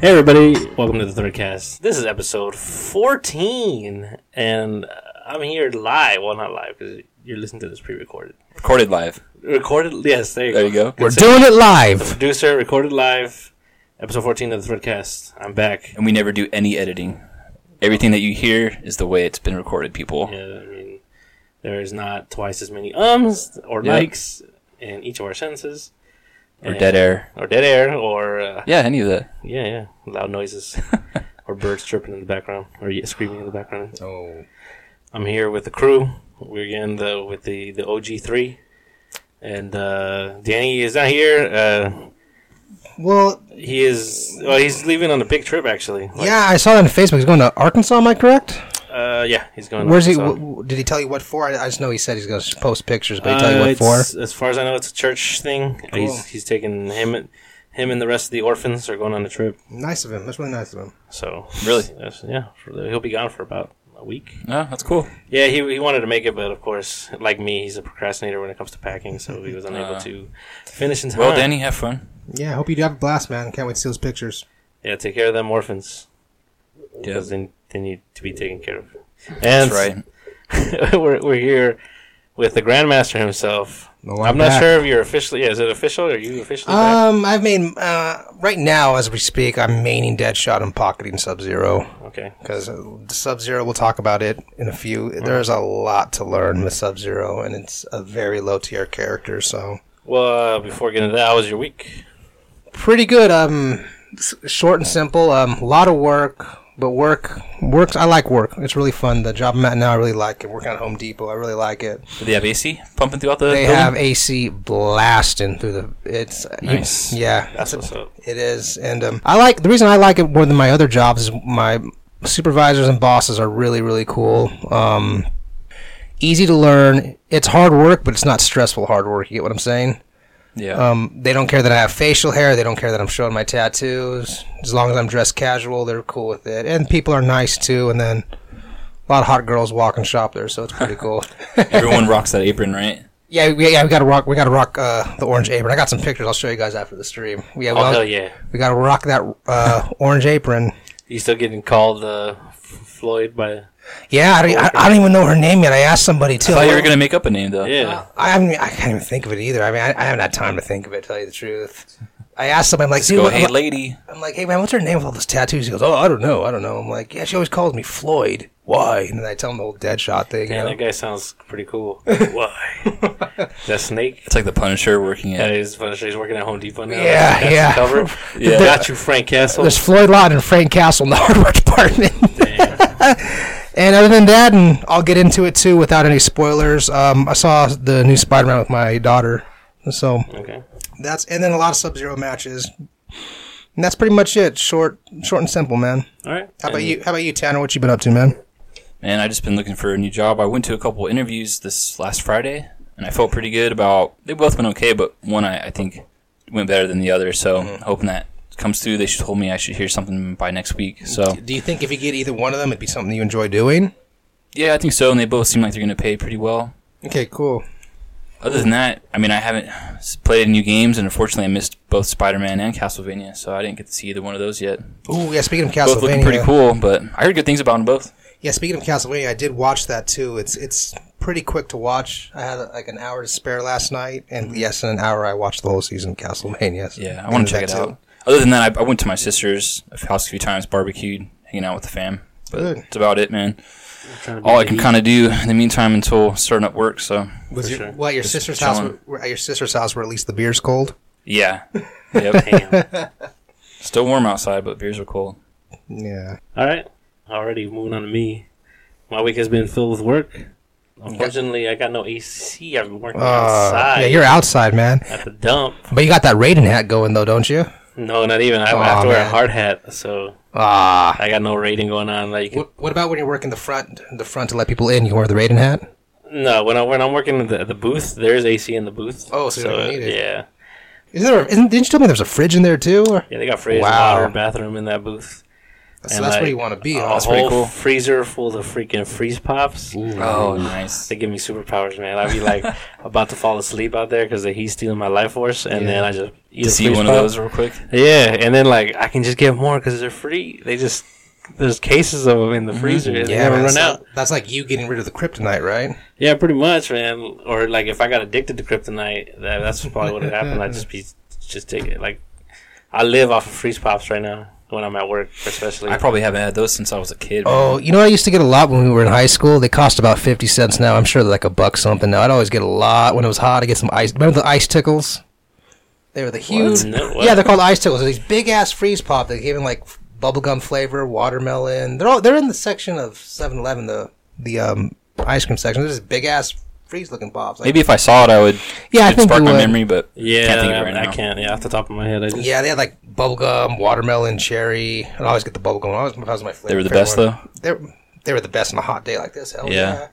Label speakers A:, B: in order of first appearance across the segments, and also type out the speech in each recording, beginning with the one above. A: Hey everybody, welcome to the third cast. This is episode 14, and uh, I'm here live. Well, not live because you're listening to this pre-recorded.
B: Recorded live.
A: Recorded, yes, there you
B: There
A: go.
B: you go.
C: We're doing it live.
A: Producer, recorded live, episode 14 of the third cast. I'm back.
B: And we never do any editing. Everything that you hear is the way it's been recorded, people.
A: Yeah, I mean, there is not twice as many ums or
B: Yeah.
A: likes in each of our sentences,
B: Or dead air.
A: or dead air, or uh,
B: Yeah, any of that.
A: yeah, yeah, loud noises, or birds chirping in the background, or yeah, screaming in the background.
C: Oh,
A: I'm here with the crew. We're again the with the the OG three, and uh, Danny is not here. Uh,
C: well,
A: he is well. He's leaving on a big trip actually. Like,
C: yeah, I saw that on Facebook. He's going to Arkansas. Am I correct?
A: Uh, yeah, he's going.
C: Where's he?
A: so-
C: W- w- did he tell you what for? I, I just know he said he's going to post pictures, but he tell you
A: Uh,
C: what for?
A: it's- As far as I know, it's a church thing. He's he's taking him and him and the rest of the orphans are going on a trip.
C: Nice of him. That's really nice of him.
A: So
B: Really?
A: that's- yeah, for the- he'll be gone for about a week.
B: No, that's cool.
A: Yeah, he, he wanted to make it, but of course, like me, he's a procrastinator when it comes to packing, so he was unable
B: Uh,
A: to finish in time.
B: Well, Danny, have fun.
C: Yeah, I hope you do have a blast, man. Can't wait to see those pictures.
A: Yeah, take care of them orphans.
B: Yeah.
A: Because they, they need to be taken care of. And
B: That's right.
A: we're, we're here with the Grandmaster himself.
C: No,
A: I'm,
C: I'm
A: not
C: back.
A: sure if you're officially. Yeah, is it official? Are you officially back?
C: Um, I've made uh, right now as we speak, I'm maining Deadshot and pocketing Sub Zero
A: Okay.
C: because Sub Zero. We'll talk about it in a few. There's a lot to learn with Sub Zero, and it's a very low tier character, so.
A: Well, uh, before getting to that, how was your week?
C: pretty good. Um, s- short and simple. Um, a lot of work, but work works. I like work. It's really fun. The job I'm at now, I really like it. Working at Home Depot, I really like it.
B: Do they have AC pumping throughout the
C: They
B: building?
C: have AC blasting through the. It's you-
B: Nice.
C: yeah,
A: That's what's up.
C: it is, and um, I like the reason I like it more than my other jobs is my supervisors and bosses are really really cool. Um, easy to learn. It's hard work, but it's not stressful hard work. You get what I'm saying?
B: Yeah.
C: Um, they don't care that I have facial hair. They don't care that I'm showing my tattoos. As long as I'm dressed casual, they're cool with it. And people are nice too. And then a lot of hot girls walk and shop there, so it's pretty cool.
B: Everyone rocks that apron, right?
C: yeah, we, yeah, we gotta rock. We gotta rock uh, the orange apron. I got some pictures. I'll show you guys after the stream. Yeah, we,
A: Oh,
C: all-
A: hell yeah.
C: we gotta rock that uh, orange apron.
A: You still getting called uh, F- Floyd by.
C: Yeah, I don't, I, I don't even know her name yet. I asked somebody too.
B: I thought you were going to make up a name, though.
A: Yeah.
C: I haven't. I can't even think of it either. I mean, I, I haven't had time to think of it. To tell you the truth, I asked somebody. I'm like, dude,
B: Go,
C: what-
B: hey, lady.
C: I'm like, hey man, what's her name with all those tattoos? He goes, oh, I don't know, I don't know. I'm like, yeah, she always calls me Floyd. Why? And then I tell him the whole Deadshot thing.
A: Man,
C: you know?
A: that guy sounds pretty cool. Why? that snake?
B: It's like the Punisher working
A: Yeah,
B: at
A: he's, he's working at Home Depot now.
C: Yeah,
A: That's the
C: yeah.
A: cover.
B: Yeah.
A: Got you, Frank Castle.
C: There's Floyd Lott and Frank Castle in the hardware department. and other than that, and I'll get into it too without any spoilers. Um, I saw the new Spider-Man with my daughter, so
A: Okay.
C: that's and then a lot of Sub-Zero matches. And that's pretty much it. Short, short and simple, man.
A: All right.
C: How about you? How about you, Tanner? What you been up to, man?
B: And I just been looking for a new job. I went to a couple interviews this last Friday, and I felt pretty good about. They both went okay, but one I, I think went better than the other. So hoping that comes through. They should told me I should hear something by next week. So
C: Do you think if you get either one of them, it'd be something you enjoy doing?
B: yeah, I think so. And they both seem like they're going to pay pretty well.
C: Okay, cool.
B: Other than that, I mean, I haven't s- played any new games, and unfortunately, I missed both Spider-Man and Castlevania, so I didn't get to see either one of those yet.
C: Ooh, yeah. Speaking of Castlevania,
B: Both looking pretty cool, but I heard good things about them both.
C: Yeah, speaking of Castlevania, I did watch that too. It's it's pretty quick to watch. I had like an hour to spare last night, and yes, in an hour I watched the whole season of Castlevania. so-
B: Yeah, I want
C: and
B: to check it
C: that, too.
B: out. Other than that, I, I went to my sister's house a few times, barbecued, hanging out with the fam. But
C: Good.
B: that's about it, man.
A: Trying to be
B: all I can
A: needy.
B: kind of do in the meantime until starting up work. So
C: Was
A: For
C: your,
A: sure.
C: well, at your
B: Just
C: sister's house?
B: chilling.
C: Were, at your sister's house, where at least the beer's cold.
B: yeah, yep.
A: Damn.
B: Still warm outside, but beers are cold.
C: Yeah.
A: All right. Already moving on to me. My week has been filled with work. Unfortunately, I got no AC. I've been working
C: Uh,
A: outside
C: yeah, you're outside, man.
A: at the dump.
C: But you got that Raiden hat going though, don't you?
A: No, not even. I
C: Aw,
A: have to wear a
C: man.
A: hard hat, so
C: Ah.
A: I got no rating going on. Like
C: What, what about when you're working the front, the front to let people in? You wear the Raiden hat.
A: no, when I when I'm working at the, the booth, there's AC in the booth.
C: Oh, so you don't need it.
A: yeah,
C: Is there? A, isn't, didn't you tell me there's a fridge in there too? Or?
A: yeah, they got fridge,
C: Wow.
A: water, bathroom in that booth.
C: That's,
A: And,
C: that's
A: like,
C: where you want to be.
A: A
C: Huh?
B: Oh, that's pretty
A: whole
B: cool.
A: freezer full of freaking freeze pops.
B: Oh, nice.
A: They give me superpowers, man. I'd be like about to fall asleep out there because the heat's stealing my life force, and then I just eat a
B: Just eat
A: freeze
B: one
A: pop.
B: of those real quick.
A: Yeah, and then like I can just get more because they're free. They just there's cases of them in
B: Mm,
A: the freezer. and They never
C: man,
A: run
C: so
A: out.
C: That's like you getting rid of the kryptonite, right?
A: Yeah, pretty much, man. Or like if I got addicted to kryptonite, that, that's probably what would happen. I'd just be just take it. Like I live off of freeze pops right now when I'm at work, especially.
B: I probably haven't had those since I was a kid. man.
C: Oh, you know, I used to get a lot when we were in high school. They cost about fifty cents now. I'm sure they're like a buck something now. I'd always get a lot when it was hot. I get some ice. Remember the ice tickles? They were the huge.
A: No, what?
C: Yeah, they're called ice tickles. They're these big ass freeze pop. They gave them like bubblegum flavor, watermelon. They're all they're in the section of 7-Eleven, the the um, ice cream section. They're just big ass freeze looking pops. Like,
B: Maybe if I saw it, I would.
C: Yeah, I
B: it'd
C: think
B: spark
C: you
B: my
C: would.
B: memory, but
A: yeah,
B: can't think of it right
A: I,
B: now.
A: can't. Yeah, off the top of my head, I just
C: Yeah, they had like bubblegum, watermelon, cherry. I always get the bubblegum. I was, that was my favorite.
B: They were the best
C: one.
B: though.
C: They were, they were the best on a hot day like this. Hell
B: Yeah.
C: yeah.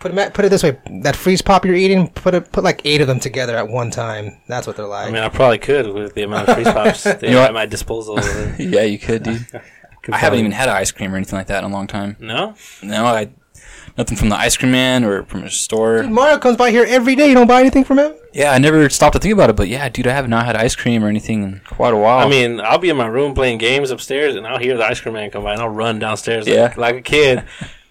C: Put 'em at- put it this way: that freeze pop you're eating, put it, put like eight of them together at one time. That's what they're like.
A: I mean, I probably could with the amount of freeze pops they have
B: know what?
A: at my disposal.
B: Yeah, you could, dude. I haven't even had ice cream or anything like that in a long time.
A: No,
B: No, I nothing from the ice cream man or from a store.
C: Mario comes by here every day. You don't buy anything from him.
B: Yeah, I never stopped to think about it, but yeah, dude, I have not had ice cream or anything in quite a while.
A: I mean, I'll be in my room playing games upstairs, and I'll hear the ice cream man come by, and I'll run downstairs like,
B: Yeah.
A: like a kid,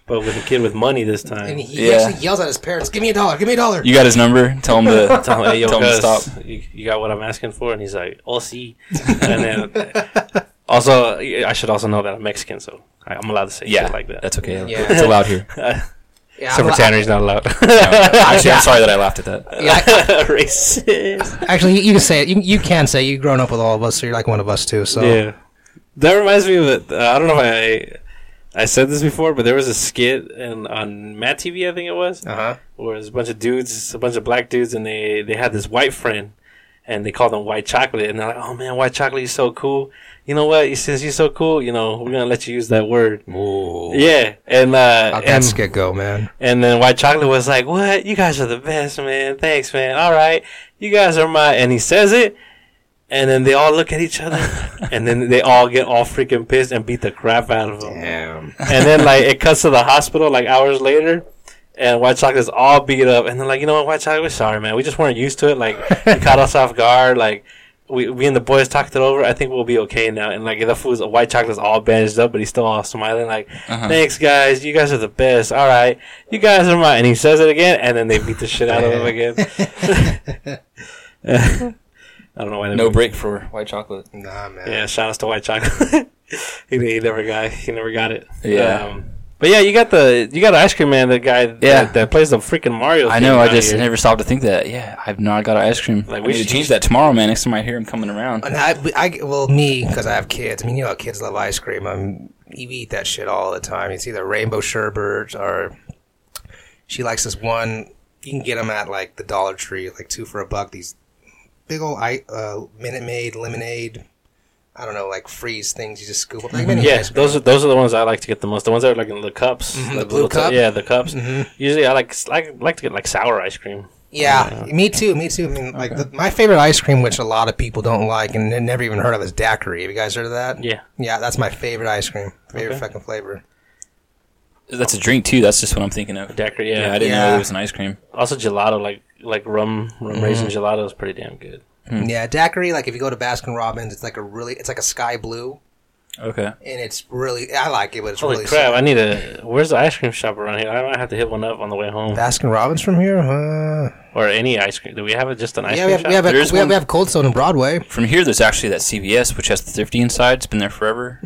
A: but with a kid with money this time.
C: And he
B: Yeah.
C: actually yells at his parents, "Give me a dollar! Give me a dollar!"
B: you got his number. Tell him to
A: Tell him, hey, yo,
B: Tell him to
A: cuz,
B: stop.
A: You, you got what I'm asking for, and he's like, "Oh, see." And then also, I should also know that I'm Mexican, so I, I'm allowed to say
B: Yeah,
A: shit like that.
B: That's okay.
C: Yeah.
B: It's allowed here.
C: Yeah,
A: Except for
C: I'm-
A: Tanner's not allowed.
B: No, actually, I'm sorry that I laughed at that.
C: yeah,
A: Racist.
C: actually, you, you can say it. You, you can say it. you've grown up with all of us, so you're like one of us too. So
A: Yeah, that reminds me of it. Uh, I don't know if I I said this before, but there was a skit and on Matt TV, I think it was.
C: uh-huh.
A: where it was a bunch of dudes, a bunch of black dudes, and they they had this white friend, and they called him White Chocolate, and they're like, "Oh man, White Chocolate, you're so cool. You know what? Since you're so cool, you know we're gonna let you use that word." Yeah, and uh,
C: How'd that
A: and,
C: skit go, man?
A: and then White Chocolate was like, "What? You guys are the best, man. Thanks, man. All right, you guys are my." And he says it. And then they all look at each other, and then they all get all freaking pissed and beat the crap out of him
C: Damn.
A: and then like it cuts to the hospital like hours later and white chocolate's all beat up and they're like you know what white chocolate we're sorry man we just weren't used to it like you caught us off guard like we, we and the boys talked it over i think we'll be okay now and like the food's white chocolate's all bandaged up but he's still all smiling like
B: Uh-huh.
A: thanks guys you guys are the best all right you guys are mine and he says it again and then they beat the shit out of him again i don't know why they
B: No break for white chocolate.
C: Nah, man.
A: yeah, shout outs to White Chocolate. he, he never got he never got it.
B: Yeah.
A: Um, but yeah, you got the you got the ice cream man, the guy
B: Yeah.
A: that, that plays the freaking Mario.
B: I
A: thing
B: know. I
A: out
B: just
A: here.
B: never stopped to think that. Yeah, I've not got ice cream.
A: Like,
B: Like,
A: we
B: we should
A: should-
B: change that tomorrow, man. Next time I hear him coming around.
C: And I, I, well, me, because I have kids. I mean, you know how kids love ice cream. I'm, you eat that shit all the time. It's either rainbow sherbet or she likes this one. You can get them at like the Dollar Tree, like two for a buck. These big old I, uh, Minute Maid lemonade. I don't know, like freeze things. You just scoop up like mini
A: Yeah,
C: ice cream.
A: those are those are the ones I like to get the most. The ones that are like in the cups,
B: Mm-hmm,
C: Mhm,
A: like
C: the blue
A: little
C: cup?
A: yeah, the cups. Usually, I like like like to get like sour ice cream.
C: Yeah, me too, me too. I mean, like the, my favorite ice cream, which a lot of people don't like and never even heard of, is daiquiri. Have you guys heard of that?
A: Yeah,
C: yeah, that's my favorite ice cream. Favorite fucking flavor.
B: That's a drink too. That's just what I'm thinking of.
A: daiquiri.
B: Yeah,
A: Yeah,
B: I didn't know
C: Yeah.
B: there was an ice cream.
A: also gelato, like like rum rum
B: Mm-hmm.
A: raisin gelato is pretty damn good.
B: Mm.
C: Yeah, daiquiri. Like if you go to Baskin Robbins, it's like a really, it's like a sky blue,
B: Okay.
C: and it's really, I like it, but it's
A: Holy
C: really.
A: crap! I need a. Where's the ice cream shop around here? I might have to hit one up on the way home,
C: Baskin Robbins from here? Uh,
A: or any ice cream. Do we have it just an ice cream
C: yeah, we have,
A: shop?
C: we, have a,
B: There is
C: we, have,
B: one-
C: we have Cold Stone in Broadway,
B: From here, there's actually that CVS, which has the thrifty inside. It's been there forever.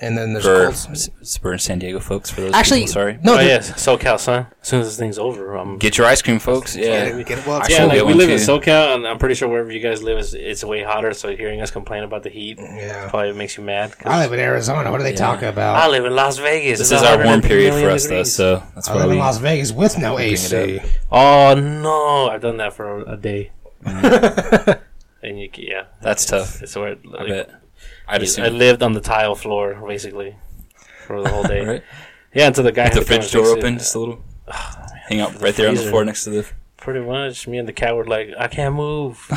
C: and then there's
B: For,
C: Cold. Stone.
B: s- s- for San Diego folks, for those
C: Actually,
B: people, sorry.
C: no,
A: oh
C: there-
A: yes, SoCal, son. As soon as this thing's over, I'm
B: Get your ice cream, folks.
C: yeah,
B: Yeah.
C: we get- well,
B: I
C: it's-
A: Yeah,
B: Sure,
A: like
B: that
A: we
B: one
A: live in
B: too.
A: SoCal, and I'm pretty sure wherever you guys live is it's way hotter. So hearing us complain about the heat
C: Yeah.
A: probably makes you mad. 'cause
C: I live in Arizona. What are they talking about?
A: I live in Las Vegas.
B: This
A: It's
B: is our
A: 150
B: warm period for
A: million
B: us, though,
A: degrees.
B: so that's
C: I
B: why
C: live in
B: we.
C: Las Vegas with no AC.
A: Oh no, I've done that for a day. and you, ca- yeah,
B: That's tough.
A: it's where
B: I
A: like,
B: bet. I'd
A: I
B: assume.
A: lived on the tile floor basically for the whole day.
B: Right?
A: Yeah, until the guy had
B: The
A: to come
B: fridge
A: and
B: door
A: fix it.
B: open just a little. Hang out right there on the
A: freezer.
B: floor next to the.
A: Pretty much, me and the cat were like, I can't move,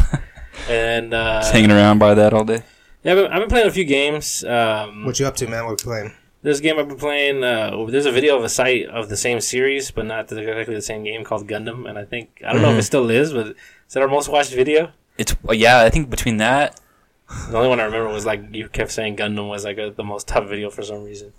A: and uh,
B: Just hanging around by that all day.
A: Yeah, I've been, I've been playing a few games. Um,
C: What you up to, man? What you playing?
A: There's a game I've been playing. Uh, there's a video of a site of the same series, but not exactly the same game called Gundam. And I think I don't know if it
B: Mm-hmm.
A: still is, but is that our most watched video?
B: It's uh, yeah. I think between that,
A: The only one I remember was like you kept saying Gundam was like a, the most top video for some reason.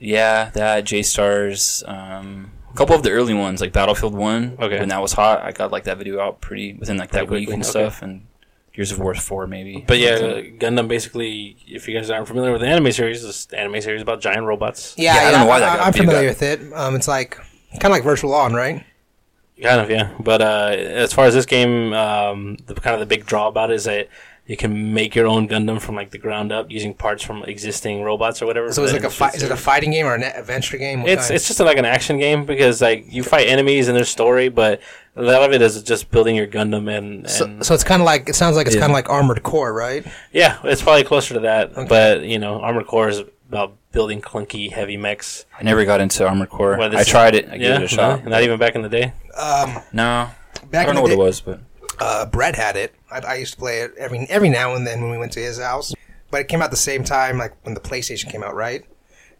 B: yeah, that J Stars, um, a couple of the early ones like Battlefield One.
A: Okay.
B: When that was hot, I got like that video out pretty within like that
A: Pretty
B: week
A: quickly,
B: and
A: okay.
B: stuff, and Gears of War Four maybe.
A: But yeah, Gundam basically, if you guys aren't familiar with the anime series, this anime series about giant robots.
C: Yeah,
B: Yeah, I don't know why that got
C: I'm
B: beat up.
C: familiar with it. Um, it's like kind of like Virtual On, right?
A: Kind of, yeah. But uh, as far as this game, um, the kind of the big draw about it is that you can make your own Gundam from like the ground up using parts from existing robots or whatever.
C: So it's
A: But
C: like a fi- is it a fighting game or an adventure game? What
A: It's
C: kind?
A: it's just like an action game because like you fight enemies and their story, but a lot of it is just building your Gundam and, and
C: so, so it's kind of like it sounds like it's
B: Yeah.
C: kind of like Armored Core, right?
A: yeah, it's probably closer to that. But you know, Armored Core is about building clunky heavy mechs.
B: I never got into Armored Core.
A: Well, this
B: I
A: is-
B: tried it. I
A: yeah,
B: gave it a shot.
A: no, not even back in the day.
C: Um,
B: No, I
C: back
B: don't know
C: in the
B: what
C: day,
B: it was, but
C: Uh, Brett had it. I, I used to play it every every now and then when we went to his house, but it came out the same time like when the PlayStation came out, right?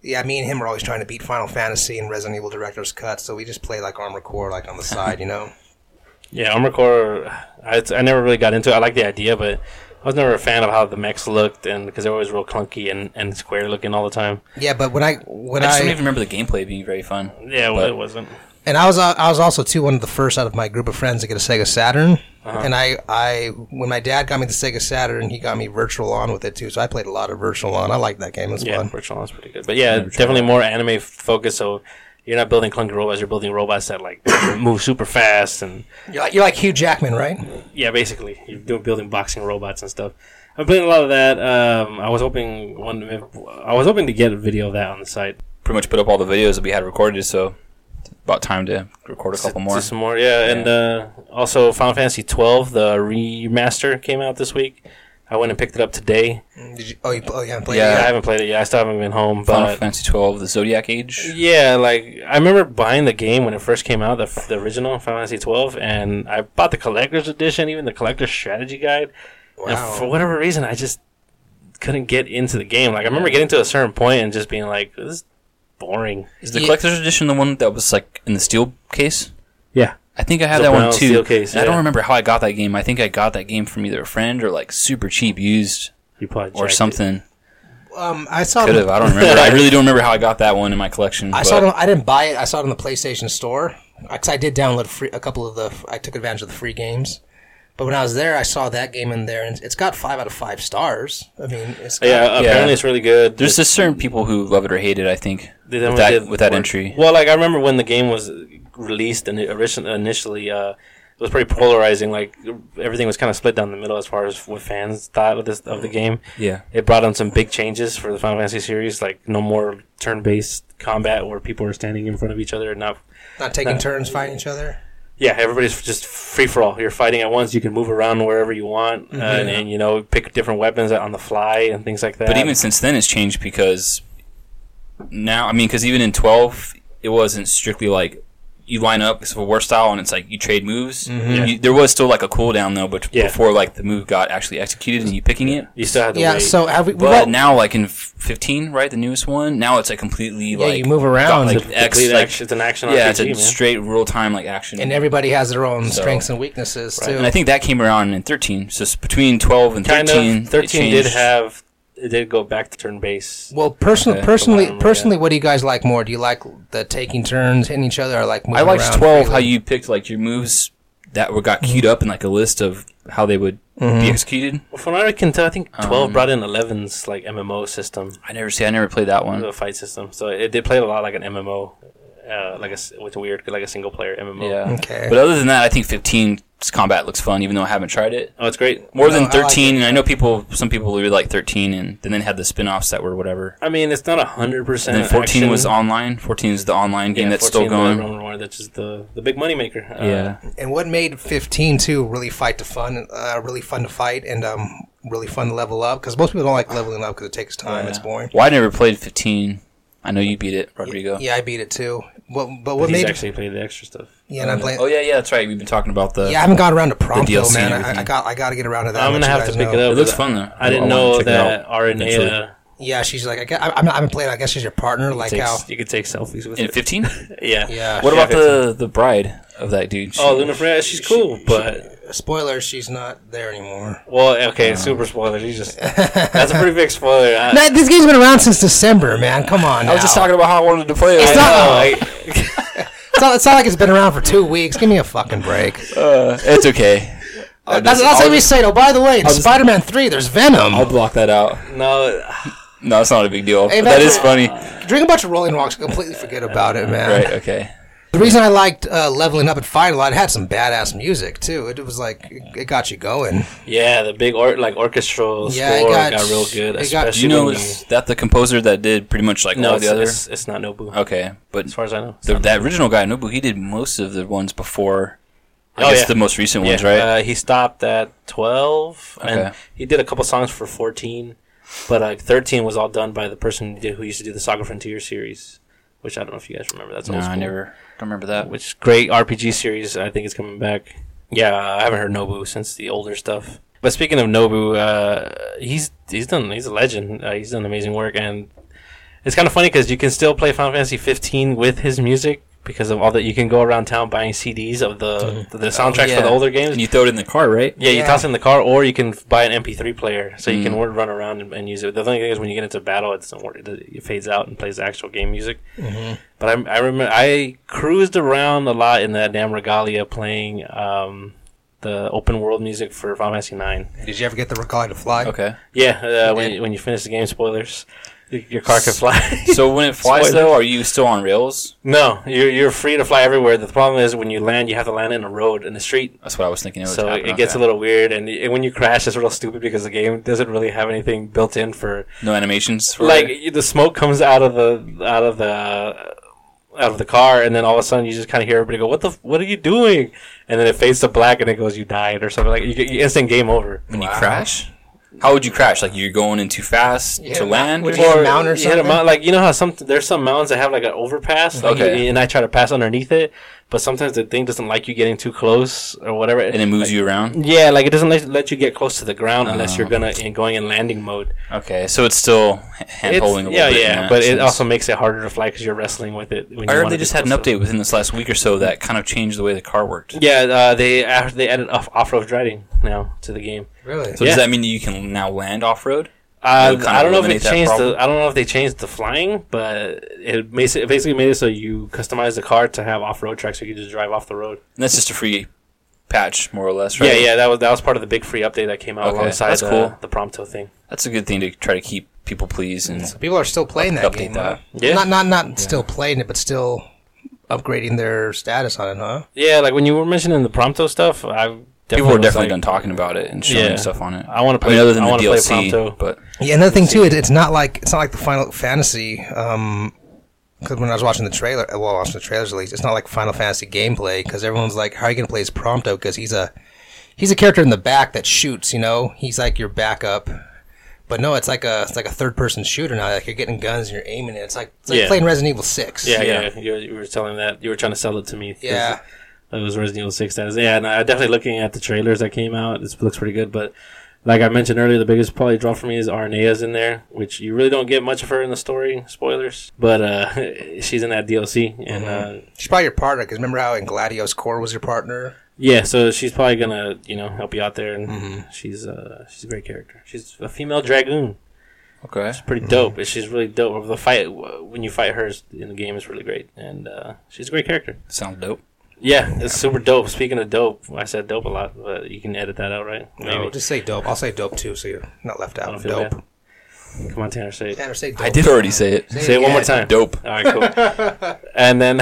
C: Yeah, me and him were always trying to beat Final Fantasy and Resident Evil Director's Cut, so we just played like Armored Core like on the side, you know.
A: Yeah, Armored Core. I, I never really got into it. I like the idea, but I was never a fan of how the mechs looked, and because they were always real clunky and, and square looking all the time.
C: Yeah, but when I when
B: I just
C: I,
B: don't even remember the gameplay being very fun.
A: Yeah, well,
B: But-
A: it wasn't.
C: and I was uh, I was also too one of the first out of my group of friends to get a Sega Saturn,
B: Uh-huh.
C: and I I when my dad got me the Sega Saturn, he got me Virtual On with it too, so I played a lot of Virtual On. I liked that game; it was
A: Yeah,
C: fun.
A: Virtual On's pretty good, but yeah,
B: Never tried
A: definitely more anime f- focused. So you're not building clunky robots; you're building robots that like move super fast, and
C: You're like, you're like Hugh Jackman, right?
B: Mm-hmm.
A: yeah, basically you're doing building boxing robots and stuff. I'm playing a lot of that. Um, I was hoping one. I was hoping to get a video of that on the site.
B: Pretty much put up all the videos that we had recorded, so it's about time to record a couple
A: to-
B: more.
A: to some more, yeah. And uh, also, Final Fantasy twelve, the remaster came out this week. I went and picked it up today.
C: Did you, oh, you, oh, you haven't played
B: Yeah.
A: I
C: it yet?
A: haven't played it yet. I still haven't been home,
B: Final
A: but
B: Fantasy twelve, the Zodiac Age.
A: yeah, like I remember buying the game when it first came out, the, f- the original Final Fantasy twelve, and I bought the collector's edition, even the collector's strategy guide.
C: Wow.
A: And for whatever reason, I just couldn't get into the game. Like I remember getting to a certain point and just being like, "This is boring."
B: Is the
C: Yeah.
B: collector's edition the one that was like in the steel case?
A: Yeah.
B: I think I had
A: The
B: that one
A: brown
B: too.
A: steel case,
B: And I don't
A: yeah.
B: remember how I got that game. I think I got that game from either a friend or like super cheap used
A: You probably
B: or
A: jacked it.
B: something.
C: Um, I saw.
B: Could have. I don't remember. I really don't remember how I got that one in my collection.
C: I
B: but-
C: saw it. On, I didn't buy it. I saw it on the PlayStation Store because I did download free, a couple of the. I took advantage of the free games, but when I was there, I saw that game in there, and it's got five out of five stars. I mean, it's got,
A: Yeah, apparently it's really good.
B: There's just certain people who love it or hate it. I think
A: They
B: with
A: definitely
B: that,
A: did
B: with that
A: work.
B: entry.
A: Well, like I remember when the game was released and it origin- initially, uh, it was pretty polarizing. Like everything was kind of split down the middle as far as what fans thought of this of the game.
B: Yeah.
A: It brought on some big changes for the Final Fantasy series, like no more turn-based combat where people are standing in front of each other and not.
C: not taking turns fighting each other.
A: Yeah, everybody's just free for all. You're fighting at once. You can move around wherever you want,
B: Mm-hmm.
A: uh, and, and you know pick different weapons on the fly and things like that.
B: But even since then, it's changed because now, I mean, because even in 12, it wasn't strictly like you line up it's a war style and it's like you trade moves. You, there was still like a cooldown though, but
A: Mm-hmm. Yeah.
B: before like the move got actually executed and you picking it.
A: you still had to
C: Yeah.
A: wait.
C: So have we? we
B: But
C: got-
B: now, like in f- 15, right, the newest one, now it's like completely
C: yeah,
B: like
C: you move around,
B: got, like,
A: Complete
B: X, like-
A: action- it's an action.
B: yeah,
A: RPG,
B: it's a
A: man.
B: straight real time like action.
C: and everybody has their own
B: So-
C: strengths and weaknesses too.
B: and I think that came around in 13. So it's between 12 and
A: kind
B: 13,
A: of
B: it
A: 13 did
B: changed.
A: have it did go back to turn base
C: well, person-
B: Okay.
C: personally,
A: Come on, yeah.
C: personally, what do you guys like more? Do you like the taking turns, hitting each other, or like moving
B: I liked
C: around
B: twelve
C: freely?
B: how you picked like your moves that were got queued up in like a list of how they would
C: Mm-hmm.
B: be executed.
A: well, from what i can tell i think 12
B: Um,
A: brought in 11's like mmo system
B: I never see. I never played that one.
A: the fight system so it did play a lot like an mmo uh, like a s- which is weird like a single player mmo
B: Yeah.
C: Okay.
B: But other than that, I think 15's combat looks fun, even though I haven't tried it.
A: oh it's great
B: More
C: No, I
B: than
C: like
B: thirteen, and I know people. Some people really like thirteen, and then they had the spin-offs that were whatever.
A: i mean it's not a hundred
B: And
A: percent
B: then fourteen
A: action.
B: was online. Fourteen is the online game
A: Yeah,
B: that's still
A: 14
B: going.
A: the Roman War, that's just the the big money maker uh,
B: yeah.
C: And what made 15 too really fight to fun, uh, really fun to fight, and um, really fun to level up? Because most people don't like leveling up because it takes time. It's
B: Yeah.
C: boring.
B: Well, I never played fifteen. I know you beat it, Rodrigo.
C: Yeah, I beat it too. What, but what
A: He's
C: made
A: actually played the extra stuff.
C: yeah, and I'm playing.
B: Oh yeah, yeah, that's right. We've been talking about the.
C: yeah, I haven't got around to prompt though,
B: DLC
C: man.
B: and
C: I, I
B: everything.
C: got I got to get around to that.
A: I'm
C: I'll
A: gonna
C: let
A: have
C: you
A: to
C: guys
A: pick
C: know.
A: it up.
B: It looks
A: I-
B: fun though.
A: I didn't
B: wanna
A: know
B: check it
A: that
B: out eventually.
A: Araneda
C: Yeah, she's like I, guess, I, I'm not, I haven't played. I guess she's your partner. Like uh,
A: takes
C: how?
A: you could take selfies with
B: In
A: it.
B: fifteen?
A: Yeah.
C: Yeah.
B: What
A: Yeah,
B: about the the bride of that dude? She-
A: Oh, Luna Freya, she's cool, but
C: Spoiler: She's not there anymore.
A: well, okay,
B: Um,
A: super spoiler. You just that's a pretty big spoiler. I,
C: Man, this game's been around since December, man. Come on.
B: I was just
C: now.
B: talking about how I wanted to play it.
A: I
C: not-
A: know, I-
C: It's not, it's not like it's been around for two weeks. Give me a fucking break.
B: Uh, it's okay. I'll
C: That's,
B: just-
C: that's
B: I'll
C: like we say. Oh, by the way, in
B: just-
C: Spider-Man Three, there's Venom.
B: I'll block that out.
A: no,
B: No, it's not a big deal.
C: Hey,
B: But that
C: that's-
B: is funny.
A: Uh,
C: Drink a bunch of Rolling Rocks. Completely forget about it, man.
B: Right? Okay.
C: The reason I liked uh, leveling up at Fight a lot, it had some badass music too. It was like it got you going.
A: yeah, the big or, like orchestral
C: Yeah, it
A: score
C: got-
A: got, real good.
C: it got-
A: especially
B: Do you know
A: when
B: is that the composer that did pretty much like
A: no,
B: all
A: it's,
B: the other?
A: it's, it's not Nobu.
B: Okay, but
A: As far as I know,
B: the, that original guy Nobu, he did most of the ones before. I
A: Oh,
B: guess
A: yeah.
B: the most recent
A: yeah,
B: ones, right?
A: Uh, he stopped at twelve, and
B: Okay.
A: he did a couple songs for fourteen, but like thirteen was all done by the person who, did, who used to do the Saga Frontier series, which I don't know if you guys remember. That's
B: no,
A: old school.
B: I never don't remember that.
A: which is great RPG series. I think is coming back. Yeah, I haven't heard Nobu since the older stuff. But speaking of Nobu, uh, he's he's done he's a legend. Uh, he's done amazing work, and it's kind of funny because you can still play Final Fantasy 15 with his music because of all that. You can go around town buying CDs of the the, soundtracks for the
B: yeah.
A: older games.
B: And you throw it in the car, right?
A: yeah, you
C: Yeah.
A: toss it in the car, or you can f- buy an MP3 player, so you can wor- run around and, and use it. The only thing is, when you get into battle, it doesn't work. It, it fades out and plays the actual game music. But I, I remember I cruised around a lot in that damn regalia playing um, the open world music for Final Fantasy Nine.
C: Did you ever get the Recall to Fly?
B: Okay.
A: Yeah, uh,
C: did.
A: when when you finish the game, spoilers, your, your car can fly.
B: So when it flies,
A: Spoiler.
B: though, are you still on rails?
A: no, you're you're free to fly everywhere. The problem is when you land, you have to land in a road in the street.
B: That's what I was thinking. It would
A: so
B: happen.
A: it gets
B: Oh, Okay.
A: a little weird and, and when you crash it's real stupid because the game doesn't really have anything built in for
B: no animations. For
A: like
B: it?
A: you- the smoke comes out of the out of the uh, out of the car and then all of a sudden you just kind of hear everybody go what the f- what are you doing and then it fades to black and it goes you died or something like you get you instant game over
B: when you
C: Wow.
B: crash. How would you crash? Like you're going in too fast
C: Yeah.
B: to land?
C: Would you hit a mountain
A: you
C: or
A: hit a
C: something?
A: mount- like you know how some there's some mountains that have like an overpass like,
B: Okay.
A: you- and I try to pass underneath it but sometimes the thing doesn't like you getting too close or whatever
B: and it moves you around.
A: yeah like it doesn't let, let you get close to the ground unless
B: Uh-huh.
A: you're gonna in going in landing mode
B: Okay, so it's still hand
A: It's-
B: holding a little
A: yeah,
B: bit. in
A: yeah,
B: that
A: but it
B: sense.
A: also makes it harder to fly because you're wrestling with it. When
B: I
A: you
B: heard
A: wanna
B: they
A: be
B: just had an
A: close to-
B: update within this last week or so that kind of changed the way the car worked.
A: Yeah, uh, they after they added off off road riding now to the game.
C: Really?
B: So
A: Yeah.
B: does that mean that you can now land off road?
A: Uh,
B: It'll kinda
A: I don't know if
B: eliminate
A: it
B: that
A: changed the
B: problem.
A: I don't know if they changed the flying, but it basically, it basically made it so you customize the car to have off road tracks so you can just drive off the road.
B: And that's just a free patch, more or less, right?
A: Yeah, yeah, that was that was part of the big free update that came out
B: Okay,
A: alongside
B: that's
A: the,
B: cool.
A: the Prompto thing.
B: That's a good thing to try to keep people pleased and
C: People are still playing that
B: update
C: game.
B: that.
C: Huh?
A: Yeah.
C: Not not not still playing it, but still upgrading their status on it, huh?
A: Yeah, like when you were mentioning the Prompto stuff, I definitely
B: people are
A: was
B: definitely
A: like,
B: done talking about it and showing
A: Yeah.
B: stuff on it.
A: I wanna
B: I
A: play-
B: mean, other than
A: I
B: the
A: wanna play
B: DLC,
A: Prompto.
B: but
C: Yeah, another thing too, it, it's not like it's not like the Final Fantasy. Um, because when I was watching the trailer, uh, well, watching the trailers at least, it's not like Final Fantasy gameplay. Because everyone's like, "How are you gonna play as Prompto?" Because he's a he's a character in the back that shoots. You know, he's like your backup. But no, it's like a it's like a third person shooter now. Like you're getting guns and you're aiming it. It's like it's like
A: Yeah.
C: playing Resident Evil Six.
A: Yeah,
B: Yeah.
A: yeah, You, were- you were telling that you were trying to sell it to me. 'cause
C: Yeah.
A: it was Resident Evil Six. That is, yeah, and I'm definitely looking at the trailers that came out. This looks pretty good, but like I mentioned earlier, the biggest probably draw for me is Arnea's in there, which you really don't get much of her in the story. Spoilers, but uh, she's in that DLC, and uh,
C: She's probably your partner. Because remember how in Gladios Core was your partner.
A: yeah, so she's probably gonna you know help you out there, and she's uh, she's a great character. She's a female dragoon,
B: okay.
A: pretty dope. She's really dope. The fight when you fight her in the game is really great, and uh, she's a great character.
B: Sounds dope.
A: Yeah, it's super dope. Speaking of dope, I said dope a lot, but you can edit that out, right?
C: No, just say dope. I'll say dope too, so you're not left out.
A: don't
C: of
A: feel
C: Dope.
A: Come on, Tanner, say it.
C: Tanner, say dope.
B: I did already say it.
A: Say it one more
C: again.
A: time.
B: Dope.
A: All right, cool. and then,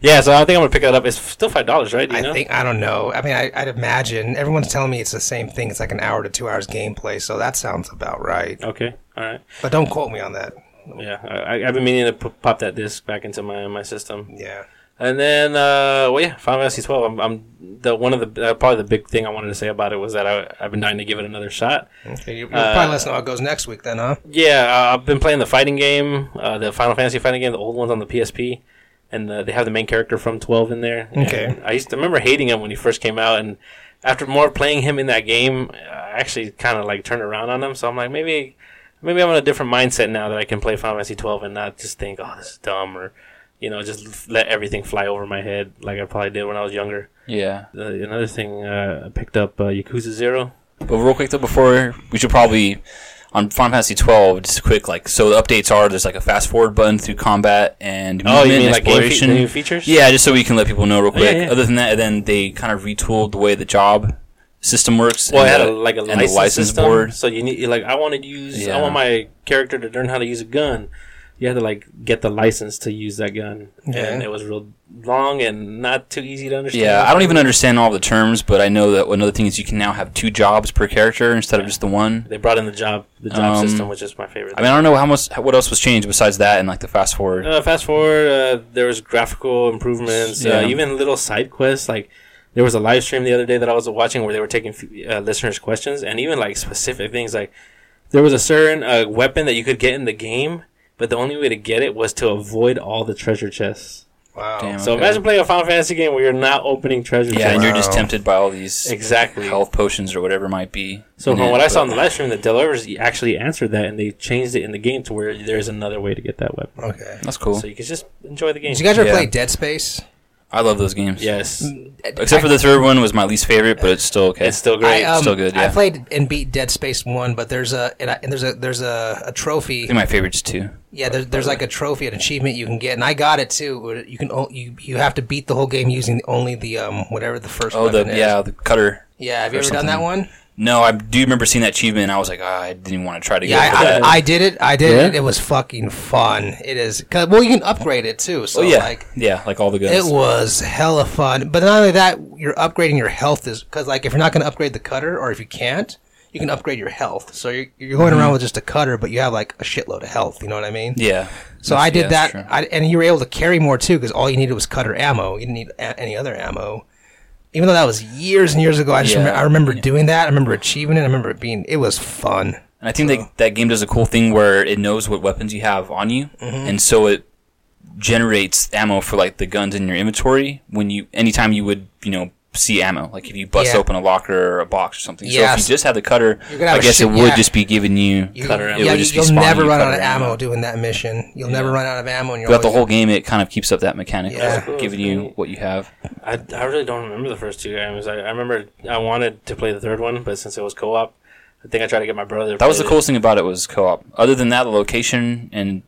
A: yeah, so I think I'm gonna pick that up. It's still five dollars, right? Do you
C: I
A: know?
C: think I don't know. I mean, I, I'd imagine everyone's telling me it's the same thing. It's like an hour to two hours gameplay, so that sounds about right.
A: Okay. All right.
C: But don't quote me on that.
A: Yeah, I, I- I've been meaning to p- pop that disc back into my my system.
C: Yeah,
A: And then, uh, well, yeah, Final Fantasy twelve. I'm, I'm the one of the uh, probably the big thing I wanted to say about it was that I, I've been dying to give it another shot.
C: okay, you, will
A: Uh,
C: probably let us know how it goes next week, then, huh?
A: Yeah, uh, I've been playing the fighting game, uh, the Final Fantasy fighting game, the old ones on the PSP, and uh, they have the main character from Twelve in there.
C: Okay.
A: And I used to I remember hating him when he first came out, and after more playing him in that game, I actually kind of like turned around on him. So I'm like, maybe, maybe I'm in a different mindset now that I can play Final Fantasy Twelve and not just think, oh, this is dumb, or you know, just let everything fly over my head like I probably did when I was younger.
B: Yeah.
A: Uh, another thing, uh, I picked up uh, Yakuza Zero.
B: But real quick though, before we should probably on Final Fantasy 12, just quick like so the updates are there's like a fast forward button through combat and
A: Oh, you
B: movement
A: mean like game fe-
B: exploration.
A: the new features?
B: yeah, just so we can let people know real quick.
A: yeah.
B: Other than that, then they kind of retooled the way the job system works.
A: Well, I had
B: and
A: a,
B: the-
A: like a
B: and
A: license,
B: the license
A: system,
B: board.
A: So you need like I wanted to use.
B: Yeah.
A: I want my character to learn how to use a gun. You had to like get the license to use that gun, and
C: Okay.
A: it was real long and not too easy to understand.
B: Yeah, I don't even understand all the terms, but I know that another thing is you can now have two jobs per character instead of just the one.
A: They brought in the job, the job
B: Um,
A: system, which is my favorite.
B: I mean, I don't know how much what else was changed besides that and like the fast forward.
A: Uh, fast forward, uh, there was graphical improvements,
B: Yeah.
A: uh, even little side quests. Like there was a live stream the other day that I was watching where they were taking uh, listeners' questions, and even like specific things. Like there was a certain uh, weapon that you could get in the game, but the only way to get it was to avoid all the treasure chests.
C: Wow.
B: Damn.
A: So
B: Okay.
A: imagine playing a Final Fantasy game where you're not opening treasure
B: yeah,
A: chests.
B: and you're just
C: Wow.
B: tempted by all these
A: exactly.
B: health potions or whatever it might be.
A: So
B: in
A: from
B: it,
A: what I saw
B: but-
A: in the live stream, the developers actually answered that, and they changed it in the game to where there's another way to get that weapon.
C: Okay.
B: that's cool.
A: So you can just enjoy the game.
C: Did you guys ever
B: Yeah.
C: play Dead Space?
B: I love those games.
A: yes.
B: Except for the third one was my least favorite, but it's still okay.
A: It's still great.
C: I, um,
B: still good,
C: I
B: yeah.
C: played and beat Dead Space one, but there's a and, I, and there's a there's a, a
B: I
C: trophy.
B: think my favorite's two.
C: Yeah, there's, there's like a trophy, an achievement you can get, and I got it too. where You can o- you you have to beat the whole game using only the um whatever the first.
B: Oh, the
C: weapon is.
B: yeah, the cutter.
C: yeah. Have you
B: or
C: ever done that
B: something.
C: one?
B: No, I do remember seeing that achievement. and I was like, ah, I didn't even want to try to
C: Yeah,
B: go for
C: I,
B: that.
C: I, I did it. I did
A: Yeah?
C: it. It was fucking fun. It is. Cause, well, you can upgrade it too. So
B: oh yeah,
C: like
B: yeah, like all the guns.
C: It was hella fun, but not only that, you're upgrading your health is because like if you're not going to upgrade the cutter, or if you can't, you can upgrade your health. So you're, you're going around with just a cutter, but you have like a shitload of health. You know what I mean?
B: Mm-hmm. yeah.
C: So I
B: yeah,
C: did
B: that's
C: that,
B: true.
C: I, and you were able to carry more too because all you needed was cutter ammo. You didn't need a- any other ammo. Even though that was years and years ago, I just
B: Yeah.
C: remem- I remember doing that. I remember achieving it. I remember it being it was fun.
B: And I think that that game does a cool thing where it knows what weapons you have on you,
C: Mm-hmm.
B: and so it generates ammo for like the guns in your inventory when you anytime you would you know see ammo like if you bust
C: Yeah.
B: open a locker or a box or something. So if
C: Yes.
B: you just had the cutter,
C: gonna have
B: I
C: a
B: guess
C: shit-
B: it would
C: yeah.
B: just be giving you,
C: You,
A: Cutter ammo. It
C: Yeah,
B: would
C: you,
B: just be
C: you'll
B: spawning
C: never
B: you
C: run out
B: cutter
C: of
B: ammo.
C: ammo, doing that mission. You'll never run out of ammo, and you're
B: Throughout the
C: always-
B: whole game, it kind of keeps up that mechanic,
C: Yeah.
B: of giving you what you have.
A: I, I really don't remember the first two games. I, I remember I wanted to play the third one, but since it was co-op, I think I tried to get my brother. to
B: That was
A: play
B: the
A: it.
B: coolest thing about it was co-op. Other than that, the location and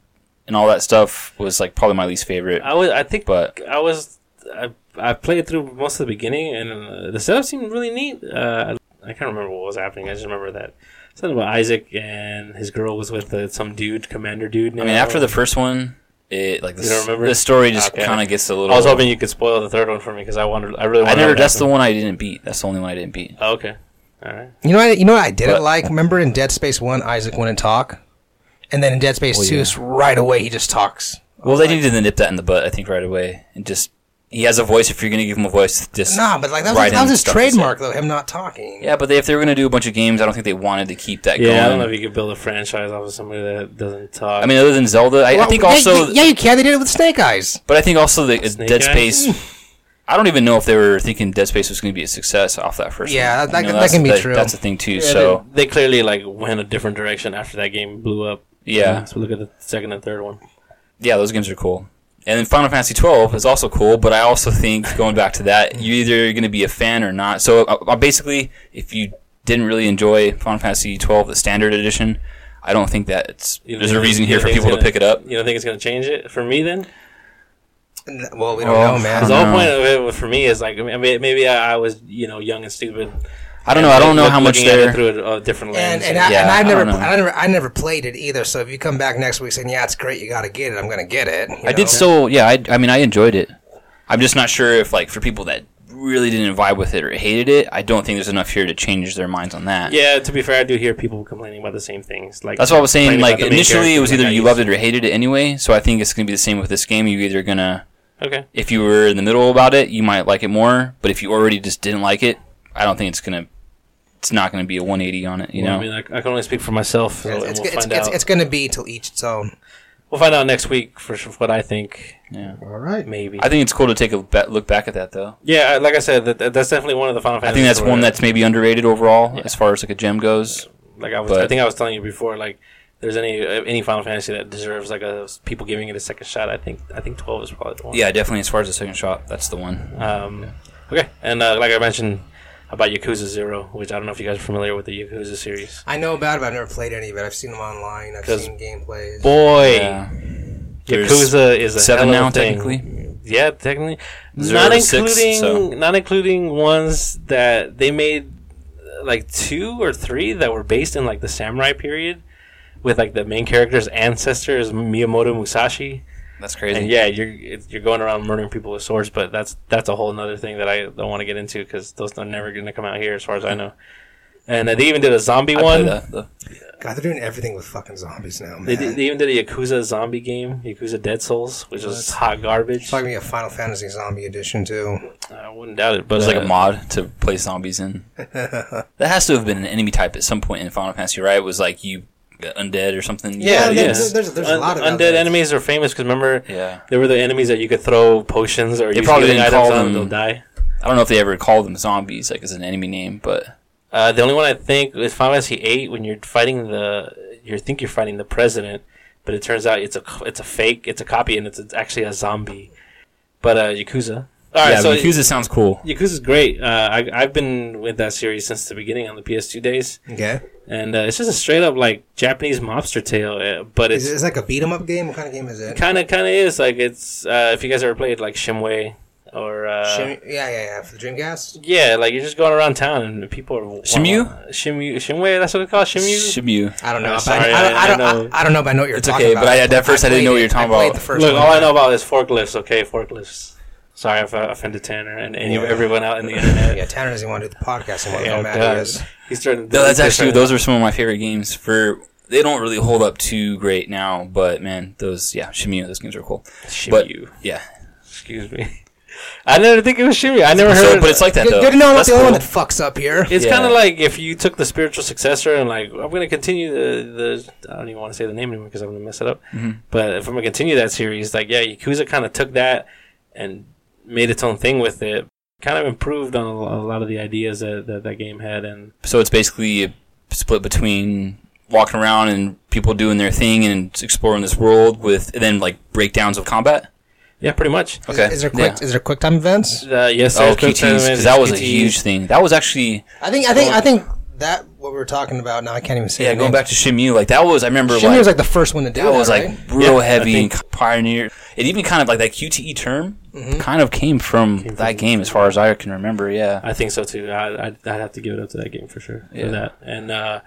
B: and all that stuff was like probably my least favorite.
A: I was. I think.
B: But-
A: I was. I, I played through most of the beginning, and uh, the setup seemed really neat. Uh, I can't remember what was happening. I just remember that something about Isaac and his girl was with uh, some dude, commander dude.
B: I mean, after the first one, it like
A: Oh. You don't
B: the,
A: remember?
B: the story just
A: Okay.
B: kind of gets a little.
A: I was hoping you could spoil the third one for me because I wanted. I really.
B: I
A: Wanted
B: never. That's the one I didn't beat. That's the only one I didn't beat.
A: Oh, okay. All right.
C: You know, what, you know what I didn't
B: But-
C: like. Remember in Dead Space One, Isaac wouldn't talk, and then in Dead Space Two,
B: Oh, yeah.
C: it's right away he just talks.
B: Well, they needed to nip that in the butt, I think, right away, and just he has a voice. If you're gonna give him a voice, just
C: Nah, but like that was,
B: write
C: that was
B: in
C: his
B: stuff to say.
C: trademark though, him not talking.
B: Yeah, but they, if they were gonna do a bunch of games, I don't think they wanted to keep that
A: Yeah,
B: going.
A: I don't know if you could build a franchise off of somebody that doesn't talk.
B: I mean, other than Zelda, I, I
C: Well,
B: think
C: yeah,
B: also,
C: yeah, you can. They did it with Snake Eyes.
B: but I think also the uh,
A: Snake
B: Dead
A: Eyes?
C: Mm.
B: Space. I don't even know if they were thinking Dead Space was going to be a success off that first.
C: Yeah,
B: one.
C: that-
B: You
C: that
B: that's-
C: can be true.
B: That's a thing too.
A: Yeah,
B: so
A: they, they clearly like went a different direction after that game blew up.
B: Yeah.
A: So look at the second and third one.
B: yeah, those games are cool. And then Final Fantasy 12 is also cool, but I also think going back to that, you're either going to be a fan or not. So uh, uh, basically, if you didn't really enjoy Final Fantasy 12, the standard edition, I don't think that it's,
A: You know,
B: there's a
A: you-
B: reason
A: you
B: here for
A: think it's
B: people to
A: gonna-
B: pick it up.
A: You don't think it's going to change it for me then?
C: N- Well, we don't
B: Well,
C: know, man.
B: I
A: Because
B: don't
A: the whole
B: know.
A: point of it for me is like I mean, maybe I, I was you know young and stupid.
B: I don't know. I don't know
A: Look-
B: how much
A: looking at it
B: they're.
A: through a, a different
C: And
A: lens.
C: and, I,
B: Yeah,
C: and
B: I
C: I've never,
B: don't know.
C: I, never, I never played it either. So if you come back next week saying, "Yeah, it's great, you got to get it," I'm gonna get it. you
B: I
C: know?
B: did still, yeah, I, I mean, I enjoyed it. I'm just not sure if, like, for people that really didn't vibe with it or hated it, I don't think there's enough here to change their minds on that.
A: yeah, to be fair, I do hear people complaining about the same things. Like
B: That's what I was saying.
A: complaining
B: Like
A: about the main
B: initially, it
A: character,
B: was
A: like,
B: either
A: I
B: you
A: used-
B: loved it or hated it anyway. So I think it's gonna be the same with this game. You're either gonna,
A: Okay,
B: if you were in the middle about it, you might like it more. But if you already just didn't like it, I don't think it's gonna, it's not gonna be a 180 on it. You
A: Well,
B: know?
A: I mean, like, I can only speak for myself, so
C: It's,
A: and
C: it's,
A: we'll
C: it's,
A: find
C: it's,
A: out.
C: it's gonna be till each its own.
A: we'll find out next week for sure what I think.
B: Yeah.
C: All right.
A: Maybe.
B: I think it's cool to take a ba- look back at that though.
A: yeah, I- like I said, that, that- that's definitely one of the Final
B: I
A: Fantasy.
B: think that's one that's maybe underrated overall as far as like a gem goes.
A: like I was.
B: but-
A: I think I was telling you before. Like, there's any any Final Fantasy that deserves like a people giving it a second shot. I think I think 12 is probably the one.
B: Yeah, definitely as far as the second shot, that's the one.
A: Um, okay, and uh, like I mentioned about Yakuza Zero, which I don't know if you guys are familiar with the Yakuza series.
C: I know about it, but I've never played any of it. I've seen them online. I've
A: 'Cause-
C: seen gameplays.
A: Boy,
B: Yeah. There's
A: Yakuza is a
B: Seven
A: hell
B: now
A: of a thing.
B: technically.
A: Yeah, technically,
B: Zero
A: not
B: to six,
A: including
B: so-
A: not including ones that they made uh, like two or three that were based in like the samurai period. With like the main character's ancestor is Miyamoto Musashi,
B: That's crazy.
A: and yeah, you're it's- you're going around murdering people with swords, but that's that's a whole another thing that I don't want to get into because those are never going to come out here, as far as I know. And uh, they even did a zombie
B: I play
A: one.
B: that, though.
C: God, they're doing everything with fucking zombies now, man.
A: They, did, they even did a Yakuza zombie game, Yakuza Dead Souls, which is hot garbage.
C: It's like me a Final Fantasy Zombie Edition too.
A: I wouldn't doubt it, but
B: There's like a
A: uh,
B: mod to play zombies in. that has to have been an enemy type at some point in Final Fantasy, right? It was like you got undead or something. you
C: Yeah,
B: gotta
A: yeah.
B: use-
C: There's, there's, there's a
A: Un-
C: lot of
A: undead enemies are famous because remember
B: Yeah.
A: they were the enemies that you could throw potions or
B: They
A: use
B: probably
A: healing
B: didn't
A: items
B: call
A: on and they'll
B: them-
A: die.
B: I don't know if they ever call them zombies, like as an enemy name, but
A: Uh, the only one I think is Final Fantasy VIII when you're fighting the you think you're fighting the president, but it turns out it's a it's a fake, it's a copy, and it's, it's actually a zombie. But uh, Yakuza. All right,
B: yeah,
A: so
B: Yakuza sounds cool.
A: Yakuza's great. Uh, I, I've been with that series since the beginning on the PS2 days,
C: Okay,
A: and uh, it's just a straight up like Japanese mobster tale, uh, but
C: is
A: it's
C: it it's like a beat 'em up game? What kind of game is it?
A: kind of kind of is like it's uh, if you guys ever played like Shimway or uh,
C: Shim- yeah, yeah, yeah. For the Dreamcast.
A: yeah, like you're just going around town and people are
B: Shimu?
A: Shimu, Shimway. That's what it's called, Shimu.
B: Shimu.
C: I don't know.
A: I'm
C: but
A: sorry,
C: I, I,
A: I-
C: I, don't,
A: I
C: I,
A: know.
C: I don't know, but I know what you're
B: It's
C: talking
B: okay,
C: about.
B: but I- at that first I didn't know what
C: played
B: you're talking
C: it. I played
B: about.
C: The first
A: Look,
C: one.
A: all I know about is forklifts. Okay, forklifts. Sorry if I offended Tanner and any of everyone out in the internet.
C: Yeah, Tanner doesn't want to do the podcast anymore.
A: Yeah,
C: Yeah,
A: God.
C: Matt is.
A: He's starting.
B: No, that's actually those are some of my favorite games. For they don't really hold up too great now, but man, those yeah, Shimu, those games are cool. But
A: Shimu.
B: yeah,
A: Excuse me. I never think it was Shimmy. I never heard.
B: so, but it's like that
C: Good,
B: though.
C: good to know I'm not
B: That's
C: the only
B: cool.
C: one that fucks up here.
A: It's
B: Yeah.
A: kind of like if you took the spiritual successor and like I'm going to continue the the I don't even want to say the name anymore because I'm going to mess it up.
B: Mm-hmm.
A: But if I'm going to continue that series, like yeah, Yakuza kind of took that and made its own thing with it. Kind of improved on a, lo- a lot of the ideas that, that that game had, and
B: So it's basically a split between walking around and people doing their thing and exploring this world with, and then like breakdowns of combat.
A: yeah, pretty much.
C: Is-
B: Okay.
C: Is, there quick? Is there quick time events?
A: Uh, yes,
B: Oh,
A: there's quick time
B: QTs,
A: events,
B: because that was a
A: QTs.
B: huge thing. That was actually
C: I think. I think. I think that what we were talking about. Now I can't even say.
B: yeah.
C: the
B: Going
C: name.
B: back to Shimu, like that was I remember
C: Shimmy
B: like,
C: was like the first one to do
B: that was like
C: right?
B: real
A: Yeah, I
B: heavy and
A: think-
B: c- pioneer. It even kind of like that QTE term
A: Mm-hmm.
B: kind of came from that game, as far as I can remember. Yeah,
A: I think so too. I, I'd, I'd have to give it up to that game for sure.
B: Yeah.
A: For that and uh,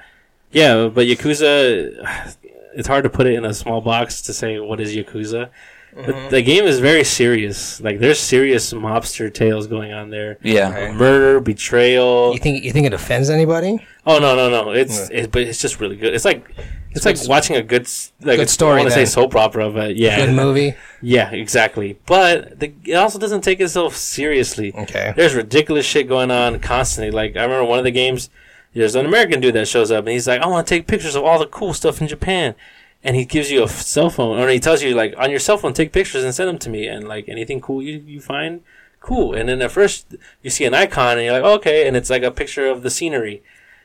A: yeah, but Yakuza, it's hard to put it in a small box to say what is Yakuza. But the game is very serious. Like there's serious mobster tales going on there.
B: yeah.
C: Okay.
A: Murder, betrayal.
C: You think you think it offends anybody?
A: Oh no, no, no! It's it, but it's just really good. It's like it's like watching a good s- like
C: Good
A: it's-
C: story
A: I want to say
C: then.
A: soap opera, but yeah,
C: Good movie.
A: yeah, exactly. But the, it also doesn't take itself seriously
C: Okay.
A: there's ridiculous shit going on constantly. Like I remember one of the games, there's an American dude that shows up and he's like, "I want to take pictures of all the cool stuff in Japan," and he gives you a f- cell phone, or he tells you like, "On your cell phone, take pictures and send them to me." And like anything cool you you find, cool. And then at first you see an icon and you're like, "Okay," and it's like a picture of the scenery,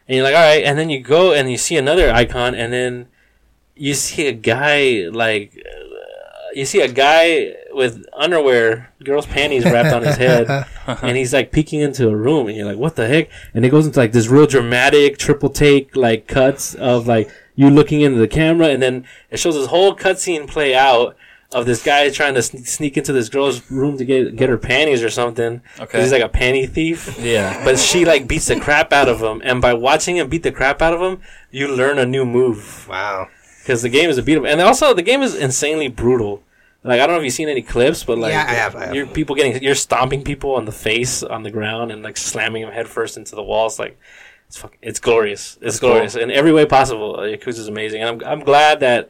A: and you're like, "All right." And then you go and you see another icon, and then you see a guy like. uh, You see a guy with underwear, girl's panties wrapped on his head, and he's like peeking into a room and you're like what the heck and it goes into like this real dramatic triple take like cuts of like you looking into the camera and then it shows this whole cutscene play out of this guy trying to sne- sneak into this girl's room to get get her panties or something
B: Okay.
A: he's like a panty thief
B: Yeah.
A: but she like beats the crap out of him and by watching him beat the crap out of him you learn a new move
C: Wow.
A: because the game is a beat 'em and also the game is insanely brutal like I don't know if you've seen any clips, but like
C: Yeah, I have, I have.
A: you're people getting you're stomping people on the face on the ground and like slamming them headfirst into the walls. Like it's fuck, it's glorious. It's glorious in every way possible. Uh, Yakuza's amazing, and I'm I'm glad that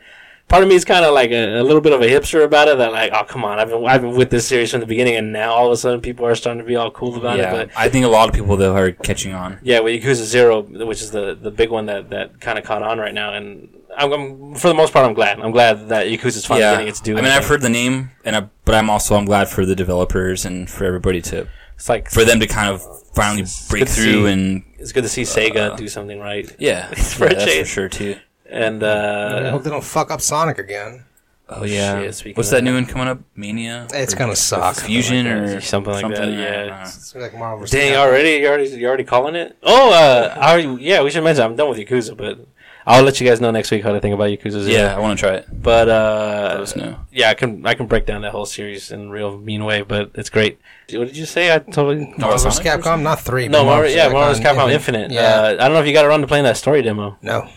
A: part of me is kind of like a, a little bit of a hipster about it. That like, oh come on, I've been I've been with this series from the beginning, and now all of a sudden people are starting to be all cool about
B: yeah,
A: it. But
B: I think a lot of people though are catching on.
A: yeah, with Yakuza Zero, which is the the big one that that kind of caught on right now, and I'm, I'm for the most part I'm glad. I'm glad that Yakuza's finally
B: yeah,
A: getting its due.
B: I mean, I've heard the name, and I, but I'm also I'm glad for the developers and for everybody to
A: it's like
B: for them to kind of finally break
A: good to
B: through
A: see.
B: and
A: it's good to see
B: Uh,
A: Sega do something right,
B: yeah,
A: For a
B: yeah, that's for
A: change.
B: sure too.
A: and uh,
C: I hope they don't fuck up Sonic again.
B: Oh yeah,
A: shit, speaking
B: what's
A: of
B: that
A: that.
B: new one coming up? Mania.
C: It's
B: Or
C: gonna suck.
B: Fusion or
A: Something like that,
B: I
A: yeah.
B: don't know.
C: It's like Marvel. versus
A: Dang,
C: Capcom.
A: already you already you already calling it? Oh, uh, I already, yeah, we should mention I'm done with Yakuza, but I'll let you guys know next week how to think about Yakuza. Zero.
B: Yeah, I want to try it.
A: but
B: That
A: uh,
B: was new.
A: yeah, I can I can break down that whole series in a real mean way, but it's great. What did you say? I totally
B: Oh,
C: Marvel vs.
B: Sonic versus-
C: Capcom, not three.
A: no,
C: but
A: Marvel,
C: versus
A: yeah, Marvel's Capcom Infinite.
C: Yeah,
A: Uh, I don't know if you got around to playing that story demo.
C: no.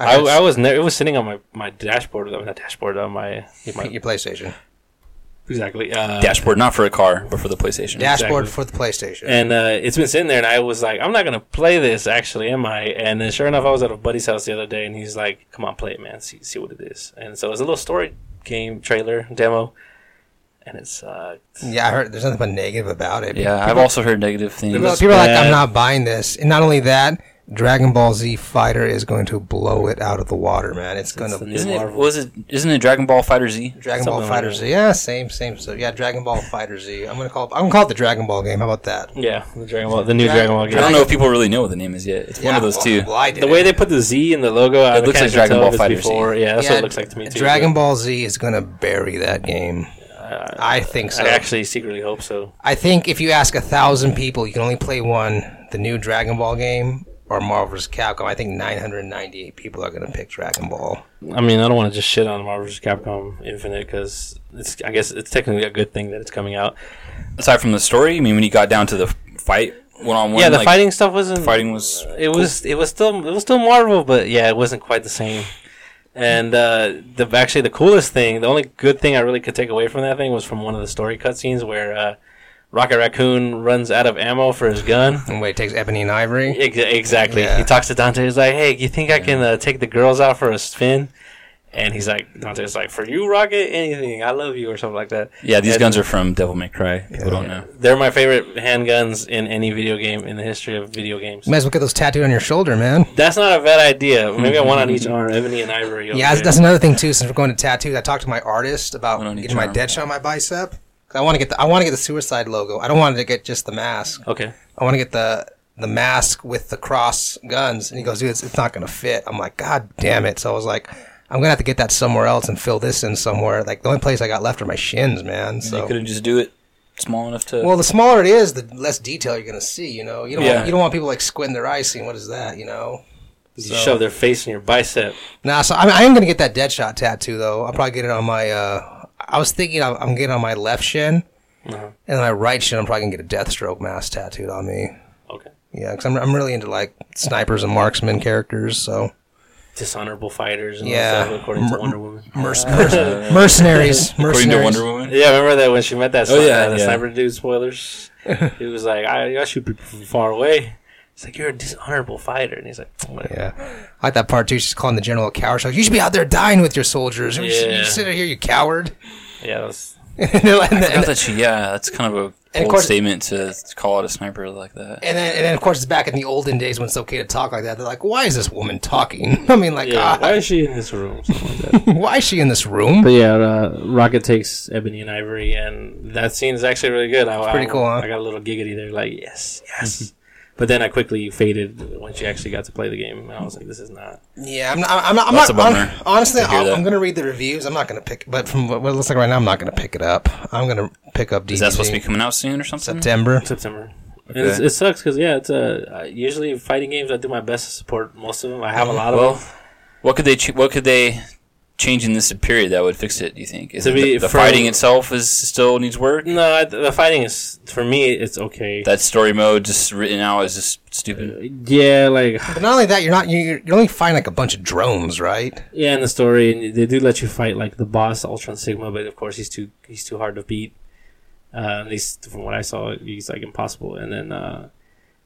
A: I,
C: heard
A: I was ne- it was sitting on my my dashboard, not dashboard on my,
C: your,
A: my
C: your PlayStation
A: exactly uh,
B: Dashboard, not for a car, but for the PlayStation.
C: dashboard
A: exactly.
C: for the PlayStation.
A: and uh, it's been sitting there, and I was like, I'm not gonna play this, actually, am I? And then, sure enough, I was at a buddy's house the other day, and he's like, "Come on, play it, man. See, see what it is." And so it's a little story game trailer demo, and it's uh,
C: yeah, I heard there's nothing but negative about it.
B: Yeah, I've
C: People-
B: also heard negative things.
C: people,
A: was
C: people are like,
A: bad.
C: I'm not buying this. And not only that, Dragon Ball Z Fighter is going to blow it out of the water, man. It's going
A: the
C: to.
A: new-
B: Isn't it?
A: Marvel.
B: Was it? Isn't it Dragon Ball Fighter Z?
C: Dragon Ball
A: something like
C: Fighter
A: that.
C: Z, yeah, same, same. So yeah, Dragon Ball Fighter Z. I'm gonna call it. I'm gonna call it the Dragon Ball game. How about that?
A: yeah, the Dragon Ball, the new
C: Dragon-
A: Dragon Ball
B: I don't
A: game.
B: know if people really know what the name is yet. It's one of those
C: well,
B: two.
C: Well, I did
A: The way they put the Z in the logo, I
B: It looks
A: can't
B: like Dragon
A: tell
B: Ball
A: if it's
B: Fighter Z.
A: before. Yeah, that's what it looks like to me too.
C: Dragon Ball Z is gonna bury that game. I think
A: but
C: so.
A: Uh, I actually secretly hope so.
C: I think if you ask a thousand people, you can only play one, the new Dragon Ball game or Marvel vs. Capcom. I think 998 people are going to pick Dragon Ball.
A: I mean, I don't want to just shit on Marvel vs. Capcom Infinite because it's, I guess, it's technically a good thing that it's coming out.
B: Aside from the story, I mean, when you got down to the fight, one on one,
A: yeah, the
B: like,
A: fighting stuff wasn't
B: fighting was
A: it was it was still it was still Marvel, but yeah, it wasn't quite the same. And uh, the actually the coolest thing, the only good thing I really could take away from that thing was from one of the story cutscenes where uh, Rocket Raccoon runs out of ammo for his gun.
C: And wait, it takes Ebony and Ivory.
A: Ex- exactly.
C: Yeah.
A: He talks to Dante. He's like, "Hey, you think I can uh, take the girls out for a spin?" And he's like, "Dante's like, for you, Rocket, anything. I love you, or something like that."
B: yeah. These
A: And-
B: guns are from Devil May Cry. People don't know.
A: They're my favorite handguns in any video game in the history of video games.
C: You might as well get those tattooed on your shoulder, man.
A: That's not a bad idea. Maybe I want on each arm, ebony and ivory. over
C: Yeah, that's,
A: there.
C: that's another thing too. Since we're going to tattoos, I talked to my artist about
B: One on each
C: getting my
B: arm.
C: dead shot on my bicep. 'Cause I want to get the I want to get the suicide logo. I don't want to get just the mask.
A: okay.
C: I want to get the the mask with the cross guns. And he goes, dude, it's, it's not going to fit. I'm like, God damn it. So I was like, I'm going to have to get that somewhere else and fill this in somewhere. Like, the only place I got left are my shins, man.
B: You
C: So.
B: couldn't just do it small enough to.
C: Well, the smaller it is, the less detail you're going to see, you know? You don't,
B: Yeah.
C: want, you don't want people, like, squinting their eyes seeing what is that, you know?
A: You shove their face in your bicep.
C: Nah, so I, I am going to get that Deadshot tattoo, though. I'll probably get it on my, uh... I was thinking I'm, I'm getting it on my left shin.
A: Uh-huh.
C: And then my right shin, I'm probably going to get a Deathstroke mask tattooed on me.
A: Okay.
C: Yeah, because I'm, I'm really into, like, snipers and marksman characters, so...
A: Dishonorable fighters. And
C: Yeah.
A: yeah. Mm-hmm. Stuff, according to
C: Mer-
A: Wonder Woman.
C: mercenaries. mercenaries.
B: according to
C: mercenaries.
B: Wonder Woman.
A: Yeah, remember that when she met that?
B: Oh,
A: sni-
B: yeah,
A: uh, the
B: yeah.
A: sniper dude. Spoilers. he was like, I, I shoot people from far away. It's like you're a dishonorable fighter, and he's like, "Oh, whatever.
C: Yeah, I like that part too. She's calling the general a coward. She's like, "You should be out there dying with your soldiers. You should-
A: Yeah.
C: You sit here, you coward."
A: yeah, that was,
C: and, then, and,
B: I thought
C: then,
B: that she, yeah, that's kind of a
C: And of
B: bold
C: course-
B: statement to call out a sniper like that.
C: and then, and then, of course, it's back in the olden days when it's okay to talk like that. They're like, "Why is this woman talking?" I mean, like,
A: yeah.
C: ah,
A: Why is she in this room? Something like that.
C: why is she in this room?
A: But yeah, uh, Rocket takes Ebony and Ivory, and that scene is actually really good. I,
C: pretty
A: I-
C: cool, huh? Mm-hmm.
A: I got a little giggity there, like yes, yes. but then I quickly faded when she actually got to play the game, and I was like, this is not.
C: Yeah, I'm not. I'm not. I'm
B: That's
C: not
B: a
C: hon-
B: bummer
C: honestly,
B: to hear
C: I'm,
B: that.
C: I'm gonna read the reviews. I'm not gonna pick, but from what what it looks like right now, I'm not gonna pick it up. I'm gonna pick up. DBZ
B: Is that supposed to be coming out soon or something?
C: Mm-hmm. September?
A: September. And it's, it sucks because yeah, it's uh, usually fighting games. I do my best to support most of them. I have a lot of
B: Well,
A: them.
B: what could they ch- what could they change in this period that would fix it? Do you think? Is
A: To
B: it
A: be-
B: the, the
A: for- Mm.
B: fighting itself is still needs work?
A: No, I, the fighting is for me. It's okay.
B: That story mode just written out is just
A: Uh,
B: stupid.
A: yeah, like
C: But not only that, you're not. You're, you're only fighting like a bunch of drones, right?
A: yeah, in the story, and they do let you fight like the boss Ultron Sigma, but of course he's too he's too hard to beat. Uh, at least from what I saw, he's like impossible. And then uh,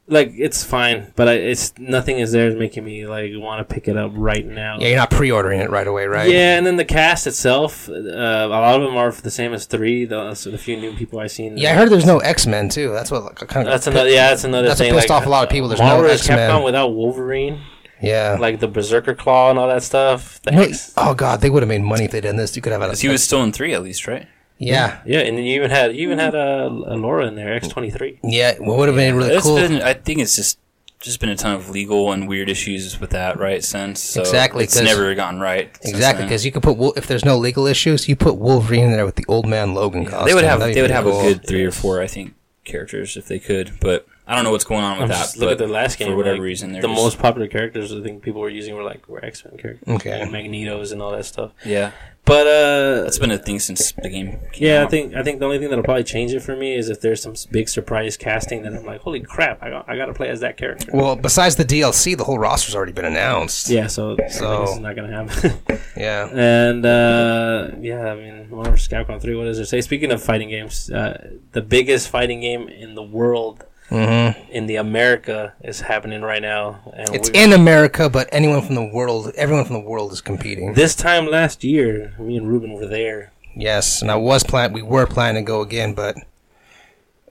A: like it's fine, but I, it's nothing is there making me like want to pick it up right now.
C: Yeah, you're not pre-ordering it right away, right?
A: Yeah, and then the cast itself, uh, a lot of them are the same as three. The, so the few new people I've seen.
C: Yeah, I heard there's no X Men too. That's what like, kind of
A: That's another. Yeah, that's another
C: That's what
A: thing.
C: pissed off a lot of people. There's no
A: Marvel is
C: X-Men.
A: Capcom without Wolverine,
C: yeah.
A: like the Berserker Claw and all that stuff. The
C: No,
A: X-
C: oh god, they would have made money if they did this. You could have had a
B: Because he was still in three at least, right?
C: yeah,
A: Yeah, and then you even had you even had uh, a Laura in there, X twenty three.
C: yeah. What would have been really
B: It's
C: cool?
B: been, I think it's just just been a ton of legal and weird issues with that, right? Since so
C: Exactly,
B: it's
C: 'cause-
B: never gotten right. since
C: Exactly,
B: then.
C: because you could put Wol- if there's no legal issues, you put Wolverine in there with the old man Logan costume.
B: they would have
C: That'd be
B: they would
C: pretty
B: have
C: cool.
B: a good three or four, I think, characters if they could. But I don't know what's going on with
A: I'm
B: that.
A: just look at
B: but
A: the last game.
B: for whatever
A: like,
B: reason.
A: the
B: They're just-
A: most popular characters I think people were using were like were X Men characters,
C: Okay.
A: and Magneto's and all that stuff.
B: yeah,
A: But uh,
B: that's been a thing since the game. Came
A: yeah,
B: out.
A: I think I think the only thing that'll probably change it for me is if there's some s- big surprise casting that I'm like, holy crap, I got I got to play as that character.
C: Well, besides the DLC, the whole roster's already been announced.
A: yeah, so,
C: So-
A: so this is not gonna happen.
C: Yeah.
A: And uh, yeah, I mean, Marvel vs. Capcom Three. What does it say? Speaking of fighting games, uh, the biggest fighting game in the world, in the America, is happening right now. And
C: Mm-hmm. It's
A: we-
C: in America, but anyone from the world, everyone from the world is competing.
A: this time last year. Me and Ruben were there.
C: Yes, and I was planning. We were planning to go again, but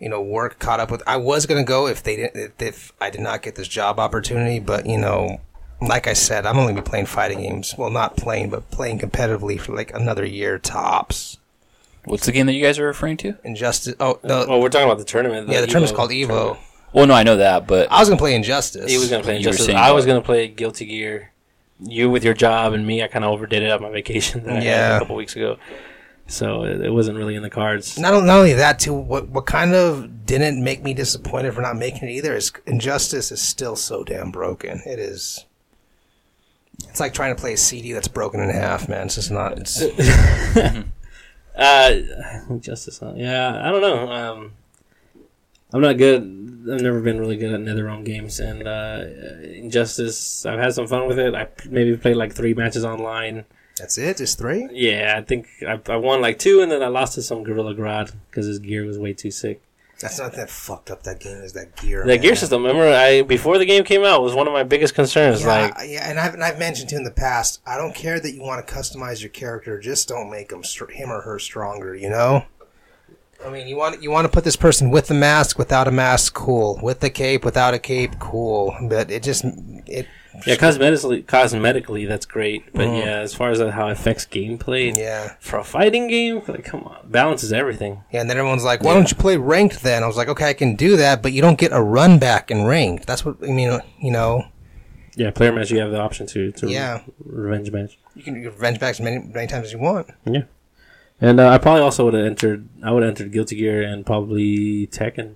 C: you know, work caught up with. I was gonna go if they didn't. If, if I did not get this job opportunity, but you know, like I said, I'm only gonna be playing fighting games. Well, not playing, but playing competitively for like another year tops.
B: What's the game that you guys are referring to?
C: Injustice. Oh no.
A: Well, we're talking about the tournament.
C: yeah, the tournament's
A: Evo
C: called Evo.
A: tournament.
B: Well, no, I know that, but
C: I was gonna play Injustice.
A: He was gonna play
B: You were
A: Injustice.
B: saying
A: I was
B: what?
A: gonna play Guilty Gear. You with your job and me, I kind of overdid it on my vacation that I had
C: Yeah.
A: a couple weeks ago. So it, it wasn't really in the cards.
C: Not, not only that, too. What what kind of didn't make me disappointed for not making it either is Injustice is still so damn broken. It is. It's like trying to play a CD that's broken in half, man. It's just not. It's,
A: Uh, Justice. Huh? Yeah, I don't know. Um, I'm not good. I've never been really good at NetherRealm games, and uh, Injustice. I've had some fun with it. I maybe played like three matches online.
C: that's it. Just three.
A: Yeah, I think I, I won like two, and then I lost to some Gorilla Grodd because his gear was way too sick.
C: That's not that fucked up. That game is that gear.
A: The
C: man.
A: gear system. Remember, I before the game came out was one of my biggest concerns.
C: Yeah,
A: Like,
C: I- yeah, and I've, and I've mentioned to you in the past. I don't care that you want to customize your character. Just don't make him str- him or her stronger. You know. I mean, you want you want to put this person with the mask, without a mask, cool. With the cape, without a cape, cool. But it just it
A: yeah, cosmetically, cosmetically, that's great. But yeah, as far as how it affects gameplay
C: Mm-hmm. yeah
A: for a fighting game, like, come on, balance is everything.
C: yeah. And then everyone's like, why don't you play ranked then? I was like, okay, I can do that, but you don't get a run back in ranked. That's what I mean. You know.
A: Yeah, player match, you have the option to to
C: Yeah.
A: revenge match.
C: You can get revenge back as many, many times as you want.
A: Yeah, and uh, I probably also would have entered. I would have entered Guilty Gear and probably Tekken.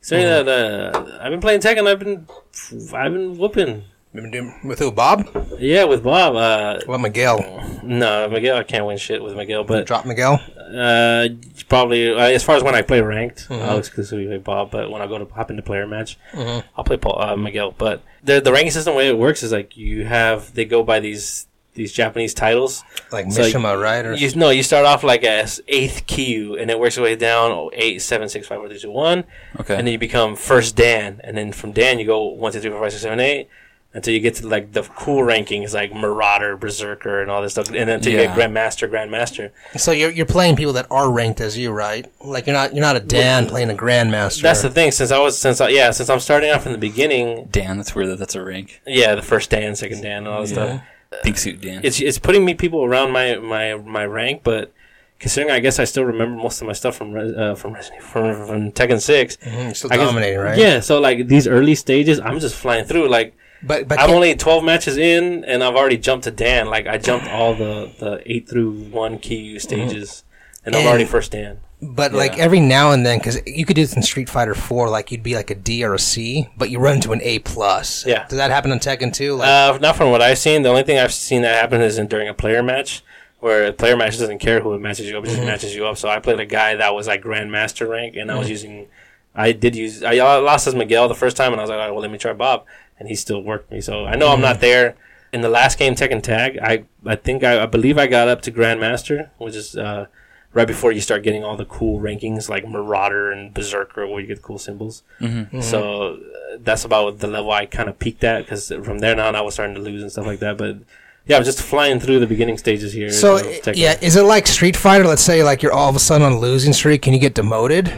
A: Saying that uh, I've been playing Tekken, I've been I've been whooping.
C: Remember doing- With who, Bob?
A: Yeah, with Bob. Uh,
C: What, Miguel?
A: no, Miguel, I can't win shit with Miguel, but
C: Drop Miguel?
A: Uh, probably uh, as far as when I play ranked, I'll exclusively play Bob. But when I go to hop into player match, I'll play Paul uh, Miguel. But the the ranking system way it works is like you have they go by these these Japanese titles.
C: Like
A: So
C: Mishima, right? Or
A: You no, you start off like as eighth Q, and it works its way down oh, eight, seven, six, five, four, three, two, one,
B: okay.
A: and then you become first Dan, and then from Dan you go one, two, three, four, five, six, seven, eight. Until you get to like the cool rankings, like Marauder, Berserker, and all this stuff, and then until you
B: Yeah.
A: get Grandmaster, Grandmaster.
C: So you're, you're playing people that are ranked as you, right? Like you're not you're not a Dan playing a Grandmaster.
A: That's the thing. Since I was, since I, yeah, since I'm starting off from the beginning,
B: Dan, that's where that's a rank.
A: yeah, the first Dan, second Dan, and all that stuff.
B: Pink suit Dan.
A: It's it's putting me people around my my my rank, but considering I guess I still remember most of my stuff from Res- uh, from, Resident- from from Tekken 6
C: you're still
A: I guess-
C: dominating, right?
A: Yeah, so like these early stages, I'm just flying through. Like
C: But but
A: I'm only 12 matches in, and I've already jumped to Dan. Like I jumped all the the eight through one Kyu stages, and I'm
C: And-
A: already first Dan.
C: but like every now and then, because you could do this in Street Fighter Four, like you'd be like a D or a C, but you run into an A plus.
A: Yeah.
C: Does that happen on Tekken too? Like,
A: Uh, not from what I've seen. The only thing I've seen that happen is in, during a player match, where a player match doesn't care who it matches you up, it
C: Mm-hmm.
A: just matches you up. So I played a guy that was like grandmaster rank, and I
C: Mm-hmm.
A: was using, I did use, I lost as Miguel the first time, and I was like, All right, well, let me try Bob, and he still worked me. So I know I'm not there. In the last game, Tekken Tag, I I think I, I believe I got up to grandmaster, which is uh, right before you start getting all the cool rankings like Marauder and Berserker, where you get the cool symbols.
C: Mm-hmm.
A: So uh, that's about the level I kind of peaked at because from there on I was starting to lose and stuff like that. But yeah, I was just flying through the beginning stages here.
C: So
A: of
C: i-
A: Uh, Tekken.
C: yeah, is it like Street Fighter? Let's say like you're all of a sudden on a losing streak, can you get demoted?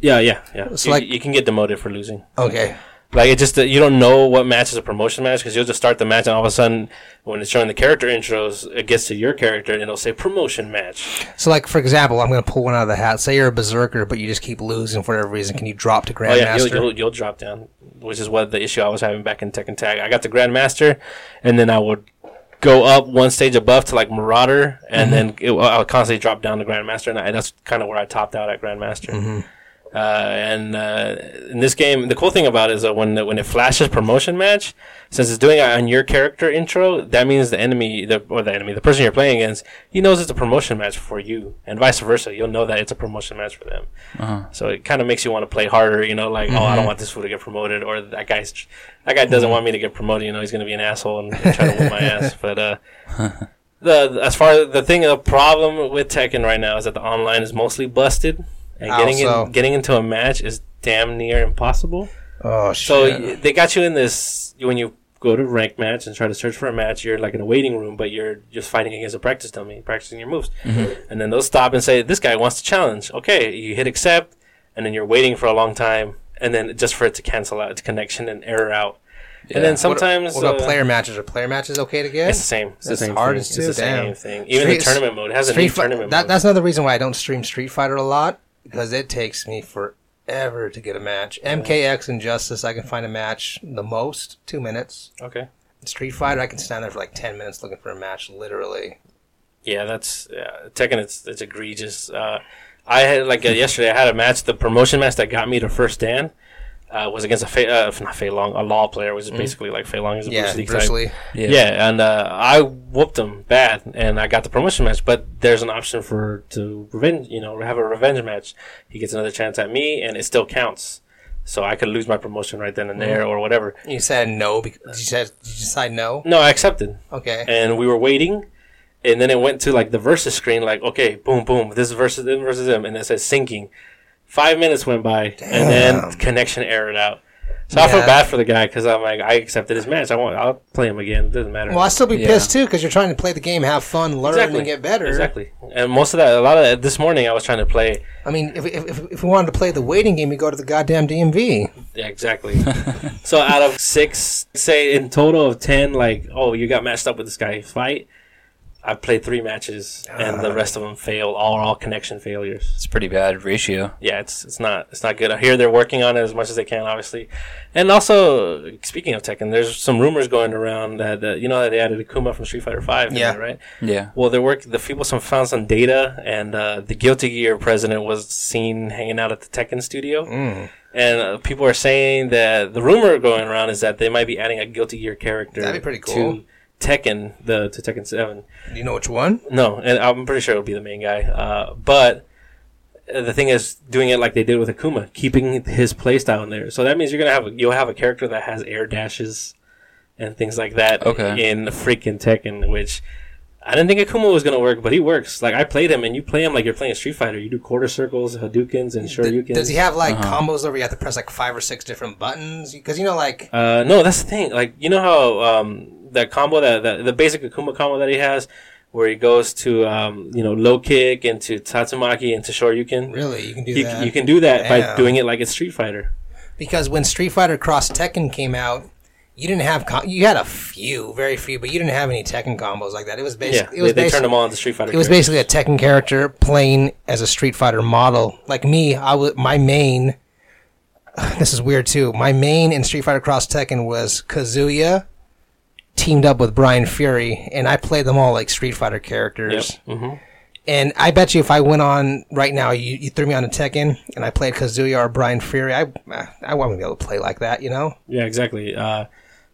A: yeah, yeah, yeah.
C: It's
A: you,
C: like-
A: you can get demoted for losing.
C: Okay.
A: Like it just you don't know what match is a promotion match because you'll just start the match and all of a sudden when it's showing the character intros, it gets to your character and it'll say promotion match.
C: So like for example, I'm gonna pull one out of the hat. Say you're a berserker, but you just keep losing for whatever reason. Can you drop to
A: Oh yeah,
C: grandmaster?
A: you'll, you'll, you'll drop down, which is what the issue I was having back in Tekken Tag. I got the Grandmaster, and then I would go up one stage above to like Marauder, and then it, I would constantly drop down to Grandmaster, and I, that's kind of where I topped out at Grandmaster. Uh, and uh, in this game, the cool thing about it is that when the, when it flashes promotion match, since it's doing it on your character intro, that means the enemy, the, or the enemy, the person you're playing against, he knows it's a promotion match for you, and vice versa. You'll know that it's a promotion match for them. So it kind of makes you want to play harder, you know, like oh, I don't want this fool to get promoted, or that guy's that guy doesn't want me to get promoted. You know, he's gonna be an asshole and, and try to whoop my ass. But uh, the as far as the thing, the problem with Tekken right now is that the online is mostly busted, and
C: How
A: getting
C: so?
A: in, getting into a match is damn near impossible.
C: oh
A: So
C: shit.
A: y- they got you in this when you go to rank match and try to search for a match. You're like in a waiting room, but you're just fighting against a practice dummy, practicing your moves.
C: Mm-hmm.
A: And then they'll stop and say, "This guy wants to challenge." Okay, you hit accept, and then you're waiting for a long time, and then just for it to cancel out its connection and error out. And then
C: What-
A: sometimes
C: what, about
A: uh,
C: player matches? Are player matches okay to
A: It's the
C: get?
A: same. It's the
C: That's
A: same
C: hard
A: thing. It's
C: as too,
A: the same
C: damn.
A: thing. Even
C: Street-
A: the tournament mode has a
C: Street
A: new
C: Fi-
A: tournament
C: that,
A: mode.
C: that's another reason why I don't stream Street Fighter a lot because it takes me forever to get a match. MKX and Justice, I can find a match the most two minutes.
A: okay.
C: Street Fighter, I can stand there for like ten minutes looking for a match, literally.
A: Yeah, that's yeah, Tekken. It's it's egregious. Uh, I had like uh, yesterday. I had a match. The promotion match that got me to first stand uh, was against a Fei, uh, not Fei Long, a Law player, which is basically like Fei Long is a
C: Yeah,
A: Bruce Lee
C: Bruce
A: type.
C: Lee.
A: Mm-hmm. Yeah. and uh, I whooped him bad, and I got the promotion match. But there's an option for to revenge. You know, have a revenge match. He gets another chance at me, and it still counts. So I could lose my promotion right then and there, or whatever.
C: You said no because you said you decide no.
A: No, I accepted.
C: Okay.
A: Mm. and we were waiting and then it went to like the versus screen like okay boom boom this is versus them versus them and it says syncing five minutes went by and then connection errored out so i felt
C: Yeah.
A: bad for the guy because i'm like i accepted his match i won't i'll play him again it doesn't matter
C: Well, I'd still be
B: Yeah.
C: pissed too because you're trying to play the game, have fun, learn, and get better.
A: exactly and most of that a lot of this morning i was trying to play
C: I mean, if, if, if- if we wanted to play the waiting game, we go to the goddamn DMV.
A: Yeah, exactly. so out of six, say in total of ten, like, oh, you got matched up with this guy fight. I played three matches, and the rest of them failed. All all connection failures.
B: It's a pretty bad ratio.
A: Yeah, it's it's not it's not good. I hear they're working on it as much as they can, obviously. And also, speaking of Tekken, there's some rumors going around that uh, you know that they added Akuma from Street Fighter Five. in
C: Yeah.
A: there, right.
B: Yeah.
A: Well, they work. The people some found some data, and uh, the Guilty Gear president was seen hanging out at the Tekken studio.
C: Mm.
A: And uh, people are saying that the rumor going around is that they might be adding a Guilty Gear character.
C: That'd be pretty cool.
A: To Tekken, the to Tekken Seven.
C: You know which one?
A: No, and I'm pretty sure it'll be the main guy. Uh, but uh, the thing is, doing it like they did with Akuma, keeping his playstyle in there. So that means you're gonna have a, you'll have a character that has air dashes and things like that
B: Okay.
A: in freaking Tekken, which I didn't think Akuma was gonna work, but he works. Like I played him, and you play him like you're playing Street Fighter. You do quarter circles, Hadoukens, and Shoryukens.
C: Does he have like
A: Uh-huh.
C: combos where you have to press like five or six different buttons? Because you know, like
A: Uh, no, that's the thing. Like you know how um, that combo that, that the basic Akuma combo that he has, where he goes to um, you know low kick and to Tatsumaki and to Shoryuken.
C: really, you can do
A: You,
C: that.
A: you can do that by
C: Damn.
A: doing it like it's Street Fighter.
C: because when Street Fighter Cross Tekken came out, you didn't have com- you had a few, very few, but you didn't have any Tekken combos like that. It was
A: Yeah,
C: basically it
A: they,
C: was
A: they turned
C: basically
A: them all into Street Fighter.
C: it was
A: characters.
C: basically a Tekken character playing as a Street Fighter model. Like me, I was my main. This is weird too. My main in Street Fighter Cross Tekken was Kazuya, teamed up with Brian Fury, and I played them all like Street Fighter characters. And I bet you, if I went on right now, you, you threw me on a Tekken, and I played Kazuya or Brian Fury, I I wouldn't be able to play like that, you know?
A: yeah, exactly. Uh,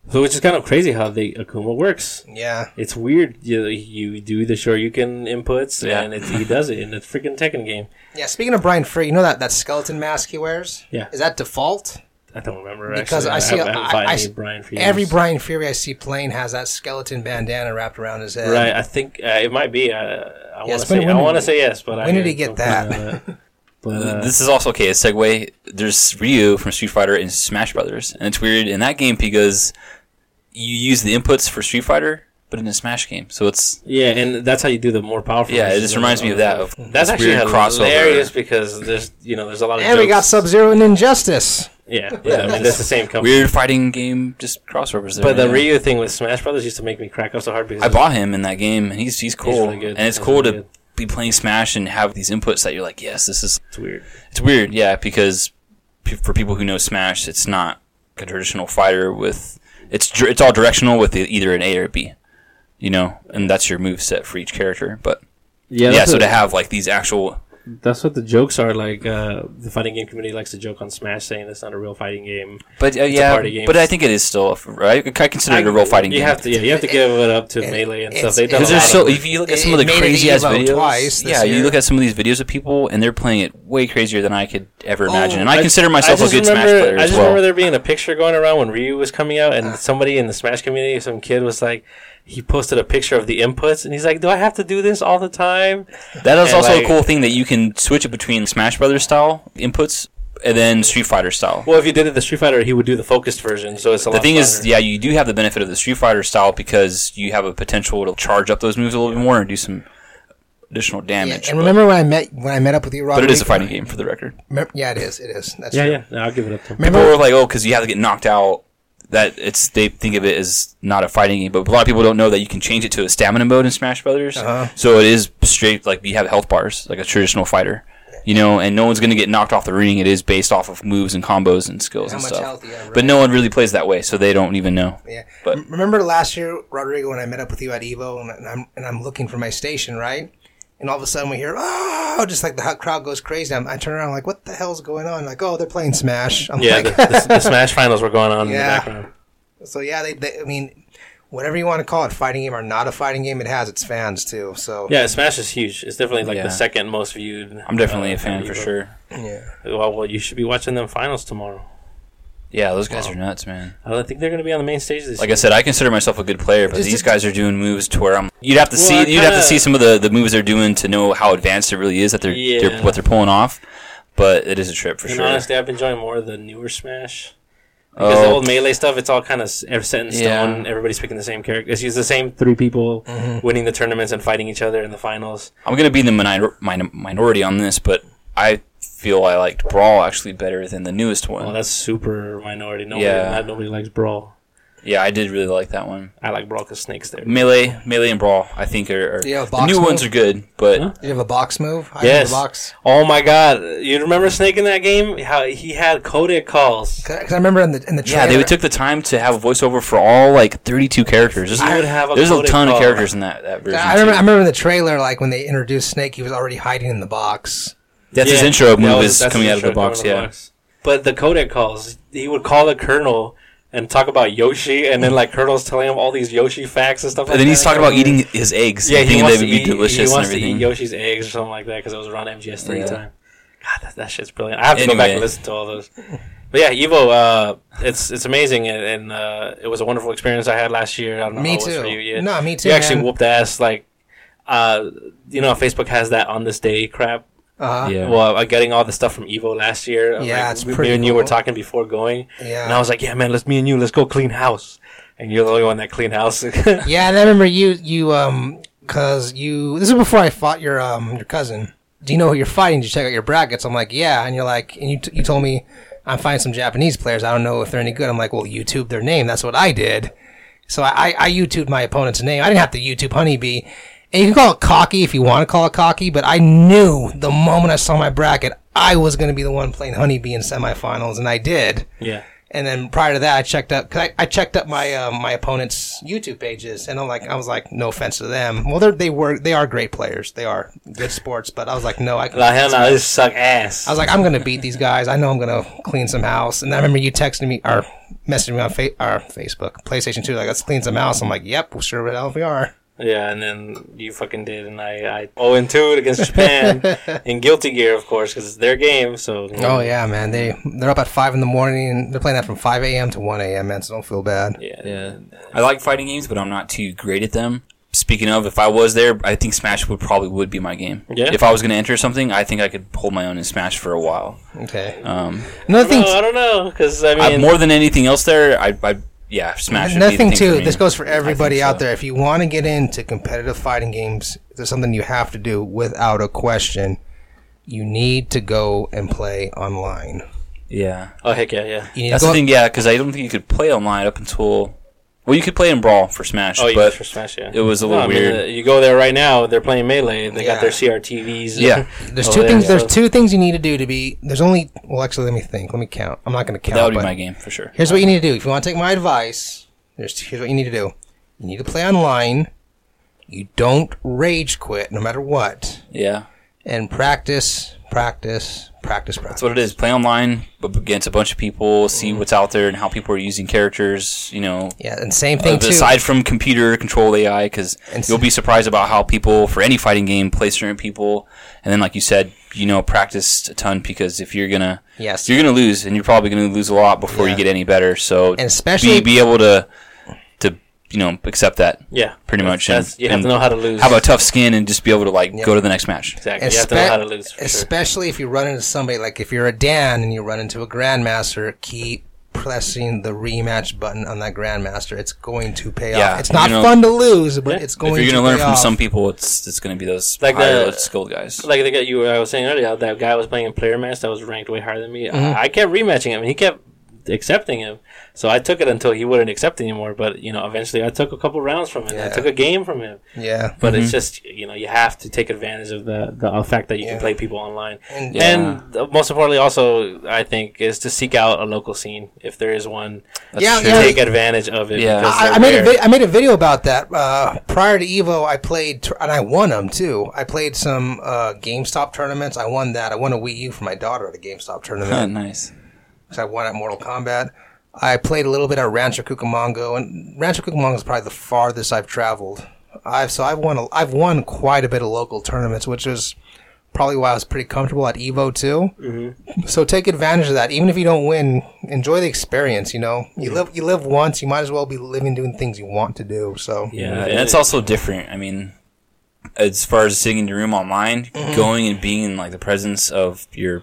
A: so which is kind of crazy how the Akuma works.
C: Yeah.
A: It's weird. You, you do the Shoryuken inputs,
B: Yeah.
A: and it, he does it in the freaking Tekken game.
C: Yeah. Speaking of Brian Fury, you know that that skeleton mask he wears?
A: Yeah.
C: Is that default?
A: I don't remember
C: Because
A: actually.
C: I see-
A: haven't- haven't
C: I-
A: bought
C: I
A: any
C: see-
A: Brian for
C: Every
A: years.
C: Brian Fury I see playing has that skeleton bandana wrapped around his head.
A: right. I think uh, it might be. Uh, I want
C: Yes,
A: to
C: but
A: say.
C: when
A: I
C: did-
A: want to say yes, but I
C: when did he get
A: don't find
C: that?
A: out. But uh,
B: this is also okay. A segue. There's Ryu from Street Fighter and Smash Brothers, and it's weird in that game because you use the inputs for Street Fighter, but in a Smash game. So it's
A: yeah, and that's how you do the more powerful.
B: yeah. It
A: versions
B: just
A: of
B: reminds me of that. Of
A: That's
B: this
A: actually
B: weird
A: hilarious because there's you know there's a lot of
C: And we got
A: jokes.
C: Sub Zero and Injustice.
A: yeah yeah I mean, that's the same company.
B: Weird fighting game, just crossovers. There,
A: But the
B: yeah.
A: Ryu thing with Smash Brothers used to make me crack up so hard because
B: I bought him in that game, and he's he's cool,
A: really good.
B: and it's
A: He's
B: cool
A: really
B: to
A: good.
B: be playing Smash and have these inputs that you're like, yes, this is
A: it's weird.
B: It's weird, yeah, because pe- for people who know Smash, it's not a traditional fighter with it's dir- it's all directional with the, either an A or a B, you know, and that's your move set for each character. But yeah, so to have like these actual
A: That's what the jokes are like. Uh, the fighting game community likes to joke on Smash, saying it's not a real fighting game.
B: but uh,
A: a
B: yeah,
A: party game.
B: but I think it is still a f- right. I consider it a real fighting
A: you
B: game.
A: have to, yeah, you have to give it up to melee and stuff.
C: it's-
A: They've done a
B: because
A: lot
B: there's
A: of
B: so
A: them.
B: if you look at
C: It-
B: some of the
C: it made it
B: crazy ass
C: Evo
B: videos,
C: twice this
B: yeah, you
C: year.
B: look at some of these videos of people and they're playing it way crazier than I could ever imagine, and I,
A: Oh, I-
B: consider myself a
A: just
B: good
A: remember,
B: Smash player
A: I
B: as
A: just
B: well.
A: remember there being a picture going around when Ryu was coming out, and somebody in the Smash community, some kid was like, he posted a picture of the inputs, and he's like, "Do I have to do this all the time?"
B: That is
A: And,
B: also a
A: like-
B: cool thing that you can switch it between Smash Brothers style inputs and then Street Fighter style.
A: Well, if you did it the Street Fighter, he would do the focused version, so it's a
B: the
A: lot.
B: thing is,
A: flatter.
B: yeah, you do have the benefit of the Street Fighter style because you have a potential to charge up those moves a little bit more and do some additional
C: Yeah,
B: damage.
C: and remember when I met when I met up with you, Rob?
B: but it is a fighting game for the record.
C: Remem- yeah, it is. It is. That's
A: yeah,
C: true.
A: yeah, no, I'll give it up to him.
B: People
C: Remember?
B: were like, "Oh, because you have to get knocked out." That it's they think of it as not a fighting game, but a lot of people don't know that you can change it to a stamina mode in Smash Brothers.
C: Uh-huh.
B: So it is straight like you have health bars like a traditional fighter, you know, and no one's gonna get knocked off the ring. It is based off of moves and combos and skills
C: How
B: and
C: much
B: stuff.
C: health you have,
B: But
C: right?
B: no one really plays that way, so they don't even know.
C: Yeah.
B: But-
C: M- remember last year, Rodrigo, when I met up with you at Evo, and, and I'm and I'm looking for my station, right? And all of a sudden we hear, oh, just like the hot crowd goes crazy. I'm, I turn around, like, what the hell's going on? Like, oh, they're playing Smash. I'm
A: Yeah,
C: like,
A: the, the, the Smash finals were going on in the
C: Yeah.
A: background.
C: so yeah, they, they, I mean, whatever you want to call it, fighting game or not a fighting game, it has its fans too. So
A: Yeah, Smash is huge. It's definitely like
B: Yeah.
A: the second most viewed.
B: I'm definitely
A: uh,
B: a fan for
A: Evo.
B: sure.
C: yeah.
A: Well, well, you should be watching them finals tomorrow.
B: Yeah, those guys are nuts, man.
A: I don't think they're going to be on the main stage this
B: Like I
A: year.
B: said, I consider myself a good player, but
C: Just-
B: these guys are doing moves to where I'm. You'd have to
A: Well,
B: see.
A: I
B: You'd have to
A: kinda-
B: see some of the, the moves they're doing to know how advanced it really is that they're,
A: Yeah.
B: they're what they're pulling off. But it is a trip for
A: and
B: sure.
A: honestly, I've been enjoying more of the newer Smash. Because the
B: oh,
A: old melee stuff, it's all kind of er, set in
B: Yeah. Mm-hmm.
A: stone. Everybody's picking the same character. It's used the same three people winning the tournaments and fighting each other in the finals.
B: I'm gonna be in the minor, minor, minority on this, but I feel I liked Brawl actually better than the newest one.
A: Well, Oh, that's super minority. Nobody,
B: Yeah.
A: not- nobody likes Brawl.
B: yeah, I did really like that one.
A: I like Brawl because Snake's there.
B: Melee, melee, and Brawl, I think are, are
C: Do you have a
B: the
C: box
B: new
C: move?
B: ones are good, but
A: Huh?
C: Did you have a box move? I
A: Yes.
C: have a box.
A: Oh my god. You remember Snake in that game? How he had coded calls.
C: Because I remember in the in the
B: yeah,
C: trailer,
B: they took the time to have voiceover for all like 32 characters. There's,
A: You would have a
B: there's a
A: coded
B: ton of
A: call.
B: characters in that that version.
C: I remember,
B: too.
C: I remember in the trailer, like when they introduced Snake, he was already hiding in the box.
B: That's his
A: Yeah.
B: intro
A: That
B: move
A: was-
B: is
A: that's
B: coming
A: his
B: out of the
A: intro coming
B: box. Yeah,
A: But the codec calls, he would call the colonel and talk about Yoshi, and then like Colonel's telling him all these Yoshi facts and stuff. like
B: and then
A: that.
B: he's talking about eating his eggs.
A: Yeah,
B: and
A: he
B: thinking
A: wants, to
B: they would be
A: eat, he
B: delicious and
A: wants to
B: everything.
A: eat Yoshi's eggs or something like that because it was around MGS3
B: Yeah.
A: time. God, that, that shit's brilliant. I have to go back
B: Anyway.
A: and listen to all those. But yeah, Evo, uh, it's it's amazing, and, and uh, it was a wonderful experience I had last year. I don't know
C: Me
A: how it was
C: too.
A: for you. Yeah.
C: No, me too.
A: you actually
C: man.
A: whooped ass. Like, uh, you know, Facebook has that on this day crap
C: Uh-huh.
B: Yeah.
A: well, uh, getting all the stuff from Evo last year. uh,
C: Yeah,
A: like,
C: it's
A: me-
C: pretty
A: Me and you were
C: cool.
A: talking before going,
C: Yeah.
A: and I was like, "Yeah, man, let's me and you, let's go clean house." And you're the only one that cleaned house. yeah,
C: Yeah, and I remember you, you, um, cause you. This is before I fought your, um, your cousin. Do you know who you're fighting? Did you check out your brackets? I'm like, yeah, and you're like, and you, t- you told me I'm fighting some Japanese players. I don't know if they're any good. I'm like, well, YouTube their name. That's what I did. So I, I, I YouTubed my opponent's name. I didn't have to YouTube Honeybee. And you can call it cocky if you want to call it cocky, but I knew the moment I saw my bracket, I was going to be the one playing Honeybee in semifinals, and I did. And then prior to that, I checked up. Cause I, I checked up my um, my opponent's YouTube pages, and I'm like, I was like, no offense to them. Well, they're, they were they are great players. They are good sports, but I was like, no, I. Can,
A: like hell no, this suck ass.
C: I was like, I'm gonna beat these guys. I know I'm gonna clean some house. And I remember you texting me or messaging me on fa- or Facebook, PlayStation Two, like let's clean some house. I'm like, yep, well, sure, the hell we are.
A: Yeah, and then you fucking did, and I I zero and two against Japan in Guilty Gear, of course, because it's their game. So you know,
C: Oh yeah, man. They they're up at five in the morning and they're playing that from five a.m. to one a.m. Man, so don't feel bad.
A: yeah,
B: Yeah. I like fighting games, but I'm not too great at them. Speaking of, if I was there, I think Smash would probably would be my game.
A: Yeah.
B: If I was going to enter something, I think I could hold my own in Smash for a while.
C: Okay.
B: Um,
A: No,
C: Another thing.
A: I don't know, because I
B: I-
A: mean,
B: more than anything else, there, I, I yeah, Smash. would be the
C: Another thing
B: thing for
C: too.
B: me.
C: This goes for
B: I think
C: everybody
B: so.
C: out there. If you want to get into competitive fighting games, there's something you have to do without a question. You need to go and play online.
B: Yeah,
A: oh heck yeah, yeah.
C: You need
B: that's
C: to
B: the
C: go
B: thing. Yeah, because I don't think you could play online up until well, you could play in Brawl for Smash,
A: Oh, you
B: but
A: for Smash, yeah.
B: it was a
A: No,
B: little
A: I mean,
B: weird.
A: uh, you go there right now. They're playing melee. They got their CRTVs.
B: yeah,
C: There's
A: Oh,
C: two
A: there
C: things.
A: you
C: There's
A: go.
C: two things you need to do to be. There's only. Well, actually, let me think. Let me count. I'm not going to count.
B: that would be
C: but
B: my game for sure.
C: Here's what you need to do. If you want to take my advice, here's here's what you need to do. You need to play online. You don't rage quit no matter what,
B: Yeah,
C: and practice, practice, practice, practice.
B: that's what it is. Play online, but against a bunch of people,
A: Mm.
B: see what's out there and how people are using characters. You know, Uh,
C: yeah, and same thing too.
B: aside from computer controlled AI, because
C: And s-
B: you'll be surprised about how people for any fighting game play certain people, and then like you said, you know, practice a ton because if you're gonna,
C: Yes.
B: you're gonna lose, and you're probably gonna lose a lot before you get any better. So
C: And especially-
B: be, be able to to you know accept that
A: yeah.
B: pretty much. and-
A: That's, you have
B: and
A: to know how to lose.
B: have a tough skin and just be able to like
C: Yeah.
B: go to the next match.
A: exactly? you have to know
C: Espe-
A: how to lose. For sure.
C: especially if you run into somebody like if you're a Dan and you run into a Grandmaster, keep pressing the rematch button on that Grandmaster. It's going to pay
B: Yeah,
C: off. It's
B: you're
C: not
B: gonna-
C: fun to lose, but it's going.
B: If you're
C: to
B: gonna learn
C: pay
B: from
C: off.
B: some people, it's it's gonna be those
A: Like
B: higher
A: the-
B: skilled guys.
A: like the guy you I was saying earlier, that guy was playing a player match that was ranked way higher than me. I, I kept rematching him, and he kept accepting him. So I took it until he wouldn't accept anymore. But you know, eventually, I took a couple rounds from him. I
C: Yeah.
A: took a game from him.
C: Yeah,
A: But it's just you know, you have to take advantage of the the fact that you
C: Yeah.
A: can play people online.
C: and
B: Yeah.
A: And uh, most importantly, also I think is to seek out a local scene if there is one.
B: That's
C: Yeah,
B: true.
C: yeah.
A: Take advantage of it.
B: Yeah.
A: because
C: I,
A: they're
C: I made a
A: rare.
C: vi- I made a video about that uh, prior to Evo. I played tur- and I won them too. I played some uh, GameStop tournaments. I won that. I won a Wii U for my daughter at a GameStop
B: Huh,
C: tournament.
B: nice.
C: 'cause I won at Mortal Kombat. I played a little bit at Rancho Cucamongo, and Rancho Cucamongo is probably the farthest I've traveled. I've so I've won a, I've won quite a bit of local tournaments, which is probably why I was pretty comfortable at Evo too. So take advantage of that. Even if you don't win, enjoy the experience. You know, you live you live once. You might as well be living doing things you want to do. So
A: Yeah,
B: Yeah, and it's
A: it-
B: also different. I mean, as far as sitting in your room online,
A: Mm-hmm.
B: going and being in like the presence of your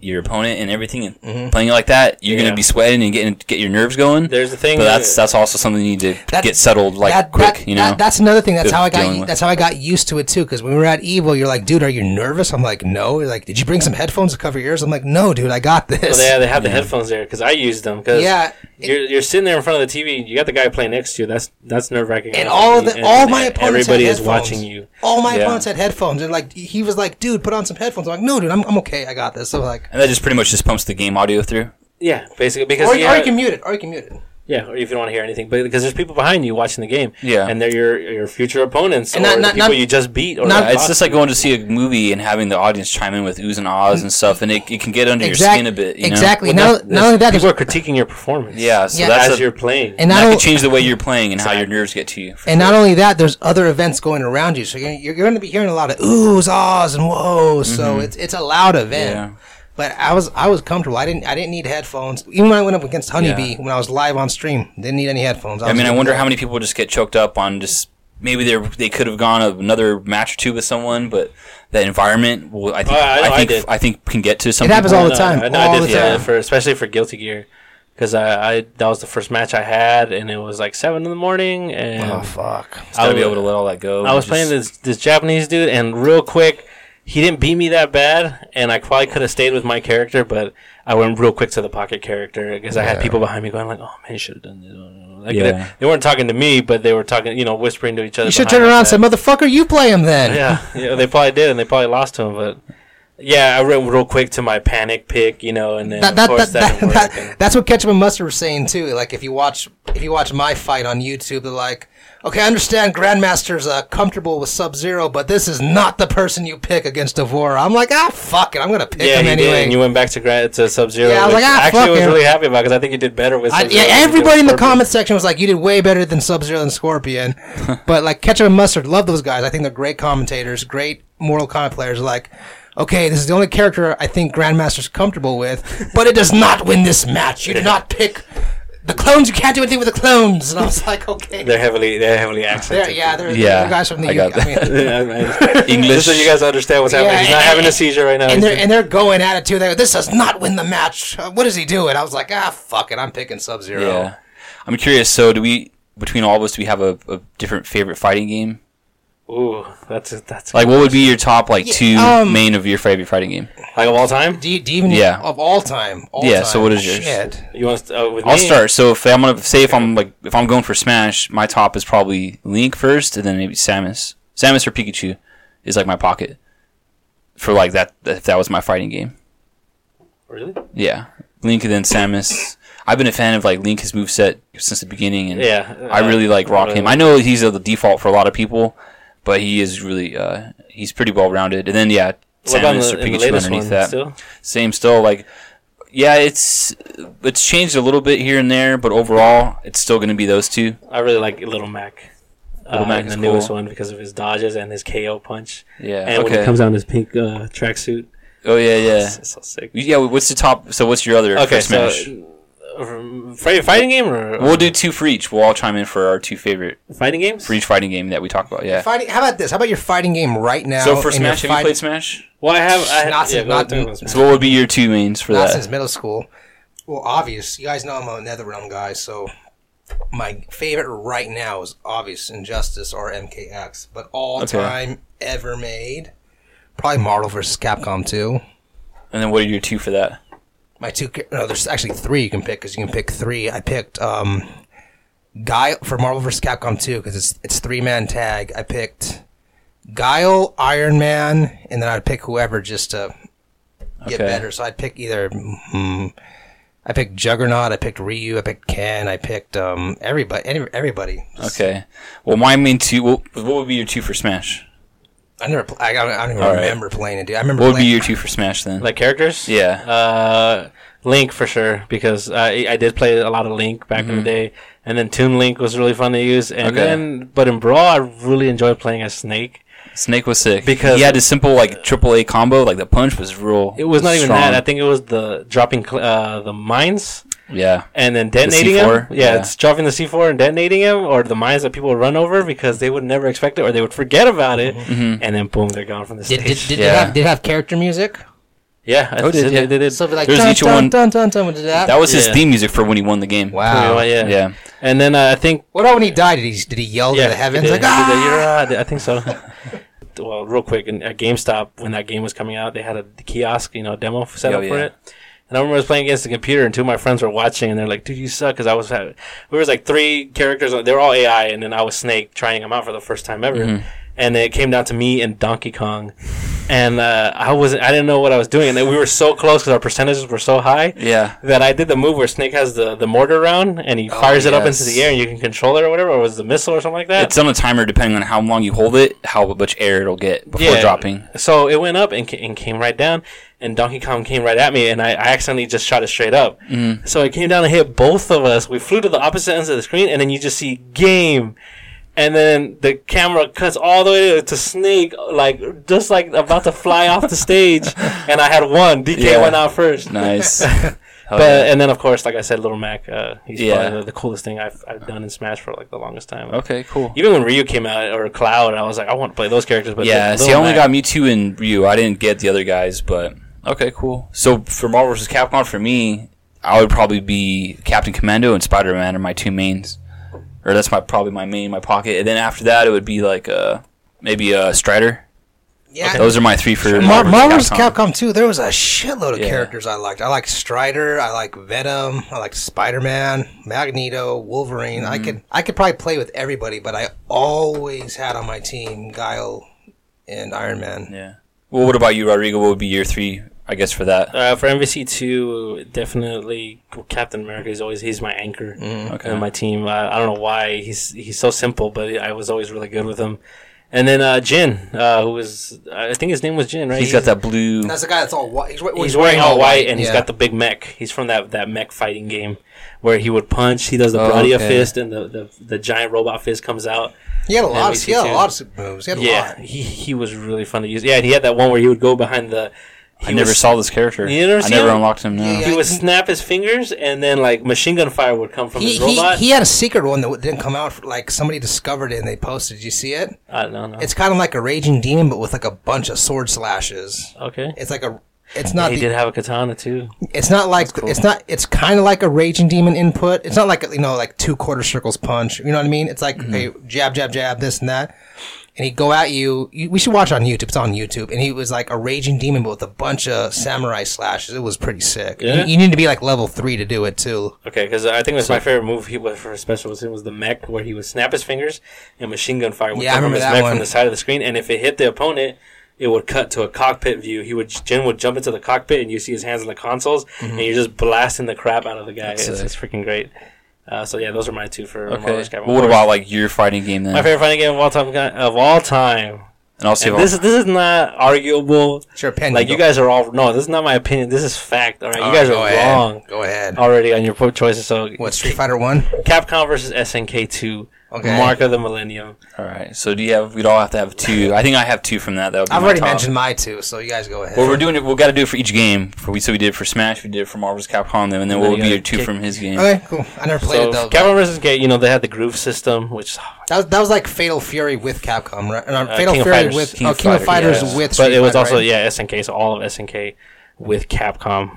B: your opponent and everything, and playing it like that, you're
A: Mm-hmm. Yeah.
B: gonna be sweating and getting get your nerves going.
A: There's the thing
B: but that's
A: that-
B: that's also something you need to
C: That-
B: get settled like
C: that,
B: quick.
C: that-
B: you know,
C: that- that's another thing. That's
B: Good
C: how I
B: dealing
C: got.
B: with.
C: That's how I got used to it too. Because when we were at Evo, you're like, "Dude, are you nervous?" I'm like, "No." You're like, "Did you bring some headphones to cover your ears?" I'm like, "No, dude, I got this."
A: Well, yeah, they have the headphones there because I used them. Cause
C: Yeah.
A: you're, you're sitting there in front of the TV. You got the guy playing next to you. That's that's nerve wracking.
C: and all the all my opponents
A: everybody
C: had
A: is
C: headphones.
A: watching you.
C: All my
B: Yeah.
C: opponents had headphones, and like he was like, "Dude, put on some headphones." I'm like, "No, dude, I'm, I'm okay. I got this." So like,
B: and that just pretty much just pumps the game audio through.
A: Yeah, basically because
C: or,
A: you
C: or you
A: have-
C: can mute it, or you can mute it.
A: yeah, or if you don't want to hear anything, but because there's people behind you watching the game.
B: Yeah.
A: and they're your your future opponents
C: And
A: or
C: not-
A: the
C: not-
A: people
C: not-
A: you just beat. Or
C: not-
A: the
B: It's
A: boss.
B: just like going to see a movie and having the audience chime in with oohs and ahs and stuff, and it, it can get under your
C: Exact-
B: skin a bit. You know?
C: exactly.
A: Well,
C: not, not only that,
A: people
C: there's-
A: are critiquing your performance.
B: Yeah. So
C: Yeah.
B: that's
A: as
B: a,
A: you're playing.
C: and
B: that
C: not
B: could
C: only,
B: change the way you're playing and how your nerves get to you. for
C: and
B: sure.
C: not only that, there's other events going around you, so you're, you're going to be hearing a lot of oohs, ahs, and whoas.
A: Mm-hmm.
C: So it's it's a loud event.
B: Yeah.
C: But I was I was comfortable. I didn't I didn't need headphones. Even when I went up against Honeybee when I was live on stream, didn't need any headphones.
B: I
C: was
B: mean, I
C: good.
B: wonder how many people just get choked up on just maybe they they could have gone another match or two with someone, but that environment, will, I think,
A: Oh, I know,
B: I,
A: I
B: think,
A: did.
B: I think can get to some.
C: It happens
B: people.
C: all the
A: No,
C: time.
A: I, know
C: all
A: I did
C: the
A: that
C: time.
A: for especially for Guilty Gear because I, I that was the first match I had and it was like seven in the morning and
C: Oh fuck.
B: Just
A: I
B: gotta be
A: was-
B: able to let all that go.
A: I
B: and
A: was
B: just-
A: playing this this Japanese dude, and real quick, he didn't beat me that bad, and I probably could have stayed with my character, but I went real quick to the pocket character because I had people behind me going like, "Oh man, you should have done this." Like,
B: Yeah.
A: they, they weren't talking to me, but they were talking, you know, whispering to each other.
C: You should
A: behind
C: turn
A: my
C: around and
A: back.
C: say, "Motherfucker, you play him then."
A: yeah, yeah, they probably did, and they probably lost to him, but yeah, I wrote real quick to my panic pick, you know, and then
C: That,
A: of
C: that,
A: course that,
C: that, that,
A: didn't work.
C: that- that's what Ketchup and Mustard were saying too. Like if you watch if you watch my fight on YouTube, they're like, okay, I understand Grandmaster's uh, comfortable with Sub Zero, but this is not the person you pick against Devora. I'm like, ah, fuck it, I'm gonna pick
A: and, yeah,
C: him
A: he did,
C: anyway.
A: and you went back to grad to Sub Zero.
C: Yeah, I was like, ah,
A: actually, I
C: fuck
A: was
C: him.
A: really happy about because I think you did better with.
C: I,
A: Sub-Zero
C: yeah,
A: than you did
C: everybody in
A: with
C: the
A: Purple.
C: comment section was like, "You did way better than Sub Zero and Scorpion," but like Ketchup and Mustard, love those guys. I think they're great commentators, great Mortal Kombat players. Like, okay, this is the only character I think Grandmaster's comfortable with, but it does not win this match. You do not pick the clones. You can't do anything with the clones. And I was like, okay,
A: They're heavily, they're heavily
C: They're-
A: accented.
C: yeah, they're,
B: Yeah,
C: they're guys from the
B: I got
C: UK. I mean,
A: Yeah, I- I-
B: English.
A: Just so you guys understand what's happening.
C: Yeah,
A: He's not
C: and-
A: having a seizure right now.
C: and
A: He's
C: they're
A: just-
C: and they're going at it too. They go, "This does not win the match. Uh, What is he doing?" I was like, "Ah, fuck it, I'm picking Sub Zero."
B: Yeah. I'm curious. So, do we between all of us do we have a, a different favorite fighting game?
A: Ooh, that's a, that's like,
B: Like, what would be your top like two
C: um,
B: main of your favorite fighting game?
A: of all time.
C: Do you, do you even
B: Yeah.
C: of all time? All
B: Yeah, so
C: time.
B: what is yours?
C: Shit.
A: You want to, uh, with
B: I'll
A: me?
B: start. So, if I'm gonna say if I'm like if I'm going for Smash, my top is probably Link first, and then maybe Samus. Samus or Pikachu is like my pocket for like that. If that was my fighting game,
A: Really?
B: yeah, Link and then Samus. I've been a fan of like Link his moveset since the beginning, and
A: Yeah.
B: I
A: uh,
B: really like rock him.
A: really-
B: I know he's the default for a lot of people, but he is really uh, he's pretty well rounded. And then yeah,
A: What about in
B: Samus
A: the,
B: or
A: in the
B: Pikachu
A: latest
B: underneath
A: one?
B: that.
A: Still?
B: Same still like yeah, it's it's changed a little bit here and there, but overall it's still going to be those two.
A: I really like Little Mac.
B: Little
A: uh,
B: Mac
A: in
B: is
A: the newest
B: cool.
A: one because of his dodges and his KO punch.
B: Yeah.
A: And when
B: okay.
A: he comes out in his pink uh, tracksuit,
B: oh yeah, yeah.
A: it's so sick.
B: Yeah, what's the top? So what's your other for
A: Okay, so
B: Smash?
A: uh, um, fi- fighting game or
B: we'll do two for each. We'll all chime in for our two favorite
A: fighting games?
B: for each fighting game that we talk about. Yeah.
C: Fighting, how about this? How about your fighting game right now?
B: So for
C: and your
B: Smash, have you
C: fight-
B: played Smash?
A: Well, I have. I have
C: Not since-
A: we'll
C: not-
A: talk about
B: So what would be your two mains for
C: not
B: that?
C: since middle school? Well, obvious. You guys know I'm a NetherRealm guy, so my favorite right now is obvious Injustice or MKX, but all
B: Okay.
C: time ever made, probably Marvel vs. Capcom 2.
B: And then what are your two for that?
C: My two, ca- no, there's actually three you can pick because you can pick three. I picked um, Guile for Marvel vs. Capcom 2 because it's it's three man tag. I picked Guile, Iron Man, and then I'd pick whoever just to get
B: Okay.
C: better. So I'd pick either. mm, I picked Juggernaut. I picked Ryu. I picked Ken. I picked um everybody. Any, everybody.
B: Okay. Well, my main two. What, what would be your two for Smash?
C: I never. Pl- I, don't- I don't even
B: All right.
C: remember playing it. Dude. I remember.
B: What would be
C: playing,
B: your two for Smash then?
A: Like characters?
B: yeah.
A: Uh, Link for sure because I I did play a lot of Link back in the day, and then Toon Link was really fun to use, and
B: Mm-hmm. Okay.
A: then but in Brawl I really enjoyed playing as Snake.
B: Snake was sick
A: because-
B: he had a simple like triple A combo. Like the punch was real.
A: It was not even
B: strong.
A: that. I think it was the dropping cl- uh, the mines
B: Yeah.
A: and then detonating
B: C4?
A: him. Yeah,
B: Yeah.
A: it's dropping the C four and detonating him, or the mines that people would run over because they would never expect it or they would forget about it,
B: Mm-hmm.
A: and then boom, they're gone from the
C: Did,
A: stage.
C: did, did,
B: Yeah.
C: it have, did it have character music?
A: yeah, I
B: Oh, did-
A: did,
B: yeah.
A: they did it.
C: So it'd be like
B: There's
C: dun,
B: each
C: dun,
B: one-
C: Dun, dun, dun, did that?
B: That was his
A: Yeah.
B: theme music for when he won the game.
C: wow.
A: yeah.
B: Yeah.
A: and then uh, I think
C: What about when he died? Did he, did he yell
A: yeah,
C: to the heavens
A: he did.
C: like
A: He
C: ah?
A: did. You're right. I think so. well, real quick, in, at GameStop when that game was coming out, they had a kiosk, you know, demo set
B: Oh,
A: up for
B: yeah.
A: it. And I remember I was playing against the computer, and two of my friends were watching, and they're like, "Dude, you suck!" Because I was, had, we was like three characters. They were all AI, and then I was Snake trying them out for the first time ever.
B: Mm-hmm.
A: And it came down to me and Donkey Kong, and uh, I was I didn't know what I was doing, and then we were so close because our percentages were so high
B: Yeah.
A: that I did the move where Snake has the, the mortar round and he fires it up into
B: Oh, yes.
A: the air and you can control it or whatever, or was the missile or something like that.
B: It's on a timer depending on how long you hold it, how much air it'll get before dropping.
A: So it went up and, ca- and came right down, and Donkey Kong came right at me, and I, I accidentally just shot it straight up.
B: Mm.
A: So it came down and hit both of us. We flew to the opposite ends of the screen, and then you just see game. And then the camera cuts all the way to Snake, like just like about to fly off the stage. And I had one. DK
B: Yeah.
A: went out first.
B: Nice. Hell
A: But
B: Oh, yeah.
A: and then of course, like I said, Little Mac, uh, he's
B: Yeah.
A: probably the, the coolest thing I've, I've done in Smash for like the longest time.
B: okay, cool.
A: Even when Ryu came out or Cloud, I was like, I want to play those characters. But
B: Yeah,
A: Little
B: see, I only
A: Mac-
B: got Mewtwo and Ryu. I didn't get the other guys, but okay, cool. So for Marvel vs. Capcom, for me, I would probably be Captain Commando and Spider Man are my two mains, or that's my probably my main, my pocket. And then after that, it would be like uh, maybe uh, Strider.
C: Yeah.
B: Those are my three for
C: Mar-
B: vs.
C: Marvel's Capcom 2, there was a shitload of
B: Yeah.
C: characters I liked. I liked Strider, I like Venom, I like Spider Man, Magneto, Wolverine. I could I could probably play with everybody, but I always had on my team Guile and Iron Man.
B: Yeah. Well, what about you, Rodrigo? What would be your three? I guess for that.
A: Uh, for MVC two, definitely Captain America is always he's my anchor
B: Mm, Okay.
A: in my team. I, I don't know why he's he's so simple, but I was always really good with him. And then uh, Jin, uh, who was I think his name was Jin, right?
B: he's got that blue.
C: That's the guy that's all white. He's, wa-
A: He's wearing all white, and he's
C: yeah.
A: got the big mech. He's from that, that mech fighting game where he would punch. He does the
B: Oh,
A: Bradia
B: okay.
A: fist, and the, the, the giant robot fist comes out.
C: He had a lot. Of,
A: NBC
C: he had
A: too.
C: a lot of super moves. He had a
A: yeah,
C: lot.
A: he he was really fun to use. Yeah, and he had that one where he would go behind the.
B: I
A: he
B: never
A: was-
B: saw this character.
A: You never
B: I
A: seen
B: never
A: him?
B: unlocked him. No.
C: Yeah, yeah.
A: He would snap his fingers, and then like machine gun fire would come from
C: He,
A: his
C: he,
A: robot.
C: he had a secret one that didn't come out. For, like somebody discovered it and they posted. Did you see it?
A: I don't know.
C: It's kind of like a raging demon, but with like a bunch of sword slashes.
A: okay.
C: It's like a. It's not.
A: he
C: the,
A: did have a katana too.
C: It's not like it's not. It's kind of like a raging demon input. It's not like you know, like two quarter circles punch. You know what I mean? It's like
A: Mm-hmm.
C: a jab, jab, jab, this and that. And he'd go at you. you. We should watch on YouTube. It's on YouTube. And he was like a raging demon, but with a bunch of samurai slashes. It was pretty sick. You-
A: Yeah?
C: You, need to be like level three to do it too.
A: Okay, because I think it was my favorite move he was for special was, was the mech where he would snap his fingers and machine gun fire would
C: Yeah, I
A: come from
C: remember
A: his
C: that
A: mech
C: one.
A: from the side of the screen, and if it hit the opponent, it would cut to a cockpit view. He would Jin would jump into the cockpit, and you see his hands on the consoles,
C: Mm-hmm.
A: and you're just blasting the crap out of the guy. It's,
B: sick.
A: it's freaking great. Uh, so yeah, those are my two for
B: Okay.
A: Marvel's Capcom
B: Well, what
A: Wars.
B: about like your fighting game then?
A: my favorite fighting game of all time? Of all time,
B: and I'll see
A: and
B: if
A: this is this is not arguable.
C: It's your opinion.
A: Like you
C: Go-
A: guys are all no, this is not my opinion. This is fact. All right,
C: All
A: you guys
C: right,
A: are
C: go ahead.
A: wrong
C: Go ahead.
A: already on your po- choices. So
C: What Street Fighter One?
A: Capcom versus SNK two.
C: Okay.
A: Mark of the Millennium.
B: All right. So do you have? We'd all have to have two. I think I have two from that. That would be
C: I've
B: my
C: already
B: top.
C: mentioned my two, so you guys go ahead.
B: Well, we're doing it. We've got to do it for each game. For we so we did it for Smash. We did it for Marvel's Capcom. Then and
A: Then
B: then what
A: you
B: would be
A: gotta
B: your two
A: kick-
B: from his game?
C: okay, cool. I never played
A: So
C: it though.
A: Capcom versus SNK, you know they had the groove system, which
C: that, was, that was like Fatal Fury with Capcom, right? Uh, Fatal
A: King of
C: Fury
A: Fighters.
C: with
B: King
C: oh,
B: of
C: King of
B: Fighters,
C: Fighters
B: yeah.
C: with. Street
A: but it was
C: Fighter,
A: also
C: right?
A: yeah SNK, so all of SNK with Capcom.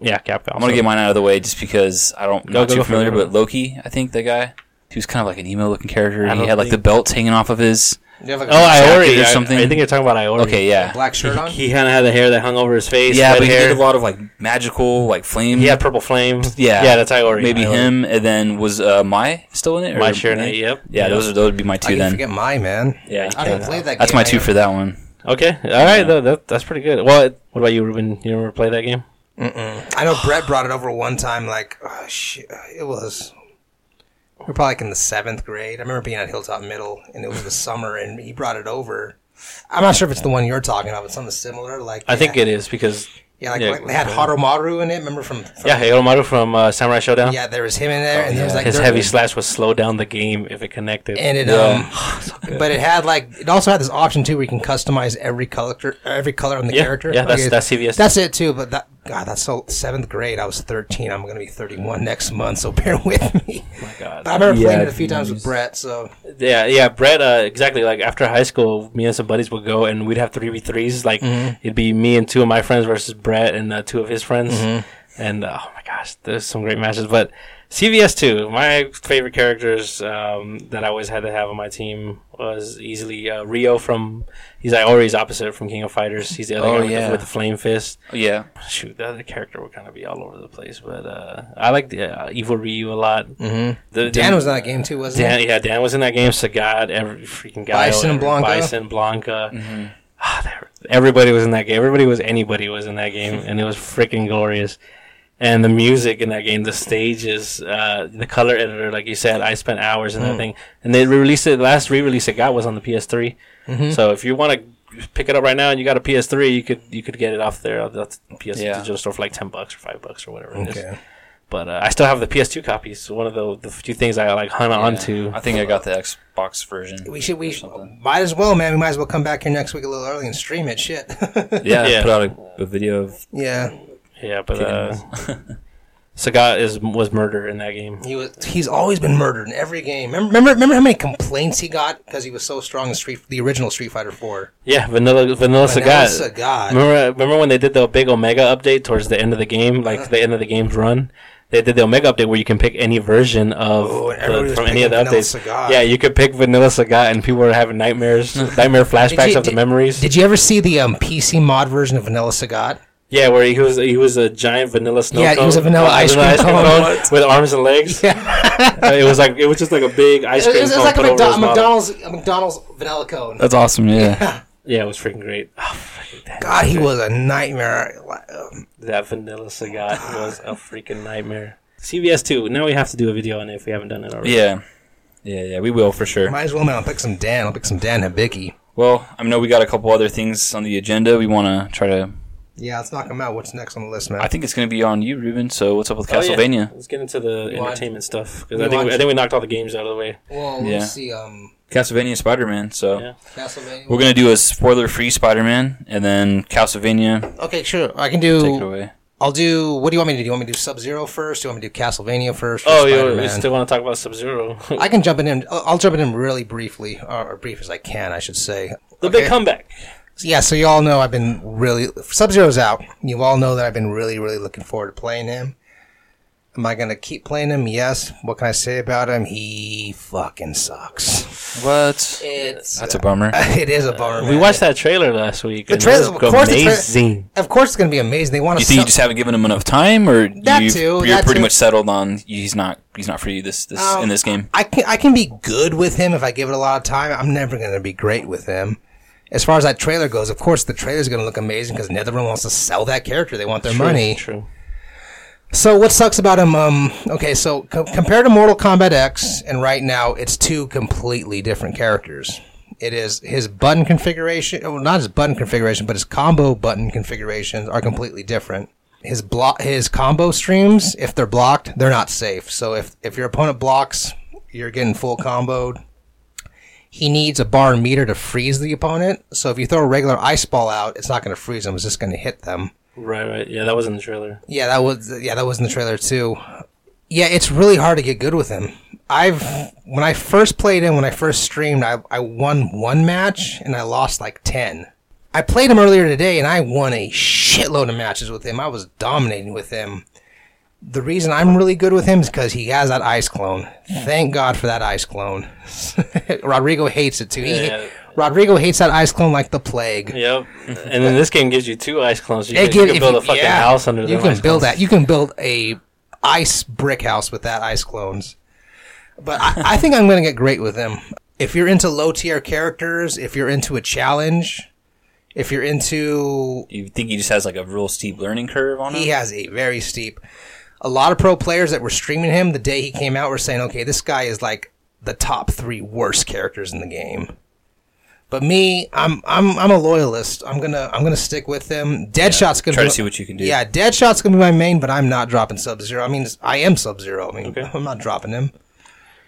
A: Yeah, Capcom.
B: I'm gonna get mine out of the way just because I don't I'm
A: Go,
B: not
A: go,
B: too
A: go for it,
B: familiar.
A: go.
B: But Loki, I think the guy, he was kind of like an emo looking character.
A: I
B: He
A: don't
B: had like the
A: think-
B: belts hanging off of his.
C: You have, like,
A: oh,
C: a
A: Iori
B: jacket or
A: or something.
B: something.
A: I, think you're talking about Iori.
B: Okay, yeah,
C: black shirt on.
A: He kind of had the hair that hung over his face.
B: yeah,
A: red
B: but he
A: hair.
B: did a lot of like magical like flame.
A: He had purple flame.
B: Yeah.
A: yeah, that's Iori.
B: maybe
A: Iori.
B: him, and then was uh, Mai still in it?
A: My
B: Or-
A: share night. Yep.
B: Yeah,
A: Yep.
B: those are, those would be my
C: I
B: two
C: can
B: then.
C: forget my man.
B: Yeah,
C: I
A: Yeah.
C: haven't played that.
B: that's
C: game,
B: my
C: I-
B: two for that one.
A: Okay. All right. tha- that- that's pretty good. Well, it- what about you, Ruben? You ever play that game?
C: I know Brett brought it over one time. Like, oh, shit, it was. We were probably like in the seventh grade. I remember being at Hilltop Middle, and it was the summer, and he brought it over. I'm not sure if it's the one you're talking about, but something similar. Like,
A: I think it is because
C: yeah, like,
A: yeah,
C: like, they had Harumaru in it. Remember from, from
A: yeah, Horomaru from uh, Samurai Showdown.
C: yeah, there was him in there, and there was
A: Oh,
C: like
A: His
C: there-
A: heavy slash would slow down the game if it connected.
C: and it um, but it had like it also had this option too where you can customize every color every color on the
A: Yeah,
C: character.
A: yeah, that's-
C: Like,
A: that's CVS.
C: That's it too. But that God, that's so seventh grade. I was thirteen. I'm gonna be thirty one next month. So bear with me.
A: oh my
C: But I
A: God.
C: remember playing
B: Yeah,
C: it a few times with
B: jeez.
C: Brett. So
A: Yeah, yeah, Brett. Uh, exactly. Like after high school, me and some buddies would go and we'd have three v threes. Like
B: Mm-hmm.
A: it'd be me and two of my friends versus Brett and uh, two of his friends.
B: Mm-hmm.
A: And uh, oh my gosh, there's some great matches. But CVS two, my favorite characters um, that I always had to have on my team was easily uh, Rio from. He's Iori's opposite from King of Fighters. He's the other
B: Oh,
A: guy with,
B: yeah.
A: the, with the flame fist.
B: Oh, yeah,
A: shoot, the other character would kind of be all over the place. But uh, I like the uh, Evil Ryu a lot. Mm-hmm. The,
C: Dan
A: the-
C: was in that game too, wasn't
A: Dan, yeah, Dan was in that game. Sagat, every freaking guy,
C: Bison and Blanca. Mm-hmm.
A: Bison Blanca. Ah, there- everybody was in that game. Everybody was anybody was in that game, and it was freaking glorious. And the music in that game, the stages, uh, the color editor, like you said, I spent hours in
C: Mm.
A: that thing. And they released it. The last re-release it got was on the PS3.
C: Mm-hmm.
A: So if you want to pick it up right now and you got a PS3, you could you could get it off there, off the PS
B: Yeah.
A: digital store for like ten bucks or five bucks or whatever
C: he?
A: it is. But uh, I still have the PS2 copies. one of the the few things I like hung on to.
B: I think I got the Xbox version.
C: We should we should, might as well, man. We might as well come back here next week a little early and stream it. Shit.
B: Yeah,
A: Yeah.
B: put out a, a video of
C: yeah.
A: Yeah, but uh, Sagat is was murder in that game.
C: He was he's always been murdered in every game. Remember remember, remember how many complaints he got because he was so strong in Street the original Street Fighter 4.
A: Yeah, Vanilla Vanilla
C: Vanilla
A: Sagat.
C: Sagat.
A: Remember, remember when they did the big Omega update towards the end of the game, like the end of the game's run. They did the Omega update where you can pick any version of
C: Oh, and
A: the-
C: everybody was
A: from any of the
C: picking Vanilla
A: updates.
C: Sagat.
A: Yeah, you could pick Vanilla Sagat, and people were having nightmares, nightmare flashbacks
C: you-
A: of the
C: did-
A: memories.
C: Did you ever see the um, PC mod version of Vanilla Sagat?
A: yeah, where he was he was a giant vanilla snow.
C: Yeah, he was a vanilla ice cream cone.
A: with arms and legs. Uh, it was like it was just like a big ice
C: It
A: cream
C: was,
A: cone
C: like a
A: put over his model.
B: Uh,
C: McDonald's, a McDonald's vanilla cone.
B: That's awesome. Yeah,
A: Yeah, it was freaking great. Oh, that.
C: God, he was a nightmare. uh,
A: That vanilla cigar was a freaking nightmare. CVS two. Now we have to do a video on it if we haven't done it already.
B: Yeah. Yeah, yeah, we will for sure.
C: Might as well now pick some Dan. I'll pick some Dan Hibiki.
B: Well, I know we got a couple other things on the agenda. We want to try to.
C: Yeah, let's knock him out. What's next on the list, man?
B: I think it's going to be on you, Ruben. So what's up with
A: Oh, yeah.
B: Castlevania?
A: Let's get into the
C: want-
A: entertainment stuff
C: you
A: because I think
C: want-
A: we, I think we knocked all the games out of the way.
C: well,
B: let's Yeah.
C: see. Um,
B: Castlevania and Spider Man. So
A: Yeah.
C: Castlevania.
B: we're going to do a spoiler free Spider Man, and then Castlevania.
C: okay, sure. I can
B: Take it
C: do.
B: away.
C: I'll do. What do you want me to do? You want me to do Sub Zero first? Do you want me to do Castlevania first? or
A: Oh, Ah, you we
C: Spider-Man?
A: still want to talk about Sub Zero? the
C: I can jump in. I'll I'll jump in really briefly, uh, or or brief as I can, I should say.
A: big
C: Okay.
A: comeback.
C: yeah, so you all know I've been really Sub Zero's out. You all know that I've been really, really looking forward to playing him. Am I gonna keep playing him? Yes. What can I say about him? He fucking sucks.
B: What?
C: It's
B: That's a bummer.
C: it is a bummer.
A: We
C: man.
A: watched that trailer last week.
C: The
A: and it
C: trailer-
A: looked
C: of course the tra-
A: amazing.
C: Of course, it's gonna be amazing. They want
B: You
C: to.
B: think you just haven't given him enough time, or
C: That
B: you,
C: too,
B: you're
C: that
B: pretty
C: too.
B: much settled on he's not he's not for you this this
C: Um,
B: in this game?
C: I can I can be good with him if I give it a lot of time. I'm never going to be great with him. As far as that trailer goes, of course the trailer's going to look amazing because Netherrealm wants to sell that character. They want their money.
A: True.
C: So what sucks about him? Um, okay, so co- compared to Mortal Kombat X, and right now it's two completely different characters. It is his button configuration, well, not his button configuration, but his combo button configurations are completely different. His block, his combo streams, if they're blocked, they're not safe. So if if your opponent blocks, you're getting full comboed. He needs a bar and meter to freeze the opponent. So if you throw a regular ice ball out, it's not going to freeze them; it's just going to hit them.
A: Right, right. Yeah, that was in the trailer.
C: Yeah, that was yeah, that was in the trailer too. Yeah, it's really hard to get good with him. I've when I first played him, when I first streamed, I, I won one match and I lost like ten. I played him earlier today and I won a shitload of matches with him. I was dominating with him. The reason I'm really good with him is because he has that ice clone. Thank God for that ice clone. Rodrigo hates it too. He-
A: Yeah.
C: Rodrigo hates that ice clone like the plague.
A: Yep. and then this game gives you two ice clones. You, can,
C: It give-
A: you can
C: if
A: build a fucking
C: yeah,
A: house under them.
C: You can
A: ice
C: build
A: clones.
C: that. You can build a ice brick house with that ice clones. But I, I think I'm going to get great with him. If you're into low tier characters, if you're into a challenge, if you're into,
B: You think he just has like a real steep learning curve on him?
C: he has a very steep. A lot of pro players that were streaming him the day he came out were saying, "Okay, this guy is like the top three worst characters in the game." But me, I'm I'm I'm a loyalist. I'm gonna I'm gonna stick with him. Deadshot's gonna
B: Try
C: be,
B: to see what you can do.
C: yeah, Deadshot's gonna be my main, but I'm not dropping Sub Zero. I mean, it's- I am Sub Zero. I mean, I'm not dropping him.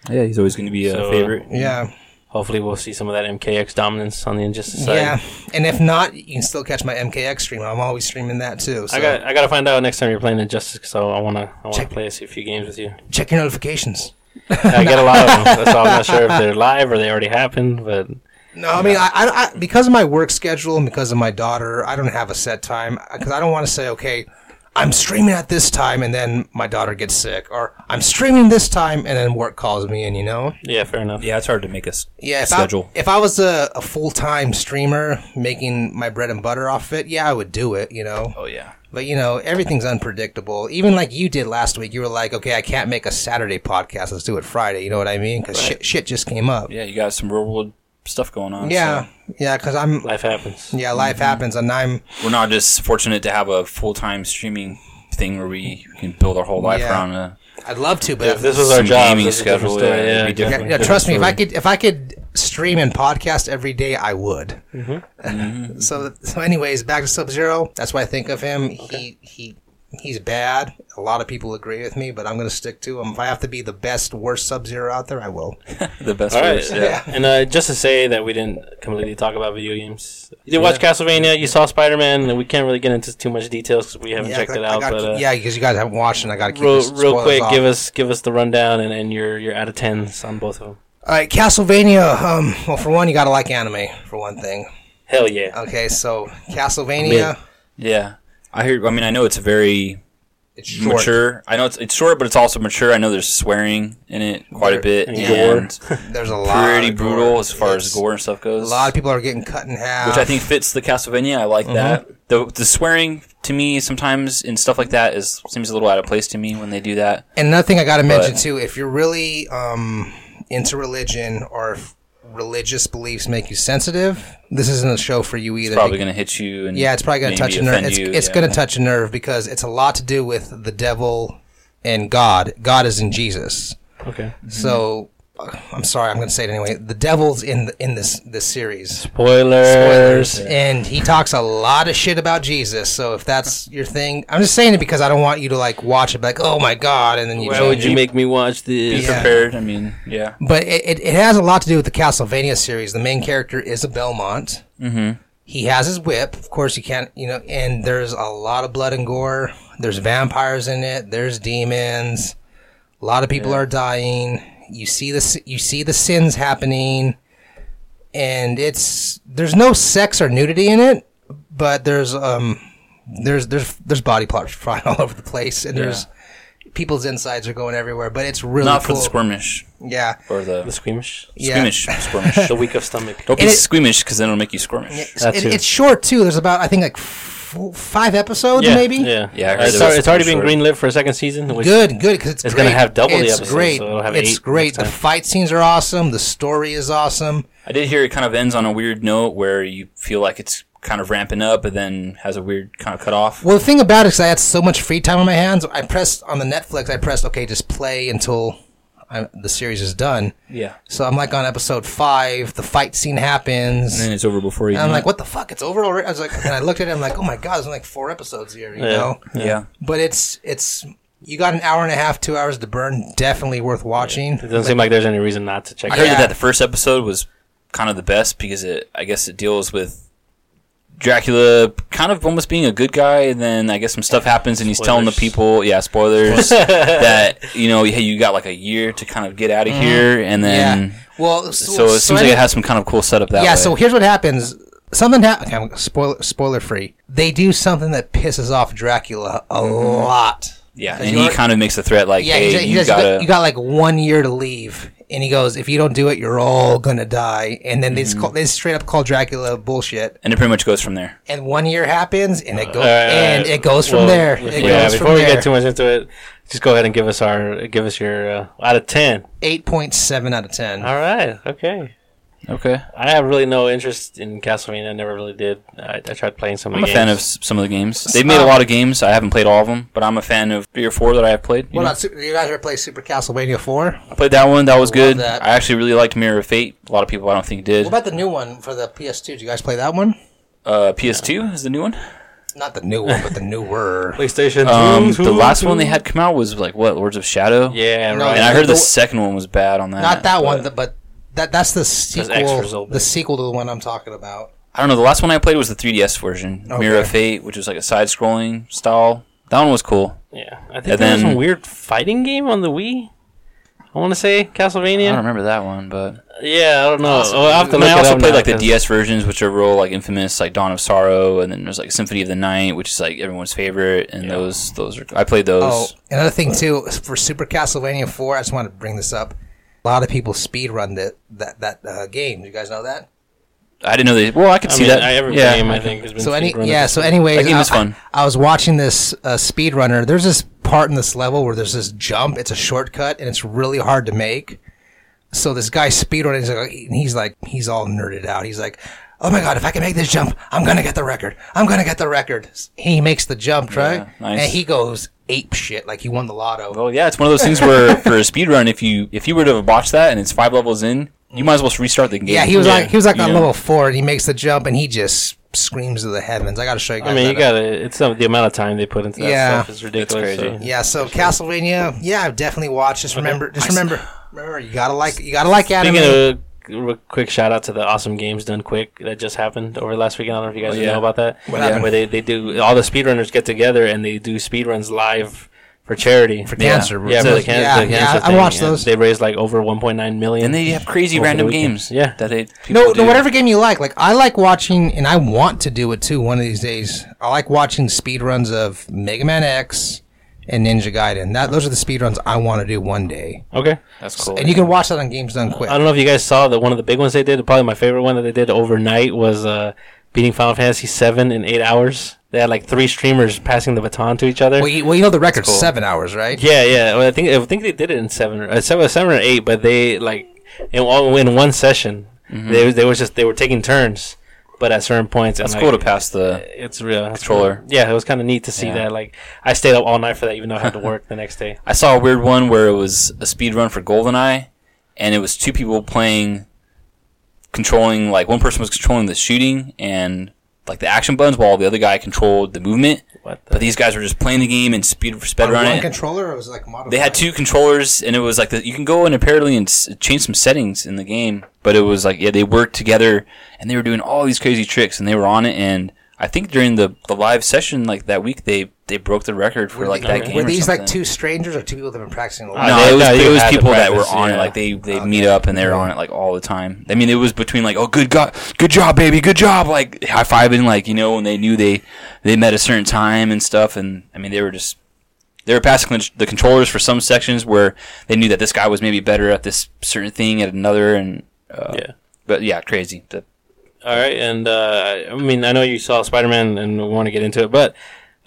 B: yeah, he's always going to be a
A: So, uh,
B: favorite.
C: Yeah,
A: Hopefully, we'll see some of that MKX dominance on the Injustice side.
C: yeah. And if not, you can still catch my MKX stream. I'm always streaming that too. So
A: I got. I got to find out next time you're playing Injustice, so I wanna. I wanna play a few games with you.
C: check your notifications.
A: I get a lot of them. That's all. I'm not sure if they're live or they already happened, but
C: No, I mean, I, I, I because of my work schedule and because of my daughter, I don't have a set time because I don't want to say, okay, I'm streaming at this time, and then my daughter gets sick, or I'm streaming this time, and then work calls me in. You know.
A: yeah, fair enough.
B: Yeah, it's hard to make us
C: Yeah, if
B: schedule.
C: I, if I was a, a full time streamer making my bread and butter off it, yeah, I would do it. You know.
B: oh yeah,
C: But you know, everything's unpredictable. Even like you did last week, you were like, "Okay, I can't make a Saturday podcast. Let's do it Friday." You know what I mean? Because shit, shit just came up.
B: yeah, you got some real world stuff going on.
C: Yeah, yeah. Because I'm,
A: Life happens.
C: yeah, life
B: Mm-hmm.
C: happens, and I'm,
B: so we're not just fortunate to have a full time streaming thing where we can build our whole life
C: Yeah.
B: around uh, a
C: I'd love to, but
A: If this was
B: Some
A: our job,
B: gaming
A: this is a different
B: schedule,
A: story,
B: yeah, it'd be
A: definitely.
C: yeah, yeah, trust me, if I could, if I could stream and podcast every day, I would.
A: Mm-hmm.
C: so, so, anyways, back to Sub Zero. That's what I think of him. He, he, he's bad. A lot of people agree with me, but I'm gonna stick to him. If I have to be the best, worst Sub Zero out there, I will.
B: the best.
A: All right.
B: ways,
A: Yeah. And uh, just to say that we didn't completely talk about video games. You did watch Castlevania. You saw Spider Man. and We can't really get into too much details because we haven't
C: Yeah,
A: checked
C: I-
A: it
C: I
A: out.
C: gotta
A: But
C: keep-
A: uh,
C: yeah, because you guys haven't watched, and I got to keep
A: real,
C: this
A: real quick,
C: off.
A: give us give us the rundown and, and your your out of tens on both of them.
C: All right, Castlevania. Um, well, for one, you got to like anime for one thing.
A: Hell yeah!
C: Okay, so Castlevania.
A: Mid.
B: yeah. I hear. I mean, I know it's a very
C: It's short.
B: mature. I know it's it's short, but it's also mature. I know there's swearing in it quite a bit,
A: And
B: and
C: There's a lot.
B: pretty
C: of gore.
B: brutal as far as
C: It's-
B: gore and stuff
C: A
B: goes.
C: lot of people are getting cut in half.
B: which I think fits the Castlevania. I like that. The the swearing to me sometimes and stuff like that is seems a little out of place to me when they do that.
C: And another thing I got to mention too, if you're really um, into religion or if religious beliefs make you sensitive, this isn't a show for you either.
B: It's probably going to hit you. And
C: yeah, it's probably going to touch a
B: maybe
C: nerve.
B: offend
C: It's,
B: you,
C: it's
B: yeah.
C: going to touch a nerve because it's a lot to do with the devil and God. God is in Jesus.
B: Mm-hmm.
A: Okay.
C: So uh, I'm sorry, I'm going to say it anyway. The devil's in the, in this this series.
A: Spoilers.
C: Spoilers. And he talks a lot of shit about Jesus. So if that's your thing, I'm just saying it because I don't want you to like watch it, be like, oh my god, and then you.
A: Why
C: change
A: would you
C: it.
A: make me watch this?
B: Be
C: Yeah.
B: prepared. I mean, yeah.
C: But it, it, it has a lot to do with the Castlevania series. The main character is a Belmont. Mm-hmm. He has his whip. Of course, you can't, you know, and there's a lot of blood and gore. There's vampires in it. There's demons. A lot of people are dying. You see the s- you see the sins happening, and it's there's no sex or nudity in it, but there's um there's there's there's body parts flying all over the place, and there's people's insides are going everywhere. But it's really
B: Not for
C: cool.
B: the squirmish
C: yeah.
B: or the,
A: The squeamish.
C: Yeah.
B: squeamish. Squirmish.
A: The weak of stomach.
B: Don't be
C: And it-
B: squeamish because then it'll make you squirmish.
C: It's-
A: That
C: it-
A: too.
C: it's short too. There's about I think like f- five episodes
A: yeah,
C: maybe.
A: Yeah.
B: Yeah, I
A: It's,
B: heard it was
A: alre- it's already been
B: pretty
A: greenlit for a second season. Which
C: Good, good because it's,
A: It's
C: great.
A: gonna have double the
C: it's
A: episodes,
C: Great.
A: so it'll have
C: it's
A: eight
C: great.
A: next
C: The
A: time.
C: fight scenes are awesome. The story is awesome.
B: I did hear it kind of ends on a weird note where you feel like it's kind of ramping up, but then has a weird kind of cutoff.
C: Well, the thing about it is I had so much free time on my hands. I pressed on the Netflix. I pressed okay, just play until I, the series is done.
B: Yeah.
C: So I'm like on episode five. The fight scene happens.
B: And then it's over before you.
C: And I'm
B: know
C: like,
B: it.
C: what the fuck? It's over already. I was like, and I looked at it. I'm like, oh my god, there's only like four episodes here. You
A: Yeah.
C: know.
B: Yeah.
C: but it's it's you got an hour and a half, two hours to burn. Definitely worth watching.
A: It doesn't seem like there's any reason not to check
B: I
A: it
B: heard
A: out.
C: Yeah.
B: that the first episode was kind of the best because it, I guess, it deals with. Dracula kind of almost being a good guy, and then I guess some stuff happens, and he's telling the
A: Spoilers.
B: people, yeah, spoilers, that you know, hey, you got like a year to kind of get out of here, and then
C: Mm-hmm. yeah. Well,
B: so it seems like
C: any-
B: it has some kind of cool setup that
C: yeah.
B: way.
C: So here's what happens. Something happens. Okay, spoiler spoiler free. They do something that pisses off Dracula a
A: Mm-hmm.
C: lot.
B: yeah,
C: 'Cause
B: and
C: you
B: he
C: are-
B: kind of makes the threat like,
C: Yeah,
B: hey,
C: he says- he
B: you
C: says,
B: gotta,
C: you got like one year to leave, and he goes, "If you don't do it, you're all gonna die." And then they
A: Mm-hmm.
C: just call, they straight up call Dracula bullshit.
B: and it pretty much goes from there.
C: And one year happens, and it goes
A: All right, all right.
C: and it goes from
A: Uh, Well,
C: there. It
A: Yeah,
C: goes
A: before
C: from
A: we
C: there.
A: get too much into it, just go ahead and give us our give us your uh, out of ten.
C: eight point seven out of ten.
A: All right, okay.
B: Okay,
A: I have really no interest in Castlevania. I never really did. I, I tried playing some.
B: I'm
A: of
B: a
A: the
B: fan of
A: games.
B: s- some of the games. They've
C: um,
B: made a lot of games. I haven't played all of them, but I'm a fan of three or four that I have played. you
C: What
B: know?
C: about Super, you guys ever play Super Castlevania Four?
B: I played that one. That was good.
C: that.
B: I actually really liked Mirror of Fate. A lot of people I don't think did.
C: What about the new one for the PS2? Did you guys play that one?
B: uh, PS2 is the new one.
C: Not the new one, but the newer.
A: PlayStation.
B: Um,
A: two,
B: the
A: two,
B: last
A: two.
B: one they had come out was like what Lords of Shadow.
A: Yeah,
C: No,
A: right.
B: and I heard the
C: The-
B: second one was bad on that.
C: Not that one,
B: but-
C: th- but that that's the
A: extras
C: sequel.
A: open.
C: The sequel to the one I'm talking about.
B: I don't know. The last one I played was the 3DS version, Mirror of
C: Okay.
B: Fate, which was like a side-scrolling style. That one was cool.
A: yeah, I think
B: And
A: there was
B: then-
A: some weird fighting game on the Wii. I want to say
B: I don't
A: Castlevania.
B: remember that one, but
A: yeah, I don't know. Oh, I have to
B: And I
A: look it
B: also
A: up
B: played
A: now
B: like the
A: 'cause-
B: DS versions, which are real like infamous, like Dawn of Sorrow, and then there's like Symphony of the Night, which is like everyone's favorite. And those, those are I played those.
C: Oh, another thing too for Super Castlevania Four. I just wanted to bring this up. A lot of people speedrun that that that uh, game. You guys know that.
B: I didn't know they. Well, I could
A: I
B: see
A: mean,
B: that.
A: I, every
B: yeah,
A: game I think has been
C: So any
A: speedrun.
C: yeah. So anyways,
B: That game
C: I,
B: is fun.
C: I, I was watching this uh, speedrunner. There's this part in this level where there's this jump. It's a shortcut and it's really hard to make. So this guy speedrunning, he's like, and he's like, he's all nerded out. He's like, oh my god, if I can make this jump, I'm gonna get the record. I'm gonna get the record. He makes the jump, right?
B: nice. Oh,
C: And he goes ape shit, like he won the lotto.
B: Well, yeah, it's one of those things where for a speed run, if you if you were to have botched that and it's five levels in, you might as well restart the game.
C: yeah, he was
A: Yeah.
C: like, he was like on
B: Yeah.
C: level four, and he makes the jump, and he just screams to the heavens. I gotta show you guys.
A: I mean, you
C: that.
A: gotta. It's uh, the amount of time they put into that
C: Yeah.
A: stuff is ridiculous.
B: crazy.
A: so-
C: Yeah, so Castlevania, yeah, I've definitely watched. Just remember, just remember, remember, you gotta like, you gotta like anime.
A: Speaking of real quick shout out to the awesome games done quick that just happened over last weekend. I don't know if you guys
B: Oh, yeah.
A: know about that.
C: What happened?
A: Where they, they do all the speedrunners get together and they do speedruns live for charity. For
C: cancer.
A: Yeah, for the can-
C: Yeah,
A: the
C: yeah,
A: cancer
C: I- I
A: thing,
C: watched
A: yeah.
C: those.
A: They raised like over 1.9 million.
B: and they have crazy
A: Over the
B: random
A: weekend.
B: games.
A: Yeah.
B: that they
C: no,
B: people
C: no,
B: do.
C: whatever game you like. Like I like watching, and I want to do it too. One of these days, I like watching speedruns of Mega Man X and Ninja Gaiden. That those are the speedruns I want to do one day.
A: okay.
B: That's cool.
C: And you can watch that on Games Done Quick.
A: I don't know if you guys saw that one of the big ones they did. Probably my favorite one that they did overnight was uh, beating Final Fantasy VII in eight hours. They had like three streamers passing the baton to each other.
C: Well, you, well, you know the record's seven hours, right?
A: Yeah, yeah. Well, I uh, think I think they did it in seven or uh, seven, seven or eight, but they like in all in one session.
B: Mm-hmm.
A: They they was just they were taking turns, but at certain points,
B: That's
A: I'm
B: cool to
A: like,
B: pass the.
A: It's real that's
B: controller.
A: cool. Yeah, it was kind of neat to see
B: Yeah.
A: that. Like I stayed up all night for that, even though I had to work the next day.
B: I saw a weird one where it was a speed run for GoldenEye, and it was two people playing, controlling like one person was controlling the shooting and like the action buttons, while the other guy controlled the movement.
A: What the?
B: But these guys were just playing the game and speed for speed run it.
C: controller or was it like modified?
B: They had two controllers, and it was like the, you can go in apparently and s- change some settings in the game. But it was like yeah, they worked together, and they were doing all these crazy tricks, and they were on it. And I think during the, the live session like that week, they they broke the record for like that game.
C: Were
B: or
C: these like
B: something.
C: two strangers or two people that have been practicing a lot?
B: No,
A: Uh, they-
B: it was,
A: no, you
B: it was
A: had to
B: people that were
A: practice,
B: on
A: yeah.
B: it. Like they they would meet up and they were on it like all the time. I mean, it was between like, oh, good god, good job, baby, good job, like high fiving, like you know, and they knew they they met a certain time and stuff. And I mean, they were just they were passing con- the controllers for some sections where they knew that this guy was maybe better at this certain thing at another. And uh,
A: Yeah.
B: but yeah, crazy. The-
A: All right, and uh, I mean, I know you saw Spider Man, and we want to get into it, but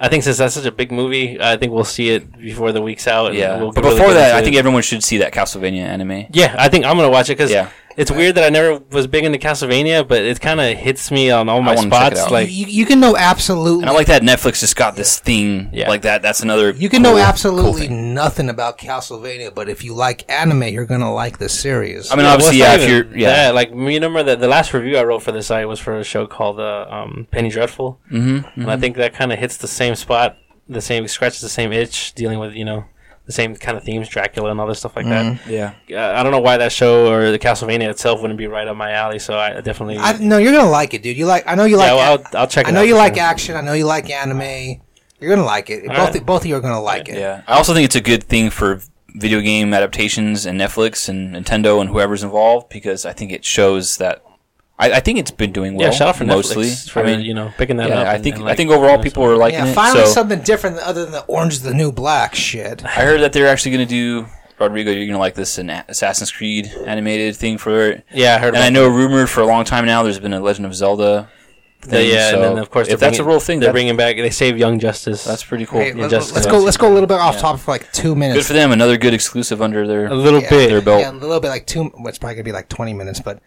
A: I think since that's such a big movie, I think we'll see it before the week's out. and
B: yeah,
A: we'll
B: but
A: really
B: before
A: get
B: that,
A: into
B: I
A: it.
B: think everyone should see that Castlevania anime.
A: yeah, I think I'm gonna watch it because
B: Yeah.
A: it's weird that I never was big into Castlevania, but it kind of hits me on all my
B: wanna check it
A: spots.
B: out.
A: Like,
C: you, you can know absolutely.
B: And I like that Netflix just got this thing
A: Yeah.
B: like that. That's another.
C: you can
B: cool-
C: know
B: cool
C: absolutely
B: thing.
C: nothing about Castlevania, but if you like anime, you're gonna like this series.
B: I mean,
A: well,
B: obviously,
A: it's
B: yeah.
A: not
B: If
A: even
B: you're, yeah,
A: that, like me, remember that the last review I wrote for the site was for a show called uh, um, Penny Dreadful,
B: Mhm,
A: and I think that kind of hits the same spot, the same scratches the same itch, dealing with you know the same kind of themes, Dracula and all this stuff like that.
B: yeah.
A: uh, I don't know why that show or the Castlevania itself wouldn't be right up my alley. So I definitely,
C: I, no, you're gonna like it, dude. You like. I know you like.
A: yeah, well,
C: a-
A: I'll, I'll check.
C: I
A: it
C: know
A: out
C: you
A: for
C: like
A: sure.
C: action. I know you like anime. You're gonna like it. both
A: right.
C: both of you are gonna like it.
B: Yeah, I also think it's a good thing for video game adaptations and Netflix and Nintendo and whoever's involved because I think it shows that I, I think it's been doing well.
A: yeah, shout out for
B: mostly.
A: Netflix for
B: I mean,
A: you know picking that
B: yeah,
A: up.
B: I
A: and-
B: think
A: and,
B: I
A: like,
B: think overall
A: doing
B: people are liking
C: Yeah,
B: it.
C: finally
B: so
C: something different other than the orange is the new black shit.
B: I heard that they're actually going to do Rodrigo. You're going to like this an Assassin's Creed animated thing for it.
A: some- Yeah, I heard.
B: And I know rumored for a long time now. There's been a Legend of Zelda.
A: that,
B: Thing,
A: yeah,
B: so
A: and then of course
B: if
A: they're
B: that's a
A: bringing-
B: real thing,
A: they're
B: that,
A: bringing back. They save Young Justice.
B: that's pretty cool.
C: Hey,
A: Yeah,
C: let,
A: just-
C: us go. Let's go a little bit off topic for like two
B: Good
C: minutes.
B: for them. Another good exclusive under their
A: a little
C: Yeah,
A: bit.
B: their belt.
C: Yeah, a little bit like two. well, It's probably gonna be like twenty minutes, but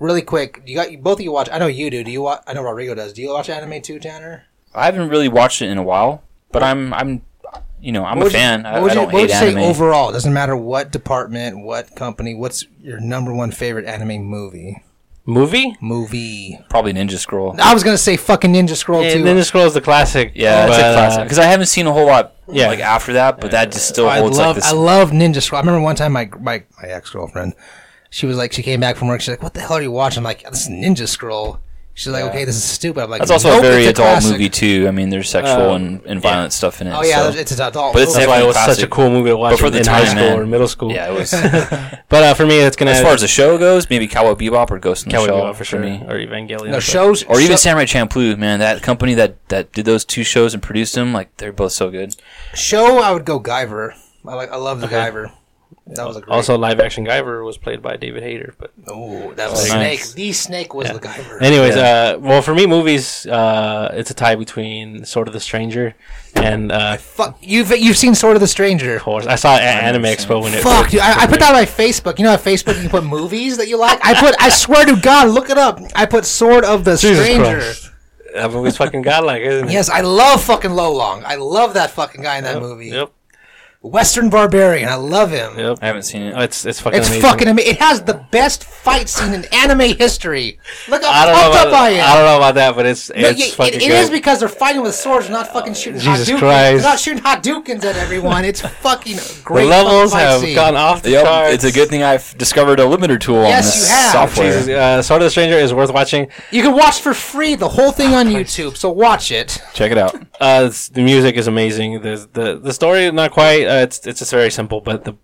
C: really quick. You got both of you watch. I know you do. Do you watch? I know Rodrigo does. Do you watch anime too, Tanner?
B: I haven't really watched it in a while, but I'm I'm you know I'm
C: What
B: a
C: would you-
B: fan. I,
C: what would
B: I
C: you-
B: don't
C: what would
B: hate
C: you say
B: anime.
C: overall? Doesn't matter what department, what company. What's your number one favorite anime movie?
A: Movie.
C: Movie.
B: Probably Ninja Scroll.
C: I was gonna say fucking Ninja Scroll
A: And
C: too.
A: Ninja Scroll is the classic.
B: uh, Yeah, it's a
A: but, uh,
B: classic because I haven't seen a whole lot
A: Yeah.
B: like after that, but that just still
C: I
B: holds
C: love
B: like
C: I
B: this.
C: love Ninja Scroll. I remember one time my my, my ex girlfriend, she was like she came back from work. She's like, "What the hell are you watching?" I'm like, "This is Ninja Scroll." She's like, "Okay, this is stupid." I'm like,
B: That's also
C: "Nope,
B: a very
C: it's
B: adult
C: classic."
B: movie too. I mean, there's sexual
A: Uh,
B: and, and violent stuff in it.
C: Oh yeah,
B: so-
C: there's- it's an adult.
B: But it's
C: movie.
A: That's why it was
B: Definitely
A: such a
B: classic.
A: cool movie to watch
B: But for
A: in,
B: the
A: in
B: time,
A: high school
B: man.
A: or middle school.
B: yeah, it was. as
A: But uh, for me, it's gonna
B: far as the show goes, maybe Cowboy Bebop or Ghost in the
A: Cowboy
B: Shell
A: Bebop for sure,
B: me.
A: or Evangelion.
C: no
A: but-
C: shows
B: Or even
C: sho-
B: Samurai Champloo, man. That company that, that did those two shows and produced them, like they're both so good.
C: show. I would go Guyver. I like I love the Guyver. That was a great.
A: Also, live action Guyver was played by David Hayter, but
C: Ooh, that was
B: Oh,
C: Snake.
B: nice.
C: The Snake was the Guyver.
A: Anyways,
B: Yeah.
A: uh, well, for me, movies, uh, it's a tie between Sword of the Stranger and, uh, of
C: Fuck, you've you've seen Sword of the Stranger.
A: course, I saw it at Anime
B: I've seen
A: Expo when it.
C: Fuck, dude. I, I put that on my Facebook. You know, on Facebook, you put movies that you like. I put, I swear to God, look it up. I put Sword of the
A: Jesus
C: Stranger.
A: Christ. That movie's fucking godlike, isn't it?
C: Yes, I love fucking Lo Long. I love that fucking guy in that
A: Yep,
C: movie.
A: Yep,
C: Western Barbarian. I love him.
A: yep.
B: I haven't seen it.
A: It's it's fucking.
C: It's
A: amazing.
C: fucking amazing. It has the best fight scene in anime history. Look how
A: I don't know
C: pumped
A: about
C: up I am.
A: I don't know about that, but it's
C: No,
A: it's
C: yeah,
A: fucking.
C: it, it
A: good.
C: is because they're fighting with swords, not fucking shooting
A: Jesus
C: Hadoukens.
A: Christ.
C: They're not shooting Hadoukens at everyone. It's fucking
A: the
C: great.
A: levels
C: fucking fight
A: have
C: scene.
A: gone off the
B: Yep,
A: charts.
B: it's a good thing I've discovered a limiter tool on
C: Yes,
B: this
C: you have.
B: software.
A: Jesus, uh, Sword of the Stranger is worth watching.
C: You can watch for free the whole thing
A: Ah,
C: on YouTube, so watch it.
B: Check it out.
A: Uh, it's- the music is amazing. The the the story not quite. Uh, it's it's just very simple, but the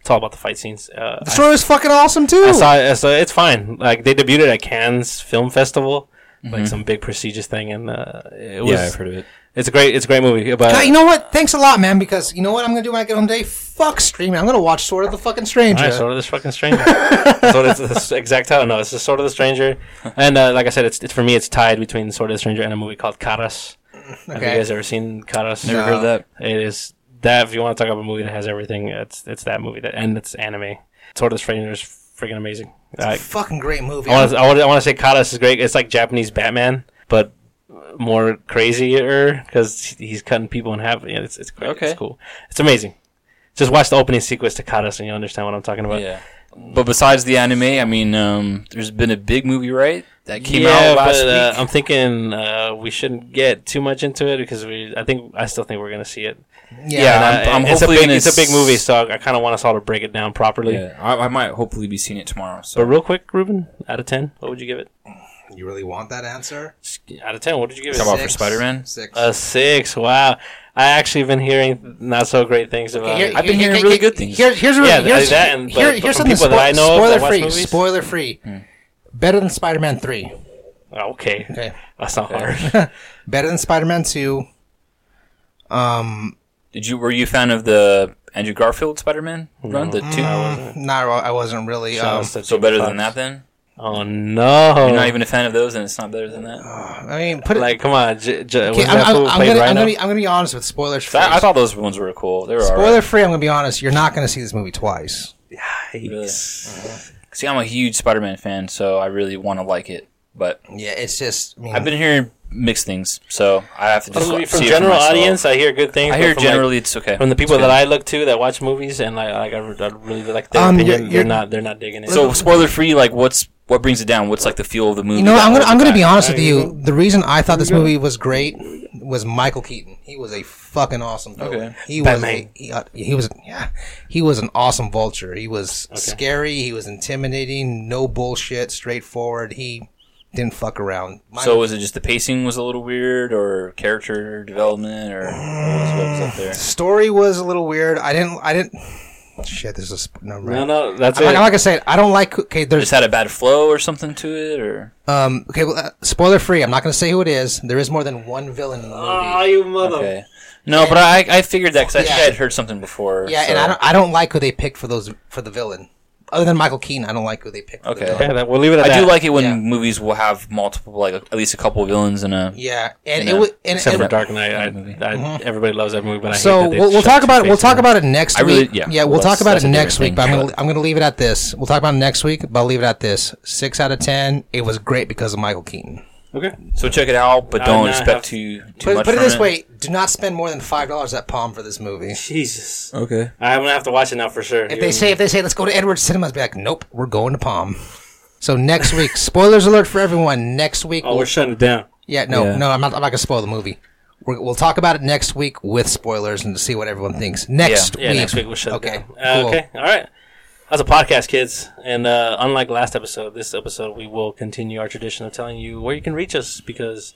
A: it's all about the fight scenes. Uh,
C: The story was fucking awesome too.
A: I saw it. So it's fine. Like they debuted it at Cannes Film Festival, like some big prestigious thing, and uh, it was.
B: Mm-hmm. yeah, I've heard of it.
A: It's a great. It's a great movie. But
C: God, you know what? Thanks a lot, man. Because you know what I'm gonna do when I get home today? Fuck streaming. I'm gonna watch Sword of the Fucking Stranger.
A: Alright, Sword of the fucking stranger. That's what it's the exact title. No, it's the Sword of the Stranger, and uh, like I said, it's, it's for me. It's tied between Sword of the Stranger and a movie called Karas. Have you
C: Okay.
A: guys ever seen Karas?
B: Never
C: No.
B: heard of that.
A: It is that if you want to talk about a movie that has everything, it's it's that movie that and it's anime. Sword of the Stranger is freaking amazing.
C: It's
A: I,
C: a fucking great movie.
A: I want to I wanna- I wanna say Kadas is great. It's like Japanese Batman, but more crazier because he's cutting people in half. Yeah, it's it's great.
B: Okay.
A: It's cool. It's amazing. Just watch the opening sequence to Kadas and you'll understand what I'm talking about.
B: yeah. But besides the anime, I mean, um, there's been a big movie, right? That came
A: Yeah,
B: out last
A: but, uh,
B: week.
A: I'm thinking uh, we shouldn't get too much into it because we. I think I still think we're gonna see it.
C: yeah,
B: yeah,
A: And
B: I'm-
A: I-
B: I'm
A: it's a
B: hopefully
A: big,
B: gonna
A: it's a big
B: s-
A: movie, so I kind of want us all to break it down properly.
B: yeah, I, I might hopefully be seeing it tomorrow. So
A: But real quick, Ruben, out of ten, what would you give it?
C: You really want that answer?
A: Out of ten, what did you give it?
B: Come on. About for Spider-Man? Uh,
C: Six.
A: A six. Wow. I actually been hearing not so great things about
C: Here-
A: it.
B: I've been
C: here-
B: hearing
C: here-
B: really
C: here-
B: good things.
C: Here, here's
A: Yeah,
C: yeah, here's,
A: that and-
C: here,
A: but
C: here's
A: from
C: something
A: people that I know
C: spoiler
A: that watch
C: free.
A: movies. Hmm.
C: Spoiler free. Better than Spider-Man three.
A: Oh, Okay.
C: Okay. Um,
A: That's not hard.
C: Better than Spider-Man two.
B: did you were you a fan of the Andrew Garfield Spider Man run? The two.
C: No, I wasn't really. Um,
B: So better than that then?
A: Oh no.
B: You're not even a fan of those, and it's not better than that.
C: I mean, put it.
A: like come on, J- J-
C: okay,
A: wasn't
C: I'm,
A: that
C: I'm,
A: fool who
C: I'm
A: played
C: gonna, I'm,
A: Rhino?
C: gonna be, I'm gonna be honest with spoilers free.
B: I, I thought those ones were cool. They were
C: spoiler
B: alright.
C: free. I'm gonna be honest. You're not gonna see this movie twice.
B: Really. See, I'm a huge Spider Man fan, so I really want to like it, but
C: Yeah, it's just. I mean,
B: I've been hearing mixed things, so I have to just
A: From,
B: see
A: from
B: it for
A: general
B: myself.
A: audience, I hear good things.
B: I
A: but
B: hear
A: from, like,
B: generally it's okay
A: from the people
B: It's
A: that
B: good.
A: I look to that watch movies and like, like I, re- I really like their
C: Um,
A: opinion.
C: you're-
A: they're
C: you're-
A: not they're not digging it.
B: So spoiler free, like what's what brings it down? What's like the feel of the movie?
C: You know,
B: that
C: I'm gonna
B: holds
C: I'm
B: it
C: gonna
B: back?
C: be honest with you. The reason I thought this movie was great was Michael Keaton. He was a fucking awesome. Villain.
B: Okay.
C: He was
A: Batman.
C: a, he, uh, he was yeah he was an awesome vulture. He was scary. He was intimidating. No bullshit. Straightforward. He didn't fuck around. My-
B: So was it just the pacing was a little weird, or character development, or what was, what was up there?
C: story was a little weird. I didn't I didn't. Shit, this is a sp- no
A: no,
C: right.
A: no, that's
C: I'm
A: it.
C: Like, I'm like I said, I don't like. Okay,
B: Just
C: there's
B: had a bad flow or something to it, or
C: um. Okay, well, uh, spoiler free. I'm not going to say who it is. There is more than one villain in the movie.
A: oh, you mother.
B: okay. No, but I, I figured that because I think I
C: Yeah.
B: had heard something before.
C: Yeah,
B: so-
C: and I don't, I don't like who they pick for those for the villain. Other than Michael Keaton, I don't like who they pick. For
B: Okay.
C: The villain.
A: Yeah, that, we'll leave it at
B: I
A: that.
B: do like it when movies will have multiple, like at least a couple villains in a.
C: Yeah, and
B: Yeah.
C: it was. And,
A: Except
C: and-
A: for Dark Knight, I, I,
B: movie.
A: everybody loves that movie, but I
C: Uh-huh. so
A: hate that
C: we'll, we'll talk about it. We'll talk about it
B: I
C: next
B: really-
C: week.
B: yeah,
C: we'll
B: well,
C: talk
B: that's-
C: about
B: that's
C: it
B: a
C: next
B: different
C: week. But I'm
B: thing,
C: gonna,
B: but-
C: I'm gonna leave it at this. We'll talk about it next week, but I'll leave it at this. Six out of ten. It was great because of Michael Keaton.
A: Okay.
B: So check it out, but don't
A: no, I have-
B: expect too too
C: Put,
B: much.
C: put it
B: from
C: this way: do not spend more than five dollars at Palm for this movie.
A: Jesus.
B: Okay.
A: I'm gonna have to watch it now for sure.
C: If they say if they say let's go to Edwards Cinemas, be like, nope, we're going to Palm. So next week, spoilers alert for everyone. Next week,
A: oh,
C: we'll
A: we're shutting it down.
C: Yeah, no,
B: Yeah.
C: no, I'm not. I'm not gonna spoil the movie. We're, we'll talk about it next week with spoilers and to see what everyone thinks next
A: Yeah,
C: week.
A: next week we'll shut
C: okay,
A: it down. Uh,
C: cool.
A: Okay, all right. That's a podcast, kids. And uh, unlike last episode, this episode we will continue our tradition of telling you where you can reach us because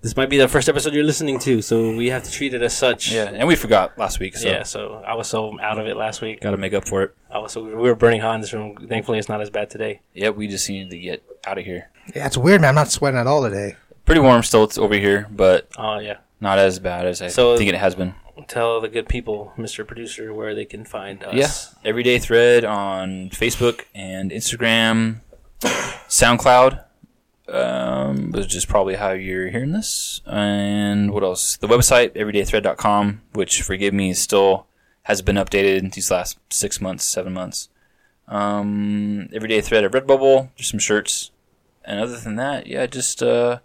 A: this might be the first episode you're listening to, so we have to treat it as such.
B: Yeah, and we forgot last week, so
A: Yeah, so I was so out of it last week.
B: got to make up for it.
A: I was so we were burning hot in this room. Thankfully, it's not as bad today.
B: Yep, we just needed to get out of here.
C: Yeah, it's weird, man. I'm not sweating at all today.
B: Pretty warm still it's over here, but
A: Oh yeah.
B: not as bad as I
A: So-
B: think it has been.
A: Tell the good people, Mr. Producer, where they can find us.
B: Yes. Everyday thread on Facebook and Instagram, SoundCloud. Um, which is probably how you're hearing this. And what else? The website, everydaythread.com, which, forgive me, is still has been updated these last six months, seven months. Um, Everyday Thread at Redbubble. There's some shirts. And other than that, yeah, just, uh,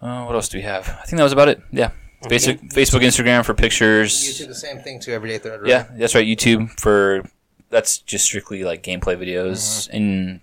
B: uh, what else do we have? I think that was about it. Yeah. Basic, Facebook, Instagram for pictures.
C: You do the same thing to everyday thread. Right?
B: Yeah, that's right. YouTube for that's just strictly like gameplay videos,
A: Mm-hmm.
B: and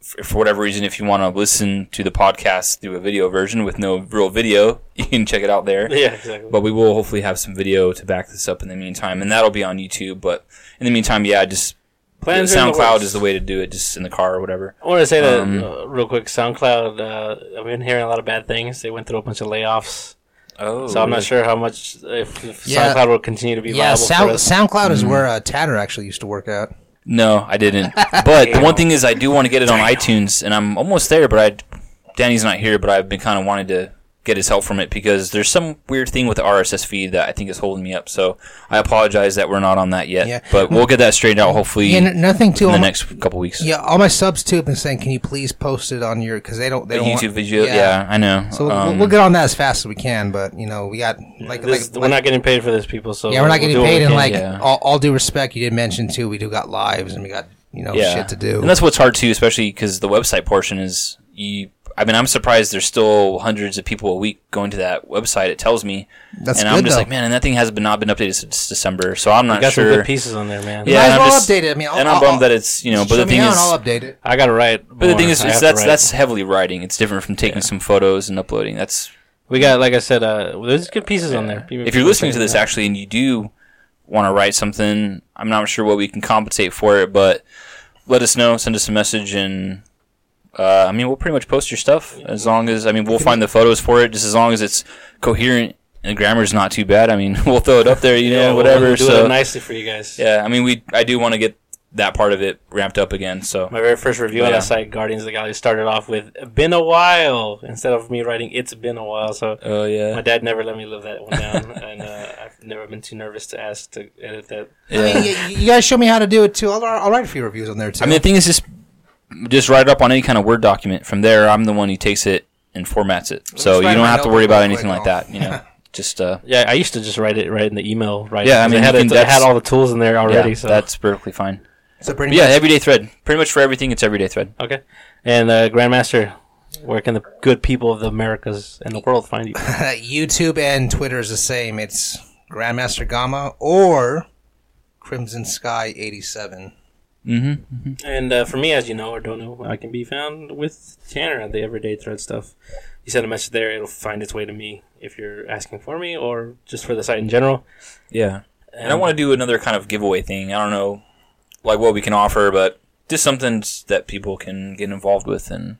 B: for, for whatever reason, if you want to listen to the podcast through a video version with no real video, you can check it out there.
A: Yeah, exactly.
B: But we will hopefully have some video to back this up in the meantime, and that'll be on YouTube. But in the meantime, yeah, just
A: Plans are in the
B: SoundCloud
A: works.
B: is the way to do it, just in the car or whatever.
A: I want to say that
B: Um,
A: uh, real quick. SoundCloud. Uh, I've been hearing a lot of bad things. They went through a bunch of layoffs,
B: Oh,
A: so I'm not sure how much if, if
C: Yeah.
A: SoundCloud will continue to be
C: yeah.
A: viable
C: Sound,
A: for us.
C: SoundCloud is where uh, Tanner actually used to work at.
B: No, I didn't. But the one thing is, I do want to get it on iTunes, and I'm almost there. But I, Danny's not here, but I've been kind of wanting to get his help from it because there's some weird thing with the RSS feed that I think is holding me up. So I apologize that we're not on that yet.
C: Yeah.
B: But we'll get that straightened out hopefully
C: Yeah, n- nothing too.
B: in the
C: all my-
B: next couple weeks.
C: yeah, all my subs too have been saying, "Can you please post it on your?" Because they don't. They
B: The
C: don't want-
B: YouTube video, yeah. I know.
C: So we'll-
B: Um,
C: we'll get on that as fast as we can, but you know we got like,
A: This-
C: like,
A: we're not getting paid for this, people. So
C: yeah, we're
A: we'll
C: not getting
A: do what we
C: paid, and
A: can.
C: like
B: yeah.
C: all, all due respect, you did mention too, we do got lives and we got you know
B: yeah.
C: shit to do.
B: And that's what's hard too, especially because the website portion is you. I mean, I'm surprised there's still hundreds of people a week going to that website. It tells me,
C: That's
B: and
C: good
B: I'm just
C: though.
B: like, man, and that thing has been not been updated since December, so I'm not
A: got some
B: sure.
A: good pieces on there, man.
B: Yeah,
C: Might as
B: and I'm
C: well
B: just-
C: update it. I mean, I'll-
B: and I'm
C: I'll-
B: bummed that it's you know, but
C: Show
B: the
C: me
B: thing
C: how
B: is,
C: and I'll update it.
A: I gotta write.
B: but the thing is, it's, that's that's
A: that's
B: heavily writing. It's different from taking some photos and uploading. That's
A: we got. Like I said, uh, there's good pieces on there.
B: if you're listening to this actually and you do want to write something, I'm not sure what we can compensate for it, but let us know. Send us a message, and uh, I mean, we'll pretty much post your stuff as long as I mean, we'll find the photos for it, just as long as it's coherent and the grammar's not too bad. I mean, we'll throw it up there, you know,
A: yeah,
B: whatever.
A: We'll do
B: so
A: it nicely for you guys.
B: yeah, I mean, we I do want to get that part of it ramped up again. So
A: My very first review on
B: Yeah.
A: that site, Guardians of the Galaxy, started off with "Been a while" instead of me writing "It's been a while." So
B: oh
A: my
B: yeah,
A: dad never let me live that one down, and uh, I've never been too nervous to ask to edit that.
C: I mean,
B: yeah.
C: y- you guys show me how to do it too. I'll, I'll write a few reviews on there too.
B: I mean, the thing is just just write it up on any kind of Word document. From there, I'm the one who takes it and formats it, so
C: just
B: you
C: write
B: don't
C: my
B: have to worry
C: notebook
B: about
C: real
B: anything like
C: quick
B: that. You know, just uh,
A: Yeah, I used to just write it right in the email. Right?
B: Yeah, I
A: 'cause
B: mean,
A: it had,
B: you
A: it,
B: can-
A: it had
B: that's-
A: all the tools in there already.
B: yeah,
A: so
B: that's perfectly fine.
C: so pretty
B: But yeah, everyday thread. Pretty much for everything, it's everyday thread.
A: okay. And uh, Grandmaster, where can the good people of the Americas and the world find you?
C: Uh, YouTube and Twitter is the same. It's Grandmaster Gamma or Crimson Sky 87.
A: And uh, for me, as you know or don't know, I can be found with Tanner at the Everyday Thread stuff. You send a message there, it'll find its way to me if you're asking for me or just for the site in general.
B: Yeah, and I want to do another kind of giveaway thing. I don't know, like what we can offer, but just something s- that people can get involved with. And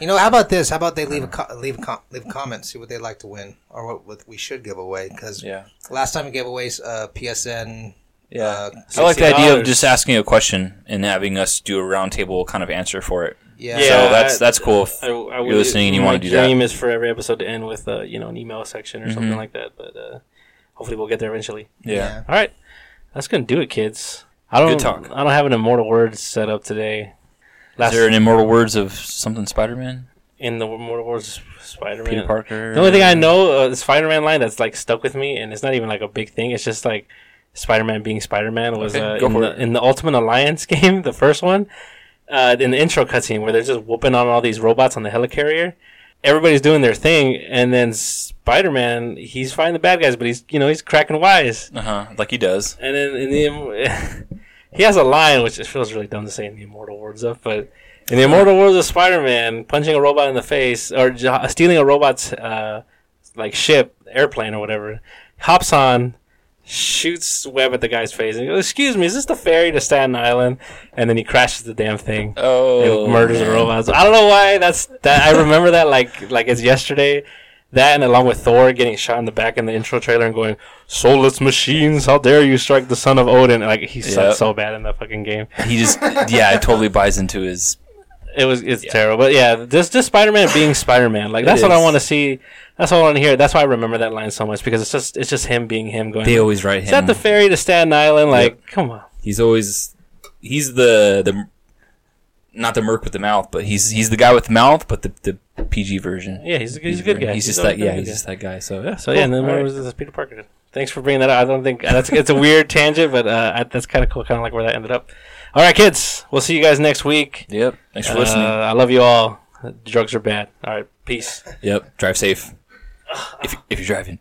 C: You know, how about this? How about they leave a co- leave a com- leave a comment, see what they'd like to win or what, what we should give away? Because
B: yeah,
C: last time we gave away uh, PSN.
B: yeah.
C: Uh,
B: I like the idea of
A: $60.
B: just asking a question and having us do a roundtable kind of answer for it.
C: yeah.
A: Yeah.
B: so that's
A: I-
B: that's cool. If
A: I, I
B: you're listening and you
A: my
B: want to do that. Mm-hmm.
A: dream is for every episode to end with uh, you know an email section or something like that. But uh, hopefully, we'll get there eventually.
B: yeah.
A: All right, that's gonna do it, kids. I don't
B: Good talk.
A: I don't have an immortal word set up today.
B: Is
A: Last
B: there an immortal words of something Spider-Man,
A: in the immortal words, Spider
B: Peter
A: Man.
B: Parker?
A: The only thing I know uh, the Spider Man line that's like stuck with me, and it's not even like a big thing. It's just like Spider Man being Spider Man was
B: Okay,
A: uh,
B: go
A: in,
B: for
A: the,
B: it.
A: in the Ultimate Alliance game, the first one, uh, in the intro cutscene where they're just whooping on all these robots on the helicarrier. Everybody's doing their thing, and then Spider Man, he's fighting the bad guys, but he's you know he's cracking wise,
B: Uh huh. Like he does.
A: and then in the he has a line which it feels really dumb to say in the Immortal Words of, but. In the Immortal Words of Spider-Man, punching a robot in the face or j- stealing a robot's uh, like ship, airplane or whatever, hops on, shoots web at the guy's face, and he goes, "Excuse me, is this the ferry to Staten Island?" And then he crashes the damn thing.
B: Oh,
A: and murders the
B: man.
A: robots. I don't know why that's that. I remember that like like it's yesterday. That and along with Thor getting shot in the back in the intro trailer and going, "Soulless machines, how dare you strike the son of Odin!" Like he sucked
B: Yep.
A: so bad in that fucking game.
B: He just yeah, it totally buys into his.
A: It was it's terrible. But yeah, this this Spider Man being Spider Man, like that's what I
B: is.
A: want to see. That's what I want to hear. That's why I remember that line so much because it's just it's just him being him going.
B: They always write
A: Is that
B: him.
A: the ferry to Staten Island? Like, come on.
B: he's always he's the the not the merc with the mouth, but he's he's the guy with the mouth, but the the PG version.
A: Yeah, he's a, he's a good guy.
B: He's, just
A: always
B: that
A: been a
B: yeah,
A: good
B: he's
A: guy.
B: just that guy. So yeah,
A: So yeah, and then
B: Cool.
A: what was this Peter Parker? Thanks for bringing that up. I don't think that's it's a weird tangent, but uh, I- that's kind of cool. Kind of like where that ended up. All right, kids. We'll see you guys next week.
B: Yep. Thanks for
A: Uh,
B: listening.
A: I love you all. Drugs are bad. All right, peace. Uh,
B: Yep. Drive safe. If if you're driving.